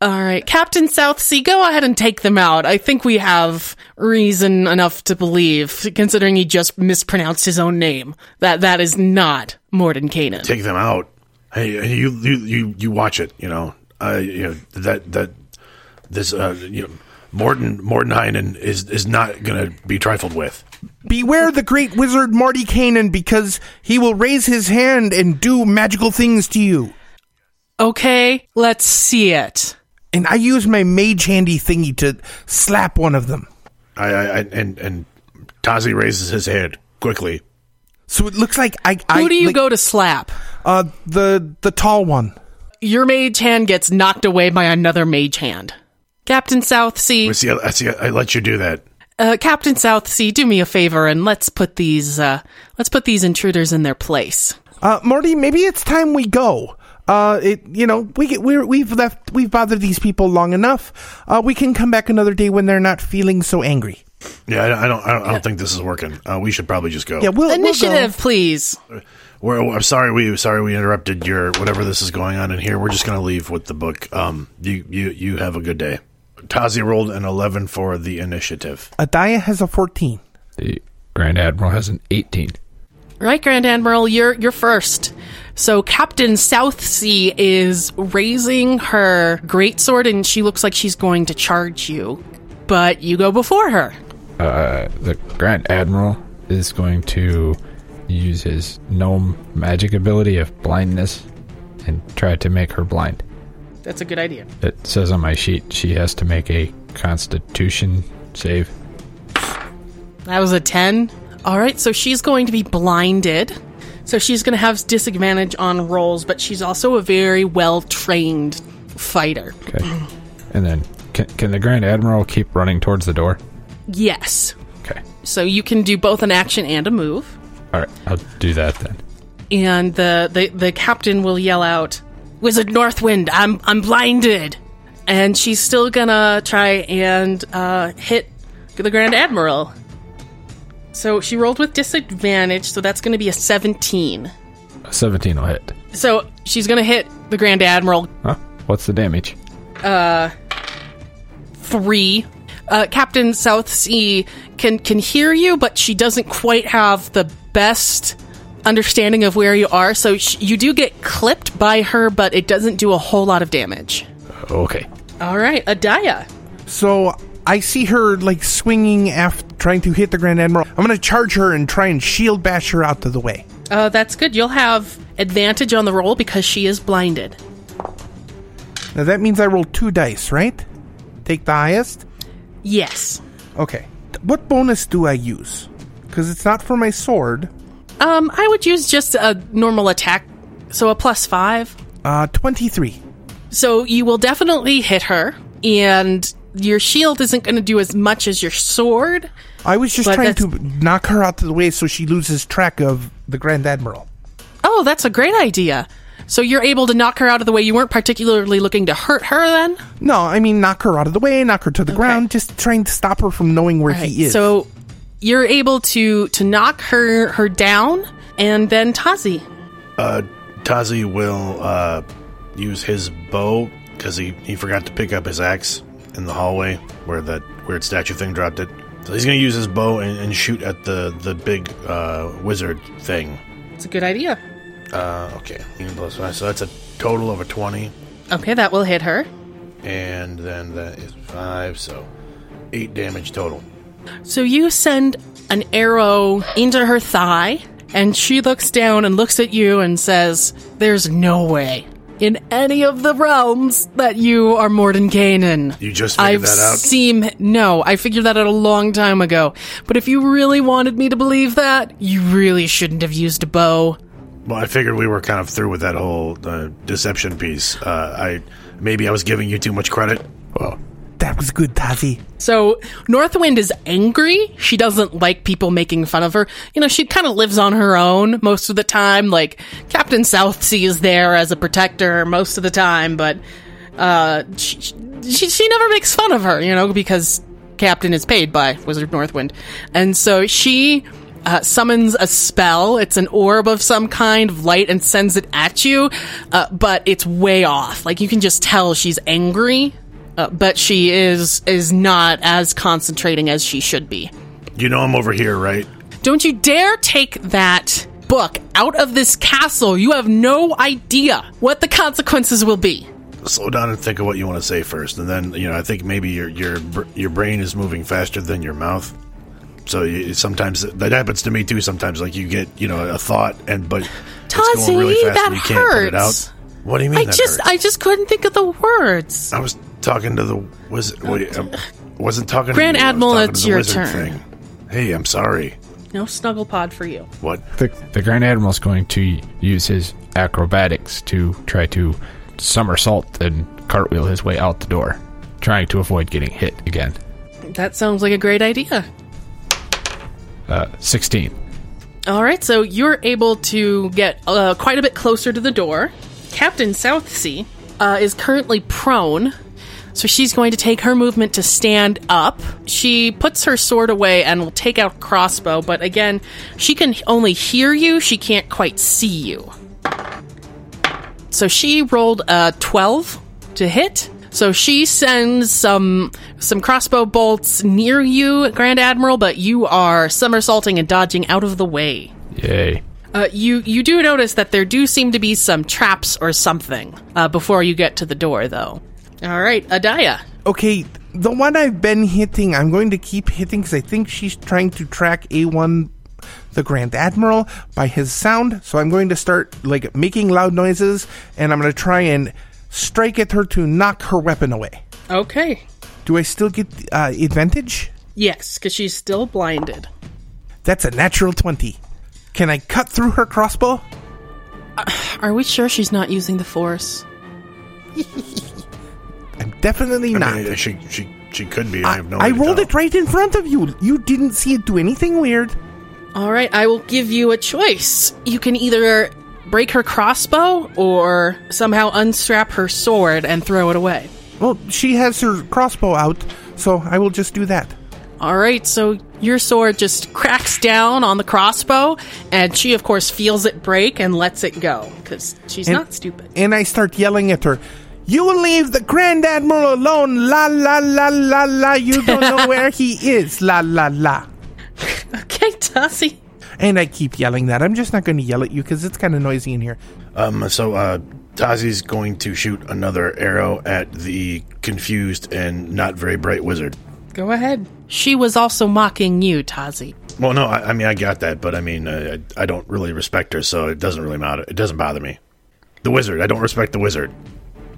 Speaker 5: All right, Captain Southsea, go ahead and take them out. I think we have reason enough to believe, considering he just mispronounced his own name, that that is not Morden Kanan.
Speaker 7: Take them out. Hey, you you you, you watch it. You know, I you know that that this uh you know Morton Morton Heinen is is not gonna be trifled with.
Speaker 6: Beware the great wizard Mordekainen, because he will raise his hand and do magical things to you.
Speaker 5: Okay, let's see it.
Speaker 6: And I use my mage handy thingy to slap one of them.
Speaker 7: I, I, I and and Tazi raises his hand quickly.
Speaker 6: So it looks like I. I
Speaker 5: Who do you
Speaker 6: like,
Speaker 5: go to slap?
Speaker 6: Uh, the the tall one.
Speaker 5: Your mage hand gets knocked away by another mage hand. Captain Southsea,
Speaker 7: I see, I see, I let you do that.
Speaker 5: uh, Captain Southsea, do me a favor and let's put these uh, let's put these intruders in their place.
Speaker 6: Uh, Morty, maybe it's time we go. Uh, it you know we get, we're, we've left we've bothered these people long enough. Uh, we can come back another day when they're not feeling so angry.
Speaker 7: Yeah, I, I don't, I don't, I don't think this is working. Uh, we should probably just go.
Speaker 6: Yeah, we'll
Speaker 5: Initiative,
Speaker 6: We'll go.
Speaker 5: please.
Speaker 7: We're, I'm sorry we sorry we interrupted your whatever this is going on in here. We're just gonna leave with the book. Um, you you you have a good day. Tazi rolled an eleven for the initiative.
Speaker 6: Adaya has a fourteen.
Speaker 4: The Grand Admiral has an 18.
Speaker 5: Right, Grand Admiral, you're you're first. So Captain Southsea is raising her greatsword, and she looks like she's going to charge you, but you go before her.
Speaker 4: Uh, the Grand Admiral is going to use his gnome magic ability of blindness and try to make her blind.
Speaker 5: That's a good idea.
Speaker 4: It says on my sheet she has to make a constitution save.
Speaker 5: That was a 10. All right, so she's going to be blinded. So she's going to have disadvantage on rolls, but she's also a very well trained fighter.
Speaker 4: Okay. And then can, can the Grand Admiral keep running towards the door?
Speaker 5: Yes.
Speaker 4: Okay.
Speaker 5: So you can do both an action and a move.
Speaker 4: All right. I'll do that then.
Speaker 5: And the, the, the captain will yell out, Wizard Northwind, I'm, I'm blinded. And she's still going to try and uh, hit the Grand Admiral. So she rolled with disadvantage, so that's going to be a 17.
Speaker 4: A 17 will hit.
Speaker 5: So she's gonna hit the Grand Admiral
Speaker 4: Huh? What's the damage?
Speaker 5: three. Uh, Captain Southsea can can hear you, but she doesn't quite have the best understanding of where you are. So sh- you do get clipped by her, but it doesn't do a whole lot of damage.
Speaker 4: Okay.
Speaker 5: All right, Adaya.
Speaker 6: So I see her like swinging after trying to hit the Grand Admiral. I'm gonna charge her and try and shield bash her out of the way.
Speaker 5: Uh, that's good. You'll have advantage on the roll because she is blinded.
Speaker 6: Now that means I roll two dice, right? Take the highest.
Speaker 5: Yes.
Speaker 6: Okay. What bonus do I use? Because it's not for my sword.
Speaker 5: Um, I would use just a normal attack, so a plus five.
Speaker 6: Uh, 23.
Speaker 5: So you will definitely hit her, and your shield isn't going to do as much as your sword.
Speaker 6: I was just
Speaker 5: But
Speaker 6: trying to
Speaker 5: that's-
Speaker 6: knock her out of the way so she loses track of the Grand Admiral.
Speaker 5: Oh, that's a great idea. So you're able to knock her out of the way. You weren't particularly looking to hurt her then.
Speaker 6: No, I mean, knock her out of the way, knock her to the ground, just trying to stop her from knowing where he is.
Speaker 5: So you're able to to knock her her down, and then Tazi.
Speaker 7: Uh, Tazi will uh, use his bow because he, he forgot to pick up his axe in the hallway where that weird statue thing dropped it. So he's gonna use his bow and, and shoot at the the big uh, wizard thing.
Speaker 5: It's a good idea.
Speaker 7: Uh, okay, Even plus five, so that's a total of a twenty,
Speaker 5: Okay, that will hit her.
Speaker 7: and then that is five, so eight damage total.
Speaker 5: So you send an arrow into her thigh, and she looks down and looks at you and says, There's no way in any of the realms that you are Morden Kanan.
Speaker 7: You just figured
Speaker 5: I've
Speaker 7: that out?
Speaker 5: seen no, I figured that out a long time ago. But if you really wanted me to believe that, you really shouldn't have used a bow.
Speaker 7: Well, I figured we were kind of through with that whole uh, deception piece. Uh, I maybe I was giving you too much credit.
Speaker 4: Well,
Speaker 6: that was good, Tazi.
Speaker 5: So Northwind is angry. She doesn't like people making fun of her. You know, she kind of lives on her own most of the time. Like Captain Southsea is there as a protector most of the time, but uh, she, she she never makes fun of her. You know, because Captain is paid by Wizard Northwind, and so she. Uh, summons a spell. It's an orb of some kind of light and sends it at you, uh, but it's way off. Like you can just tell she's angry uh, but she is is not as concentrating as she should be.
Speaker 7: You know I'm over here, right?
Speaker 5: Don't you dare take that book out of this castle. You have no idea what the consequences will be.
Speaker 7: slow down and think of what you want to say first, and then you know I think maybe your your br- your brain is moving faster than your mouth. So you, sometimes that happens to me too. Sometimes like you get you know a thought and but it's
Speaker 5: Tazi,
Speaker 7: going really fast
Speaker 5: that
Speaker 7: and you can't put it
Speaker 5: hurts.
Speaker 7: out. What do you mean?
Speaker 5: I
Speaker 7: that
Speaker 5: just
Speaker 7: hurts?
Speaker 5: I just couldn't think of the words.
Speaker 7: I was talking to the was what, I wasn't talking
Speaker 5: Oh. Grand
Speaker 7: to you, I was
Speaker 5: Admiral,
Speaker 7: talking
Speaker 5: it's
Speaker 7: to the
Speaker 5: your
Speaker 7: wizard
Speaker 5: turn.
Speaker 7: Thing. Hey, I'm sorry.
Speaker 5: No snuggle pod for you.
Speaker 7: What?
Speaker 4: The, the Grand Admiral's going to use his acrobatics to try to somersault and cartwheel his way out the door, trying to avoid getting hit again.
Speaker 5: That sounds like a great idea.
Speaker 4: Uh, 16.
Speaker 5: All right, so you're able to get uh, quite a bit closer to the door. Captain Southsea uh, is currently prone, so she's going to take her movement to stand up. She puts her sword away and will take out crossbow, but again, she can only hear you, she can't quite see you. So she rolled a 12 to hit. So she sends some some crossbow bolts near you, Grand Admiral, but you are somersaulting and dodging out of the way.
Speaker 4: Yay.
Speaker 5: Uh, you you do notice that there do seem to be some traps or something uh, before you get to the door, though. All right, Adaya.
Speaker 6: Okay, the one I've been hitting, I'm going to keep hitting because I think she's trying to track A1, the Grand Admiral, by his sound. So I'm going to start like making loud noises, and I'm going to try and strike at her to knock her weapon away.
Speaker 5: Okay.
Speaker 6: Do I still get uh, advantage?
Speaker 5: Yes, because she's still blinded.
Speaker 6: That's a natural twenty. Can I cut through her crossbow?
Speaker 5: Are we sure she's not using the force?
Speaker 6: I'm definitely not.
Speaker 7: I mean, she she she could be. I,
Speaker 6: I,
Speaker 7: have no.
Speaker 6: I
Speaker 7: way to
Speaker 6: rolled
Speaker 7: tell.
Speaker 6: it right in front of you. You didn't see it do anything weird.
Speaker 5: All right, I will give you a choice. You can either break her crossbow or somehow unstrap her sword and throw it away.
Speaker 6: Well, she has her crossbow out, so I will just do that.
Speaker 5: All right, so your sword just cracks down on the crossbow, and she, of course, feels it break and lets it go because she's
Speaker 6: And-
Speaker 5: not stupid.
Speaker 6: And I start yelling at her, You leave the Grand Admiral alone! La la la la la! You don't know where he is! La la la!
Speaker 5: Okay, Tossie.
Speaker 6: And I keep yelling that. I'm just not going to yell at you because it's kind of noisy in here.
Speaker 7: Um. So, uh, Tazi's going to shoot another arrow at the confused and not very bright wizard.
Speaker 5: Go ahead. She was also mocking you, Tazi.
Speaker 7: Well, no, I, I mean I got that, but I mean uh, I, I don't really respect her, so it doesn't really matter. It doesn't bother me. The wizard, I don't respect the wizard.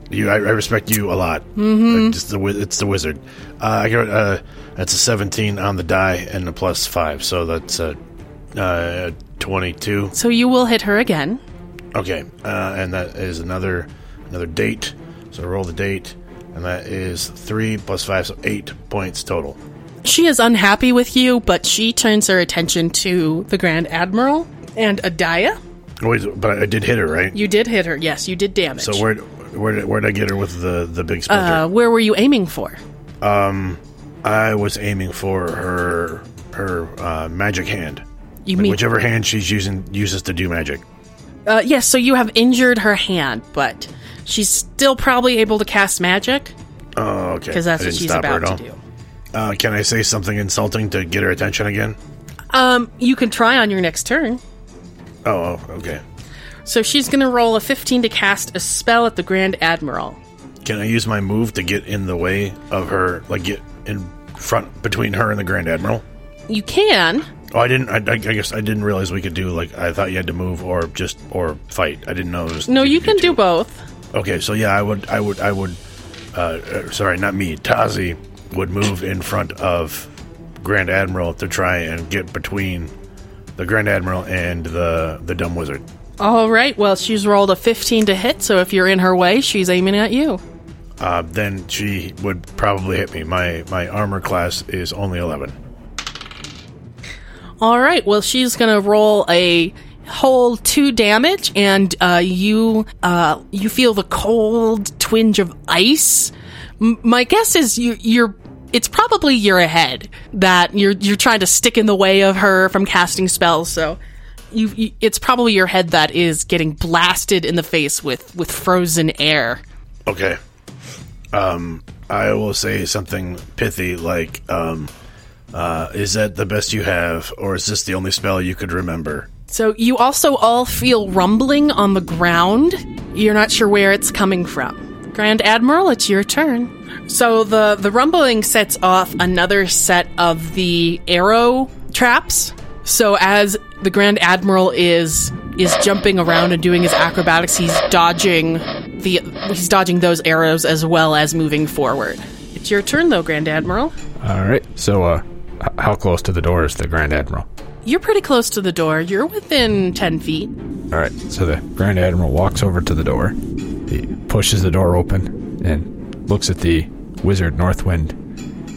Speaker 7: You, I, I respect you a lot. Mm-hmm. Just the, wi- it's the wizard. Uh, I got uh, that's a seventeen on the die and a plus five, so that's a uh, twenty-two.
Speaker 5: So you will hit her again.
Speaker 7: Okay, uh, and that is another another date. So roll the date, and that is three plus five, so eight points total.
Speaker 5: She is unhappy with you, but she turns her attention to the Grand Admiral and Adaya.
Speaker 7: Wait, but I did hit her, right?
Speaker 5: You did hit her. Yes, you did damage.
Speaker 7: so where where did, where did I get her with the the big splinter?
Speaker 5: Uh, where were you aiming for?
Speaker 7: I was aiming for her her uh, magic hand.
Speaker 5: You
Speaker 7: Like,
Speaker 5: mean?
Speaker 7: whichever hand she's using uses to do magic.
Speaker 5: Uh, yes. So you have injured her hand, but she's still probably able to cast magic
Speaker 7: Oh, okay.
Speaker 5: because that's
Speaker 7: I
Speaker 5: what
Speaker 7: didn't
Speaker 5: she's
Speaker 7: stop her
Speaker 5: about to
Speaker 7: at
Speaker 5: do.
Speaker 7: all. Uh, can I say something insulting to get her attention again?
Speaker 5: Um, you can try on your next turn.
Speaker 7: Oh, oh, okay.
Speaker 5: So she's going to roll a 15 to cast a spell at the Grand Admiral.
Speaker 7: Can I use my move to get in the way of her, like get in front between her and the Grand Admiral?
Speaker 5: You can.
Speaker 7: Oh, I didn't. I, I guess I didn't realize we could do like I thought you had to move or just or fight. I didn't know. It was,
Speaker 5: No, you
Speaker 7: could
Speaker 5: can
Speaker 7: two.
Speaker 5: do both.
Speaker 7: Okay, so yeah, I would, I would, I would. Uh, uh, sorry, not me. Tazi would move in front of Grand Admiral to try and get between the Grand Admiral and the the dumb wizard.
Speaker 5: All right. Well, she's rolled a 15 to hit, so if you're in her way, she's aiming at you.
Speaker 7: Uh, then she would probably hit me. My my armor class is only eleven.
Speaker 5: All right. Well, she's going to roll a whole two damage, and uh, you uh, you feel the cold twinge of ice. M- my guess is you you're. It's probably your head that you're you're trying to stick in the way of her from casting spells. So, you, you it's probably your head that is getting blasted in the face with with frozen air.
Speaker 7: Okay. Um, I will say something pithy like, um, uh, "Is that the best you have, or is this the only spell you could remember?"
Speaker 5: So you also all feel rumbling on the ground. You're not sure where it's coming from. Grand Admiral, it's your turn. So the the rumbling sets off another set of the arrow traps. So as the Grand Admiral is is jumping around and doing his acrobatics, he's dodging the he's dodging those arrows as well as moving forward. It's your turn though, Grand Admiral.
Speaker 4: All right. So, uh, h- how close to the door is the Grand Admiral?
Speaker 5: You're pretty close to the door. You're within 10 feet.
Speaker 4: All right. So the Grand Admiral walks over to the door. He pushes the door open and looks at the wizard Northwind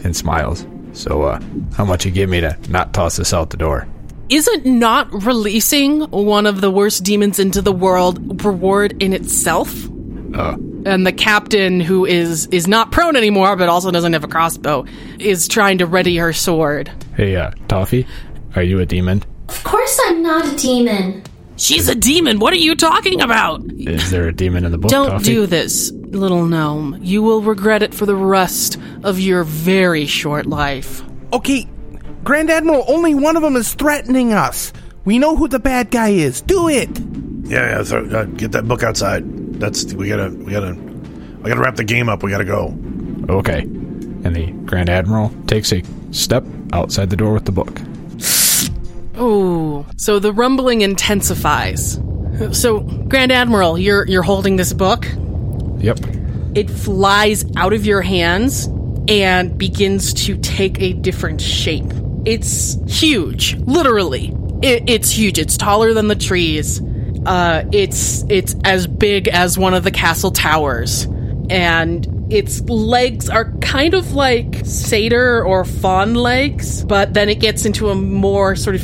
Speaker 4: and smiles. So, uh, how much you give me to not toss this out the door?
Speaker 5: Isn't not releasing one of the worst demons into the world reward in itself? And the captain, who is is not prone anymore, but also doesn't have a crossbow, is trying to ready her sword.
Speaker 4: Hey, uh, Toffee, are you a demon?
Speaker 8: Of course, I'm not a demon.
Speaker 5: She's a demon. What are you talking about?
Speaker 4: Is there a demon in the book?
Speaker 5: Don't
Speaker 4: Toffee?
Speaker 5: do this, little gnome. You will regret it for the rest of your very short life.
Speaker 6: Okay, Grand Admiral, only one of them is threatening us. We know who the bad guy is. Do it.
Speaker 7: Yeah, yeah. Throw, uh, get that book outside. That's we gotta, we gotta, I gotta wrap the game up. We gotta go.
Speaker 4: Okay. And the Grand Admiral takes a step outside the door with the book.
Speaker 5: Ooh. So the rumbling intensifies. So, Grand Admiral, you're you're holding this book.
Speaker 4: Yep.
Speaker 5: It flies out of your hands and begins to take a different shape. It's huge, literally. It, it's huge. It's taller than the trees. Uh, it's it's as big as one of the castle towers, and its legs are kind of like satyr or fawn legs, but then it gets into a more sort of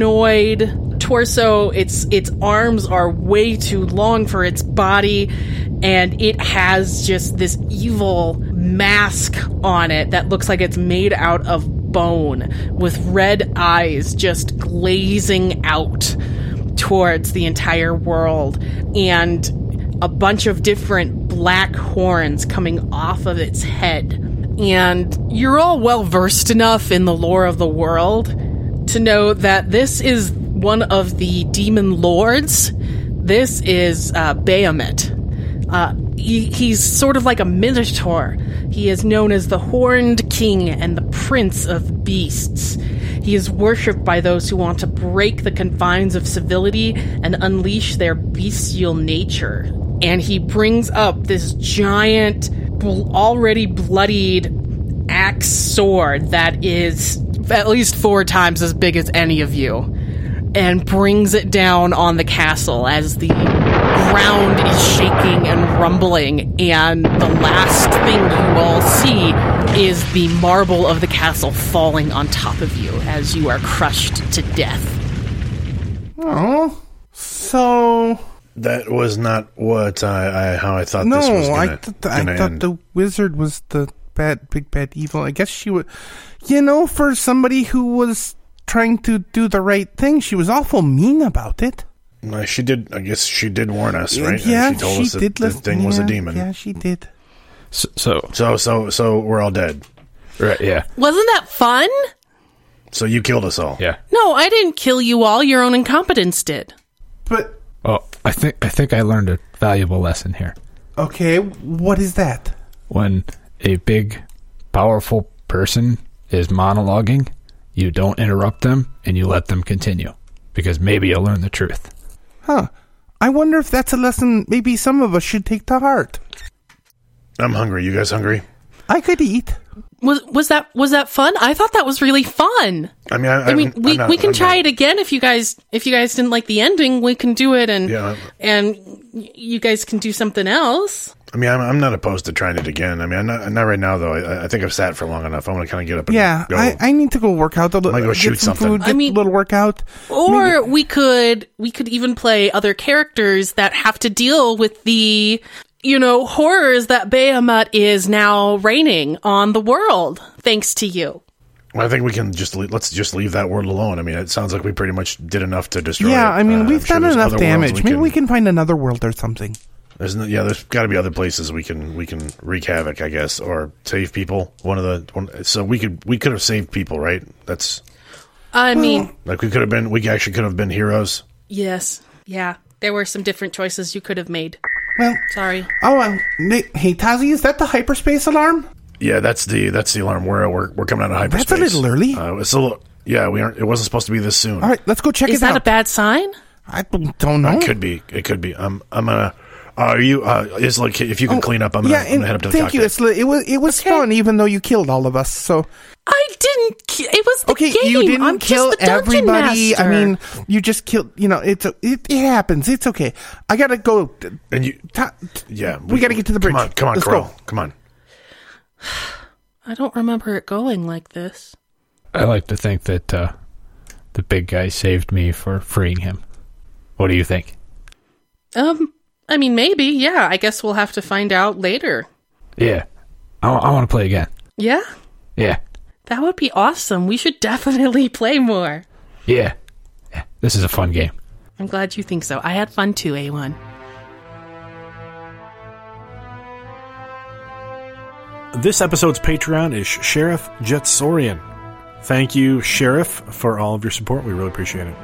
Speaker 5: humanoid torso. Its its arms are way too long for its body, and it has just this evil mask on it that looks like it's made out of bone, with red eyes just glazing out towards the entire world and a bunch of different black horns coming off of its head. And you're all well versed enough in the lore of the world to know that this is one of the demon lords. This is uh, Bahamut. Uh, he, he's sort of like a minotaur. He is known as the Horned King and the Prince of Beasts. He is worshipped by those who want to break the confines of civility and unleash their bestial nature. And he brings up this giant, bl- already bloodied axe sword that is at least four times as big as any of you and brings it down on the castle as the ground is shaking and rumbling. And the last thing you all see is the marble of the castle falling on top of you as you are crushed to death.
Speaker 6: Oh, so
Speaker 7: That was not what I, I how I thought
Speaker 6: no,
Speaker 7: this was gonna,
Speaker 6: I, th-
Speaker 7: gonna
Speaker 6: I thought
Speaker 7: end.
Speaker 6: the wizard was the bad, big bad evil. I guess she would, you know, for somebody who was trying to do the right thing, she was awful mean about it.
Speaker 7: No, she did. I guess she did warn us, right? And
Speaker 6: yeah,
Speaker 7: she told us that
Speaker 6: did.
Speaker 7: the
Speaker 6: listen-
Speaker 7: thing was a
Speaker 6: yeah,
Speaker 7: demon.
Speaker 6: Yeah, she did.
Speaker 4: So, so
Speaker 7: So, so, so we're all dead.
Speaker 4: right, yeah,
Speaker 5: Wasn't that fun?
Speaker 7: So you killed us all.
Speaker 4: yeah.
Speaker 5: No, I didn't kill you all. Your own incompetence did.
Speaker 6: But
Speaker 4: Oh, I think I think I learned a valuable lesson here.
Speaker 6: okay, what is that?
Speaker 4: When a big, powerful person is monologuing, you don't interrupt them and you let them continue because maybe you'll learn the truth.
Speaker 6: Huh? I wonder if that's a lesson maybe some of us should take to heart.
Speaker 7: I'm hungry. You guys hungry?
Speaker 6: I could eat.
Speaker 5: Was was that was that fun? I thought that was really fun.
Speaker 7: I mean, I,
Speaker 5: I mean,
Speaker 7: haven't-
Speaker 5: we,
Speaker 7: I'm not-
Speaker 5: we can
Speaker 7: I'm
Speaker 5: try
Speaker 7: not-
Speaker 5: it again if you guys if you guys didn't like the ending, we can do it and
Speaker 7: Yeah.
Speaker 5: and y- you guys can do something else.
Speaker 7: I mean, I'm, I'm not opposed to trying it again. I mean, I'm not, not right now though. I, I think I've sat for long enough. I want to kind of get up. And
Speaker 6: Yeah,
Speaker 7: go.
Speaker 6: I, I need to go work out a little.
Speaker 7: might go
Speaker 6: get
Speaker 7: shoot
Speaker 6: some
Speaker 7: something.
Speaker 6: Food,
Speaker 5: I
Speaker 6: get
Speaker 5: mean-
Speaker 6: a little workout.
Speaker 5: Or we could we could even play other characters that have to deal with the you know horrors that Bahamut is now raining on the world thanks to you.
Speaker 7: Well, I think we can just le- let's just leave that world alone. I mean, it sounds like we pretty much did enough to destroy.
Speaker 6: yeah,
Speaker 7: it.
Speaker 6: I
Speaker 7: Uh,
Speaker 6: mean,
Speaker 7: I'm
Speaker 6: we've
Speaker 7: sure
Speaker 6: done
Speaker 7: there's
Speaker 6: enough
Speaker 7: other worlds
Speaker 6: damage. Maybe we can find another world or something.
Speaker 7: There's no, yeah, there's got to be other places we can we can wreak havoc, I guess, or save people. One of the one, so we could we could have saved people, right? That's
Speaker 5: I mean,
Speaker 7: like we could have been we actually could have been heroes.
Speaker 5: yes. Yeah. There were some different choices you could have made.
Speaker 6: Well,
Speaker 5: Sorry.
Speaker 6: oh, um, Nick, hey Tazi, is that the hyperspace alarm?
Speaker 7: Yeah, that's the that's the alarm. We're we're, we're coming out of hyperspace.
Speaker 6: That's a little early.
Speaker 7: Uh, it's a little, yeah, we aren't. It wasn't supposed to be this soon.
Speaker 6: All right, let's go check
Speaker 5: Is
Speaker 6: it
Speaker 5: that
Speaker 6: out.
Speaker 5: a bad sign?
Speaker 6: I don't know.
Speaker 7: It could be. It could be. I'm I'm gonna Are you? Uh, is like if you can clean up, I'm gonna,
Speaker 6: Oh, yeah,
Speaker 7: I'm gonna
Speaker 6: and
Speaker 7: head up to the
Speaker 6: thank you.
Speaker 7: cockpit.
Speaker 6: It's, li- it was it was fun, even though you killed all of us. So
Speaker 9: I didn't. ki- It was the
Speaker 6: okay,
Speaker 9: game.
Speaker 6: you didn't
Speaker 9: I'm
Speaker 6: kill
Speaker 9: just the dungeon
Speaker 6: everybody.
Speaker 9: Master.
Speaker 6: I mean, you just killed. You know, it's a, it, it happens. It's okay. I gotta go. T-
Speaker 7: And you,
Speaker 6: t-
Speaker 7: yeah,
Speaker 6: we gotta get to the bridge.
Speaker 7: Come on, come on,
Speaker 6: Let's
Speaker 7: Coral,
Speaker 6: go.
Speaker 7: come on.
Speaker 9: I don't remember it going like this.
Speaker 4: I like to think that uh, the big guy saved me for freeing him. What do you think?
Speaker 5: Um, I mean, maybe. Yeah, I guess we'll have to find out later.
Speaker 4: Yeah, I, want to play again.
Speaker 5: Yeah,
Speaker 4: Yeah,
Speaker 5: that would be awesome. We should definitely play more.
Speaker 4: yeah, yeah. This is a fun game.
Speaker 5: I'm glad you think so. I had fun too, A1.
Speaker 10: This episode's Patreon is Sheriff Jetsorian. Thank you, Sheriff, for all of your support. We really appreciate it.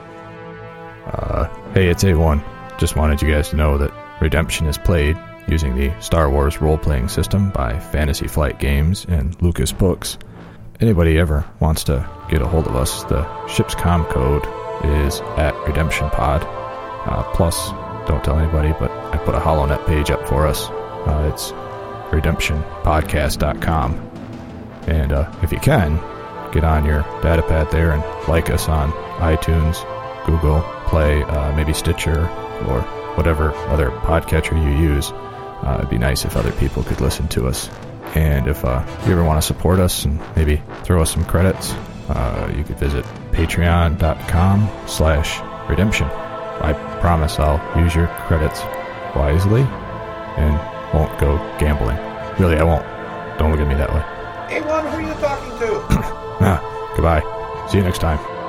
Speaker 4: Uh, Hey, it's A1. Just wanted you guys to know that Redemption is played using the Star Wars role playing system by Fantasy Flight Games and Lucas Books. Anybody ever wants to get a hold of us, the ship's com code is at Redemption Pod. Uh, plus, don't tell anybody, but I put a HoloNet page up for us. Uh, it's redemptionpodcast.com. And uh, if you can, get on your data pad there and like us on iTunes, Google Play, uh, maybe Stitcher, or whatever other podcatcher you use. Uh, it'd be nice if other people could listen to us. And if uh, you ever want to support us and maybe throw us some credits, uh, you could visit patreon.com slash redemption. I promise I'll use your credits wisely and won't go gambling. Really, I won't. Don't look at me that way.
Speaker 6: Hey, one, who are you talking to?
Speaker 4: Ah, goodbye. See you next time.